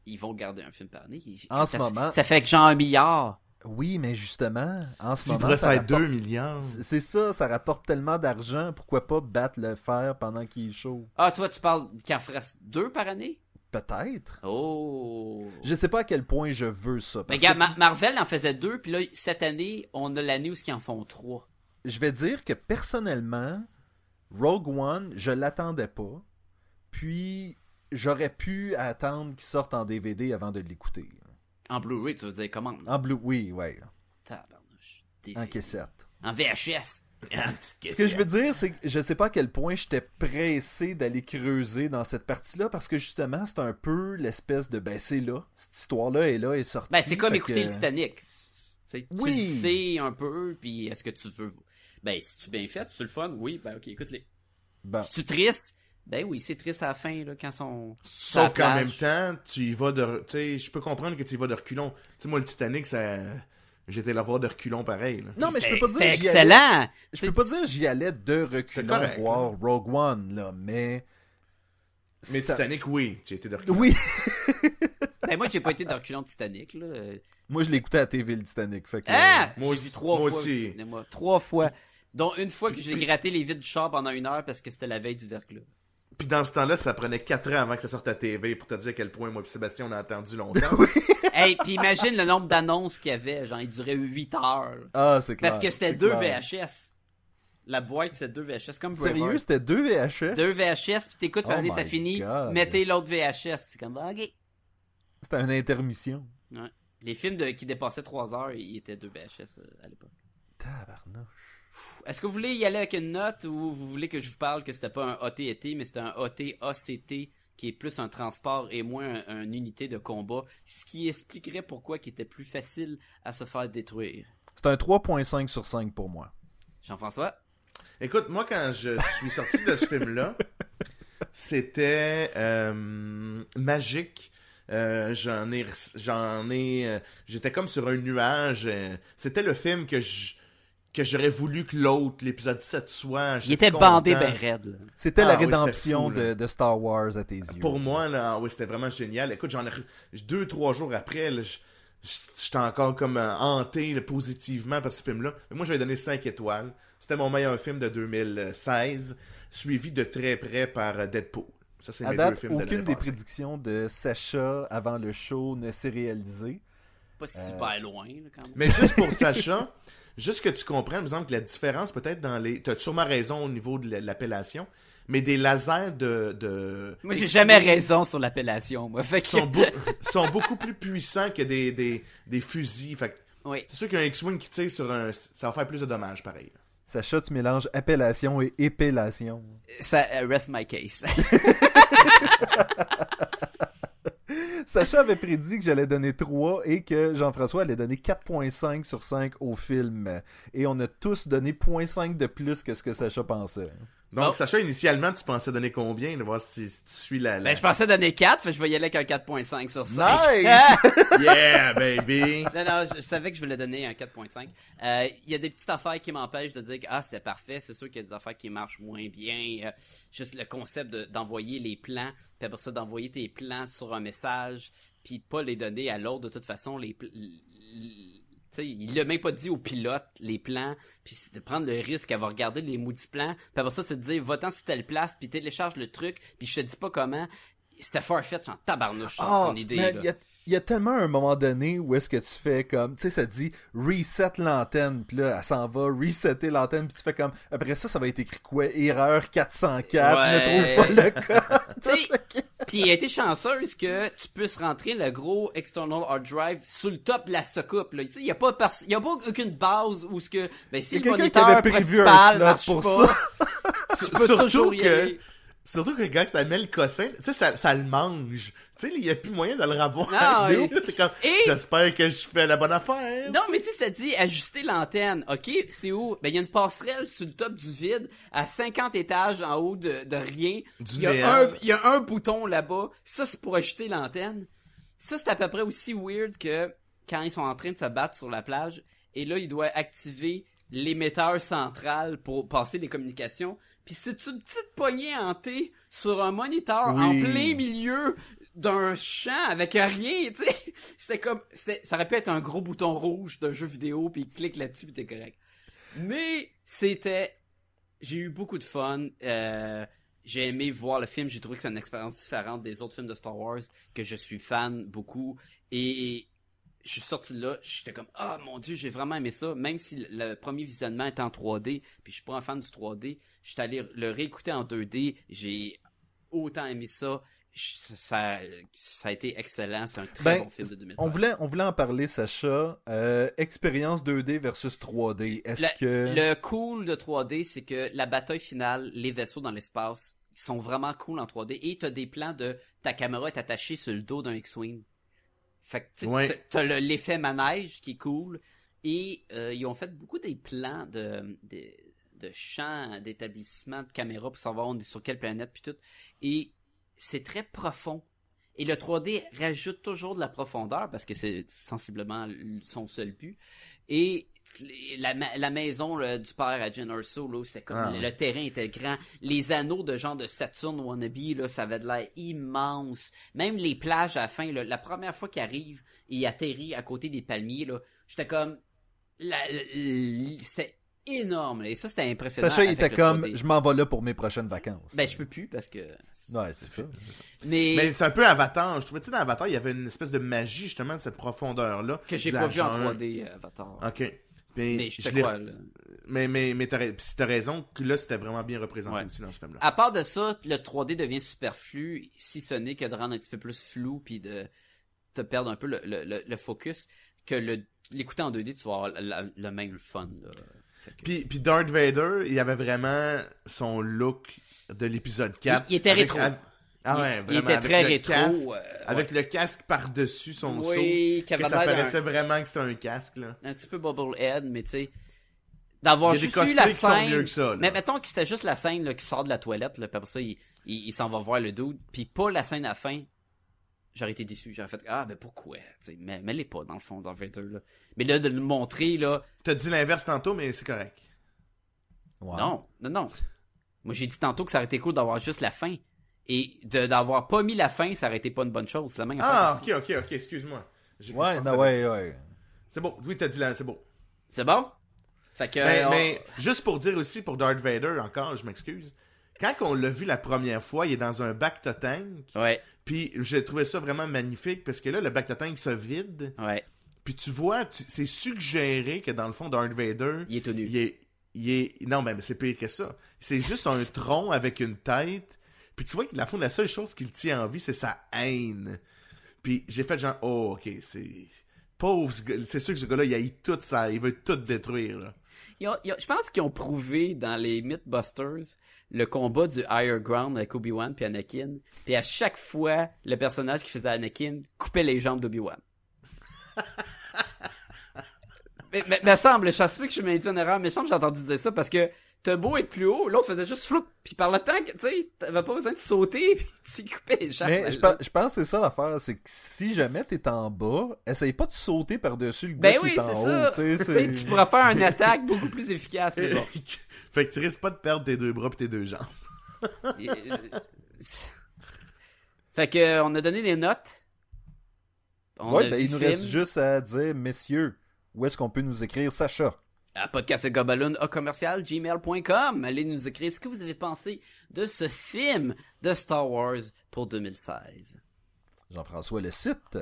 S2: Ils vont garder un film par année. Ils-
S3: En
S2: ça
S3: ce
S2: fait-
S3: moment-
S2: Ça fait que genre un milliard.
S3: Oui, mais justement, en ce
S1: S'il
S3: moment,
S1: pourrait
S3: ça
S1: faire
S3: rapporte-
S1: 2 milliards.
S3: C'est c'est ça, ça rapporte tellement d'argent, pourquoi pas battre le fer pendant qu'il est chaud?
S2: Ah, toi, tu parles qu'en ferait deux par année?
S3: Peut-être.
S2: Oh.
S3: Je sais pas à quel point je veux ça.
S2: Mais
S3: parce
S2: regarde,
S3: que
S2: Ma- Marvel en faisait deux, puis là, cette année, on a l'année où ils en font trois.
S3: je vais dire que personnellement, Rogue One, je l'attendais pas. Puis j'aurais pu attendre qu'il sorte en DVD avant de l'écouter.
S2: En Blu-ray, tu veux dire comment? En...
S3: En Blue, oui, ouais,
S2: Tabarnouche.
S3: en
S2: DVD.
S3: cassette.
S2: En VHS.
S1: Ah, petite
S3: Ce Ah, que je
S1: question.
S3: veux dire, c'est que je sais pas à quel point j'étais pressé d'aller creuser dans cette partie-là, parce que justement, c'est un peu l'espèce de ben c'est là, cette histoire-là est là, est sortie.
S2: Ben, c'est comme
S3: fait
S2: écouter
S3: que-
S2: le Titanic. C'est- Tu
S3: Oui.
S2: le sais un peu, puis est-ce que tu veux... Ben, si tu bien fait, tu le fun, oui, ben ok, écoute-les.
S3: Bon.
S2: Tu triste? Ben oui, c'est triste à la fin, là, quand son...
S1: Sauf
S2: la
S1: qu'en même
S2: plage.
S1: temps, tu y vas de. Tu sais, je peux comprendre que tu y vas de reculons. Tu sais, moi, le Titanic, ça. J'étais là voir de reculons pareil. là.
S3: Non, mais je peux pas dire.
S2: C'était
S3: j'y allais-
S2: excellent!
S3: Je peux pas dire j'y allais de reculons
S1: correct,
S3: voir Rogue One, là, mais.
S1: Mais
S3: ça-
S1: Titanic, oui, tu étais de reculons.
S3: Oui!
S2: Ben moi, j'ai pas été dans le culon de Titanic, là. Euh,
S3: Moi, je l'écoutais à la TV, le Titanic. Fait que...
S2: Ah!
S1: Moi
S2: J'ai
S1: aussi-
S2: vu trois
S1: moi
S2: fois
S1: aussi.
S2: au cinéma. Trois fois. Dont une fois que j'ai gratté les vides du char pendant une heure parce que c'était la veille du verglas.
S1: Puis dans ce temps-là, ça prenait 4 ans avant que ça sorte à TV pour te dire à quel point moi et Sébastien, on a attendu longtemps.
S2: hey, puis imagine le nombre d'annonces qu'il y avait. Genre, il durait huit heures.
S3: Ah, c'est clair.
S2: Parce que c'était
S3: c'est
S2: deux
S3: clair.
S2: VHS. La boîte, c'était deux VHS, comme
S3: Sérieux,
S2: Braveheart.
S3: c'était deux VHS?
S2: Deux VHS, puis t'écoutes,
S3: Oh
S2: puis allez, ça
S3: my
S2: finit.
S3: God.
S2: Mettez l'autre VHS. C'est comme, ah, ok.
S3: C'était une intermission.
S2: Les films de- qui dépassaient trois heures, ils étaient deux VHS euh, à l'époque.
S3: Tabarnouche.
S2: Est-ce que vous voulez y aller avec une note ou vous voulez que je vous parle que c'était pas un AT-AT, mais c'était un AT-ACT qui est plus un transport et moins un- une unité de combat, ce qui expliquerait pourquoi qui était plus facile à se faire détruire.
S3: C'est un 3.5 sur 5 pour moi.
S2: Jean-François,
S1: Écoute, moi, quand je suis sorti de ce film-là, c'était euh, magique. Euh, j'en ai, j'en ai, euh, j'étais comme sur un nuage. euh, c'était le film que je, que j'aurais voulu que l'autre, l'épisode 7 soit.
S2: il
S1: J'étais
S2: était bandé
S1: content.
S2: ben raide. là.
S3: C'était
S1: Ah
S3: la
S1: oui, c'était
S3: rédemption
S1: fou, là.
S3: de, de Star Wars à tes yeux.
S1: Pour moi, là, ah oui, c'était vraiment génial. Écoute, j'en ai re- deux, trois jours après, là, je- je- j'étais encore comme euh, hanté là, positivement par ce film-là. Mais Moi, j'avais donné 5 étoiles. C'était mon meilleur film de 2016, suivi de très près par euh, Deadpool. Ça, c'est
S3: à
S1: mes deux
S3: date,
S1: films de l'année
S3: aucune des
S1: passée.
S3: prédictions de Sacha avant le show ne s'est réalisée.
S2: Pas super loin, là, quand même.
S1: Euh, Mais juste pour Sacha, juste que tu comprends, il me semble que la différence peut-être dans les... Tu as sûrement raison au niveau de l- l'appellation, mais des lasers de... de...
S2: Moi, j'ai
S1: X-Men
S2: jamais raison sur l'appellation, moi. Fait que...
S1: Sont, beau- sont beaucoup plus puissants que des, des, des fusils. Fait que
S2: Oui.
S1: C'est sûr qu'un X-Wing qui tire sur un. Ça va faire plus de dommages, pareil.
S3: Sacha, tu mélanges appellation et épellation.
S2: Ça euh, rest my case.
S1: Ben.
S3: Sacha avait prédit que j'allais donner 3 et que Jean-François allait donner 4.5 sur 5 au film. Et on a tous donné 0.5 de plus que ce que Sacha pensait.
S1: Donc,
S2: Bon.
S1: Sacha, initialement, tu pensais donner combien, de voir si, si tu suis la... la-
S2: Ben, je pensais donner 4, fait que je vais y aller avec un 4.5 sur 5.
S3: Nice!
S1: Yeah, baby!
S2: non, non, je, je savais que je voulais donner un 4.5. Euh, Il y a des petites affaires qui m'empêchent de dire que ah, c'est parfait. C'est sûr qu'il y a des affaires qui marchent moins bien. Euh, juste le concept de- d'envoyer les plans, puis après ça, d'envoyer tes plans sur un message, puis de pas les donner à l'autre. De toute façon, les... pl- l- l- tu sais, il l'a même pas dit au pilote, les plans, puis c'est de prendre le risque, elle va regarder les maudits plans, puis après ça, c'est de dire, va-t'en sur telle place, puis télécharge le truc, puis je te dis pas comment. C'était farfetch en tabarnouche, son idée.
S3: man,
S2: là.
S3: Ah, Il y a, il y a tellement un moment donné où est-ce que tu fais comme, tu sais, ça dit reset l'antenne, puis là, elle s'en va resetter l'antenne, puis tu fais comme, après ça, ça va être écrit quoi Erreur 404,
S2: Ouais.
S3: ne trouve pas le code.
S2: Tu sais, Puis elle a été chanceuse que tu puisses rentrer le gros external hard drive sous le top de la soucoupe. Là. Tu sais, Il n'y a, pas pers- il y a pas aucune base où ce que... Ben, si
S3: Il y a
S2: le
S3: quelqu'un qui avait
S2: moniteur
S3: prévu un
S2: principal
S3: slot
S2: marche
S3: pour
S2: pas,
S3: ça.
S2: tu peux toujours y
S1: que-
S2: aller.
S1: Surtout que quand t'as mis le cossin, tu sais, ça, ça le mange. Tu sais, il n'y a plus moyen de le revoir.
S2: Non,
S1: Nous,
S2: et-
S1: t'es comme,
S2: Ah, et-
S1: J'espère que je fais la bonne affaire.
S2: Non, mais tu sais, ça dit ajuster l'antenne. OK, c'est où? Ben, il y a une passerelle sur le top du vide, à 50 étages en haut de, de rien.
S1: Du
S2: Il y, a
S1: néant.
S2: un, il y a un bouton là-bas. Ça, c'est pour ajuster l'antenne. Ça, c'est à peu près aussi weird que quand ils sont en train de se battre sur la plage, et là, il doit activer l'émetteur central pour passer les communications. Puis c'est une petite poignée hantée sur un moniteur en
S3: Oui.
S2: plein milieu d'un champ avec rien, tu sais. C'était comme, c'était- ça aurait pu être un gros bouton rouge d'un jeu vidéo, puis il clique là-dessus, puis t'es correct. Mais c'était, j'ai eu beaucoup de fun. euh, j'ai aimé voir le film. J'ai trouvé que c'est une expérience différente des autres films de Star Wars que je suis fan beaucoup. Et je suis sorti de là, j'étais comme ah mon dieu, j'ai vraiment aimé ça. Même si le premier visionnement était en 3D, puis je suis pas un fan du 3D, j'étais allé le réécouter en 2D. J'ai autant aimé ça. Je- Ça, ça a été excellent. C'est un très
S3: Ben,
S2: bon film de 2016.
S3: on, voulait, on voulait en parler, Sacha. Euh, expérience 2D versus 3D. Est-ce
S2: Le-
S3: que.
S2: Le cool de 3D, c'est que la bataille finale, les vaisseaux dans l'espace, ils sont vraiment cool en 3D. Et t'as des plans de ta caméra est attachée sur le dos d'un X-Wing. Fait que tu sais,
S1: Ouais.
S2: t'as le- l'effet manège qui est cool. Et euh, ils ont fait beaucoup des plans de, de, de champs, d'établissements, de caméras pour savoir on est sur quelle planète puis tout. Et c'est très profond. Et le 3D rajoute toujours de la profondeur parce que c'est sensiblement l- son seul but. Et la, ma- la maison là, du père à Jen Erso, là, c'est comme
S1: Ah,
S2: le,
S1: ouais.
S2: le terrain était grand. Les anneaux de genre de Saturne wannabe, là, ça avait de l'air immense. Même les plages à la fin, là, la première fois qu'il arrive et il atterrit à côté des palmiers, là, j'étais comme... La, l- c'est énorme. là. Et ça, c'était impressionnant.
S3: Sacha, il
S2: avec
S3: était
S2: le
S3: comme,
S2: 3D.
S3: je m'en vais là pour mes prochaines vacances.
S2: Ben, je peux plus parce que...
S3: Ouais, c'est ça.
S2: Mais,
S1: Mais c'est un peu Avatar. Je trouvais, tu sais, dans Avatar, il y avait une espèce de magie, justement, de cette profondeur-là.
S2: que j'ai
S1: De la
S2: pas vu en
S1: jungle.
S2: 3D, Avatar.
S1: OK. Puis,
S2: Mais
S1: Ah, je
S2: je te
S1: l'ai-
S2: crois, là.
S1: Mais, mais, mais t'as, ra- puis t'as raison que là, c'était vraiment bien représenté
S2: Ouais.
S1: aussi dans ce film-là.
S2: À part de ça, le 3D devient superflu, si ce n'est que de rendre un petit peu plus flou, puis de te perdre un peu le, le- le- le focus, que le l'écouter en 2D, tu vas avoir la- la- le même fun. là. Fait que-
S1: Puis, puis Darth Vader, il avait vraiment son look de l'épisode 4.
S2: Il- il était rétro.
S1: av- Ah
S2: Il-
S1: ouais,
S2: il
S1: vraiment,
S2: était
S1: avec
S2: très
S1: le
S2: rétro,
S1: casque-
S2: euh,
S1: Avec le casque par-dessus son
S2: oui,
S1: saut.
S2: qui
S1: Que
S2: avait
S1: ça
S2: l'air d'un-
S1: paraissait vraiment que c'était un casque, là.
S2: un petit peu bobblehead, mais tu sais, d'avoir
S1: Il y a des
S2: juste eu la
S1: cosplays qui sont
S2: scène.
S1: mieux que ça, là.
S2: mais mettons que c'était juste la scène là, qui sort de la toilette, là, puis après ça, il, il- il s'en va voir le dude, puis pas la scène à la fin. J'aurais été déçu, j'aurais fait ah ben pourquoi, tu sais, mais mais elle est pas dans le fond dans Vader là. Mais là de le montrer là,
S1: T'as dit l'inverse tantôt, mais c'est correct.
S3: Ouais.
S2: non, non non. Moi j'ai dit tantôt que ça aurait été cool d'avoir juste la fin et de d'avoir pas mis la fin, ça aurait été pas une bonne chose, c'est la même affaire.
S1: Ah, ok, ok, ok, excuse-moi. J'ai- je
S3: Ouais,
S1: pense
S3: non,
S1: que-
S3: ouais, ouais.
S1: C'est beau, oui, t'as dit là, c'est beau.
S2: C'est bon. Fait que euh,
S1: Mais,
S2: on-
S1: mais juste pour dire aussi pour Darth Vader, encore, je m'excuse. Quand on l'a vu la première fois, il est dans un bac to tank.
S2: ouais
S1: Puis j'ai trouvé ça vraiment magnifique parce que là, le bac to tank se vide.
S2: ouais,
S1: Puis tu vois, tu- c'est suggéré que dans le fond, Darth Vader,
S2: il est tout nu.
S1: il est. il est- Non, mais c'est pire que ça. C'est juste un tronc avec une tête. Puis tu vois que la fond, la seule chose qu'il tient en vie, c'est sa haine. Puis j'ai fait genre, oh, ok, c'est. Pauvre, ce gars- c'est sûr que ce gars-là, il haït tout ça, il veut tout détruire, là.
S2: Ils ont- ils ont- je pense qu'ils ont prouvé dans les Mythbusters le combat du Higher Ground avec Obi-Wan puis Anakin. Puis à chaque fois, le personnage qui faisait Anakin coupait les jambes d'Obi-Wan. mais, mais, me semble, je sais que je m'ai dit une erreur, mais je semble que j'ai entendu dire ça parce que t'as beau être plus haut, l'autre faisait juste flou, puis par le temps que, tu sais, t'avais pas besoin de sauter, puis tu coupais les jambes.
S3: Mais je, pe- je pense que c'est ça l'affaire, c'est que si jamais t'es en bas, essaye pas de sauter par-dessus le gars
S2: Ben
S3: qui
S2: oui,
S3: est en
S2: c'est
S3: haut.
S2: ça.
S3: tu sais,
S2: Tu
S3: c'est-
S2: sais, tu pourras faire une attaque beaucoup plus efficace, mais bon.
S1: fait que tu risques pas de perdre tes deux bras pis tes deux jambes.
S2: Et, euh, fait que, euh, on a donné des notes. On
S3: Ouais,
S2: a
S3: ben,
S2: vu
S3: il
S2: le
S3: nous
S2: film.
S3: reste juste à dire, messieurs, où est-ce qu'on peut nous écrire, Sacha?
S2: à podcastgoballoon à commercial gmail.com. Allez nous écrire ce que vous avez pensé de ce film de Star Wars pour 2016.
S3: Jean-François, le site.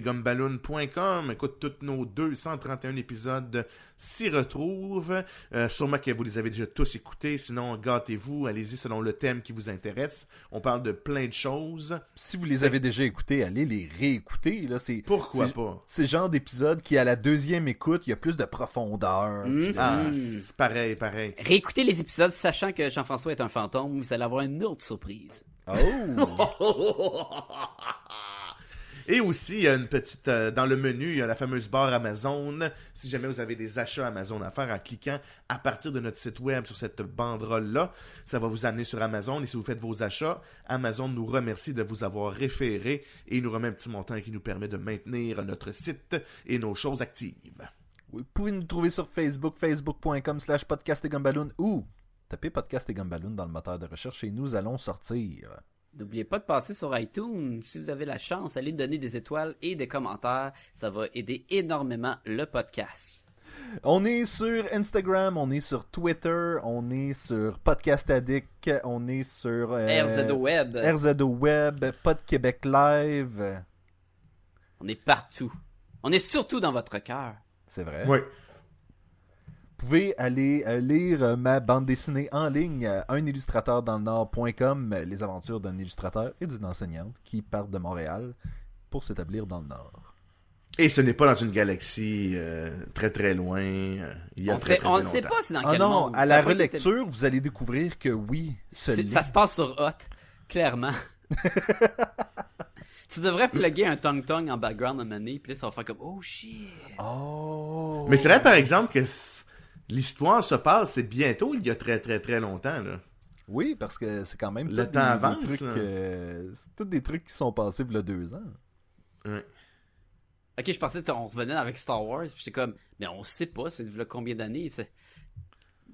S1: podcastetgumballoon.com. Écoute, tous nos 231 épisodes s'y retrouvent. Euh, sûrement que vous les avez déjà tous écoutés. Sinon, gâtez-vous. Allez-y selon le thème qui vous intéresse. On parle de plein de choses.
S3: Si vous
S2: Ben
S3: les avez déjà écoutés, allez les réécouter. Là, c'est,
S1: Pourquoi
S3: c'est-
S1: pas?
S3: C'est le genre d'épisode qui, à la deuxième écoute, il y a plus de profondeur.
S2: Mhm.
S1: Ah, c'est pareil, pareil.
S2: Réécoutez les épisodes sachant que Jean-François est un fantôme, vous allez avoir une autre surprise.
S3: Oh!
S1: Et aussi, il y a une petite. euh, dans le menu, il y a la fameuse barre Amazon. Si jamais vous avez des achats Amazon à faire en cliquant à partir de notre site web sur cette banderole-là, ça va vous amener sur Amazon. Et si vous faites vos achats, Amazon nous remercie de vous avoir référé et nous remet un petit montant qui nous permet de maintenir notre site et nos choses actives.
S3: Vous pouvez nous trouver sur Facebook, facebook.com slash podcast et Gumballoon, ou tapez podcast et Gumballoon dans le moteur de recherche et nous allons sortir.
S2: N'oubliez pas de passer sur iTunes. Si vous avez la chance, allez donner des étoiles et des commentaires. Ça va aider énormément le podcast.
S3: On est sur Instagram, on est sur Twitter, on est sur Podcast Addict, on est sur euh,
S2: RZO Web,
S3: RZO Web, Pod Québec Live.
S2: on est partout. On est surtout dans votre cœur.
S3: C'est vrai.
S1: Oui.
S3: Vous pouvez aller euh, lire euh, ma bande dessinée en ligne, euh, unillustrateurdanslenord.com, euh, les aventures d'un illustrateur et d'une enseignante qui partent de Montréal pour s'établir dans le Nord.
S1: Et ce n'est pas dans une galaxie euh, très très loin. euh, Il y a
S2: On
S1: très,
S2: sait-
S1: très,
S2: on
S1: très
S2: ne sait
S1: longtemps.
S2: pas c'est dans
S3: Ah
S2: quel
S3: non,
S2: monde.
S3: à
S2: Ça
S3: la
S2: a pas été-
S3: relecture, vous allez découvrir que oui,
S2: C'est-
S3: ce livre-
S2: Ça se passe sur Hot, clairement. tu devrais plugger un Tong Tong en background à mané, puis là, ça va faire comme Oh shit!
S3: Oh.
S1: Mais c'est vrai, par exemple, que c- l'histoire se passe, c'est bientôt, il y a très très très longtemps. Là.
S3: Oui, parce que c'est quand même
S1: Le
S3: tout
S1: temps
S3: des- des,
S1: avance,
S3: trucs,
S1: là.
S3: euh, c'est tous des trucs qui sont passés il y a deux ans.
S2: Ok, je pensais qu'on revenait avec Star Wars, puis j'étais comme, mais on sait pas, c'est là combien d'années, c'est-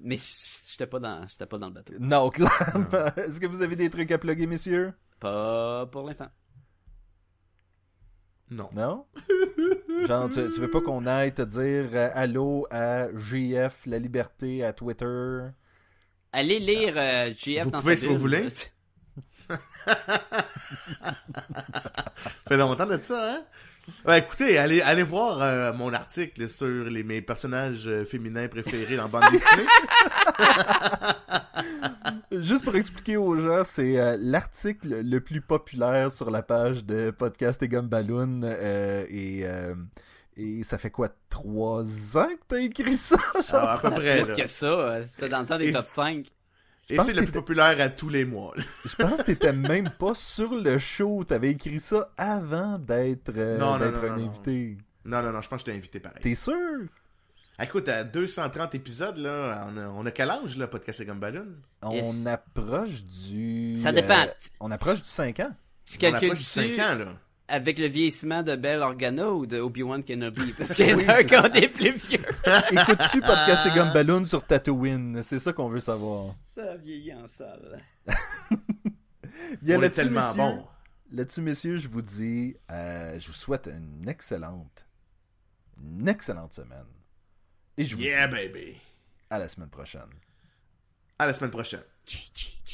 S2: Mais j'étais pas dans, j'étais pas dans le bateau.
S3: Non, clairement. Est-ce que vous avez des trucs à plugger, messieurs?
S2: Pas pour l'instant.
S1: Non.
S3: Non? Genre, tu, tu veux pas qu'on aille te dire euh, allô à JF, La Liberté, à Twitter?
S2: Allez lire euh, GF
S1: Vous
S2: dans
S1: pouvez,
S2: sa
S1: si vous
S2: bulle.
S1: voulez. fait longtemps de ça, hein? Ouais, écoutez, allez, allez voir euh, mon article sur les, mes personnages euh, féminins préférés dans bande dessinée.
S3: Juste pour expliquer aux gens, c'est euh, l'article le plus populaire sur la page de Podcast et Gomme Balloon. euh, et, euh, et ça fait quoi, trois ans que t'as écrit ça?
S1: Alors, à peu
S2: Ah,
S1: près.
S2: Plus
S1: là.
S2: que ça, euh, c'était dans le temps des
S1: Et-
S2: top 5.
S1: Et
S3: pense
S1: c'est
S3: que
S1: le plus
S3: t'étais-
S1: populaire à tous les mois. là.
S3: Je pense que t'étais même pas sur le show. T'avais écrit ça avant d'être euh,
S1: Non, non,
S3: d'être
S1: non, non,
S3: un
S1: non.
S3: invité.
S1: Non, non, non, je pense que je t'ai invité pareil. Ah,
S3: T'es sûr?
S1: Écoute, à 230 épisodes, là, on a, on a quel âge, là, Podcast et Gumballoon?
S3: On approche du...
S2: Ça dépend.
S3: euh, on approche du 5 ans.
S2: Tu
S1: On approche du
S2: calcules-tu
S1: 5 ans, là.
S2: avec le vieillissement de Bell Organa ou de Obi-Wan Kenobi? Parce qu'il y en
S3: Oui,
S2: a un
S3: c'est
S2: qui en est plus vieux.
S3: Écoutes-tu Podcast et Gomme Balloon sur Tatooine? C'est ça qu'on veut savoir.
S2: Ça vieillit en salle.
S3: Bien,
S1: on est
S3: là-dessus,
S1: tellement
S3: messieurs,
S1: bon.
S3: Là-dessus, messieurs, je vous dis, euh, je vous souhaite une excellente, une excellente semaine. Et je vous
S1: Yeah,
S3: dis
S1: baby.
S3: à la semaine prochaine.
S1: À la semaine prochaine.
S2: Chi, chi,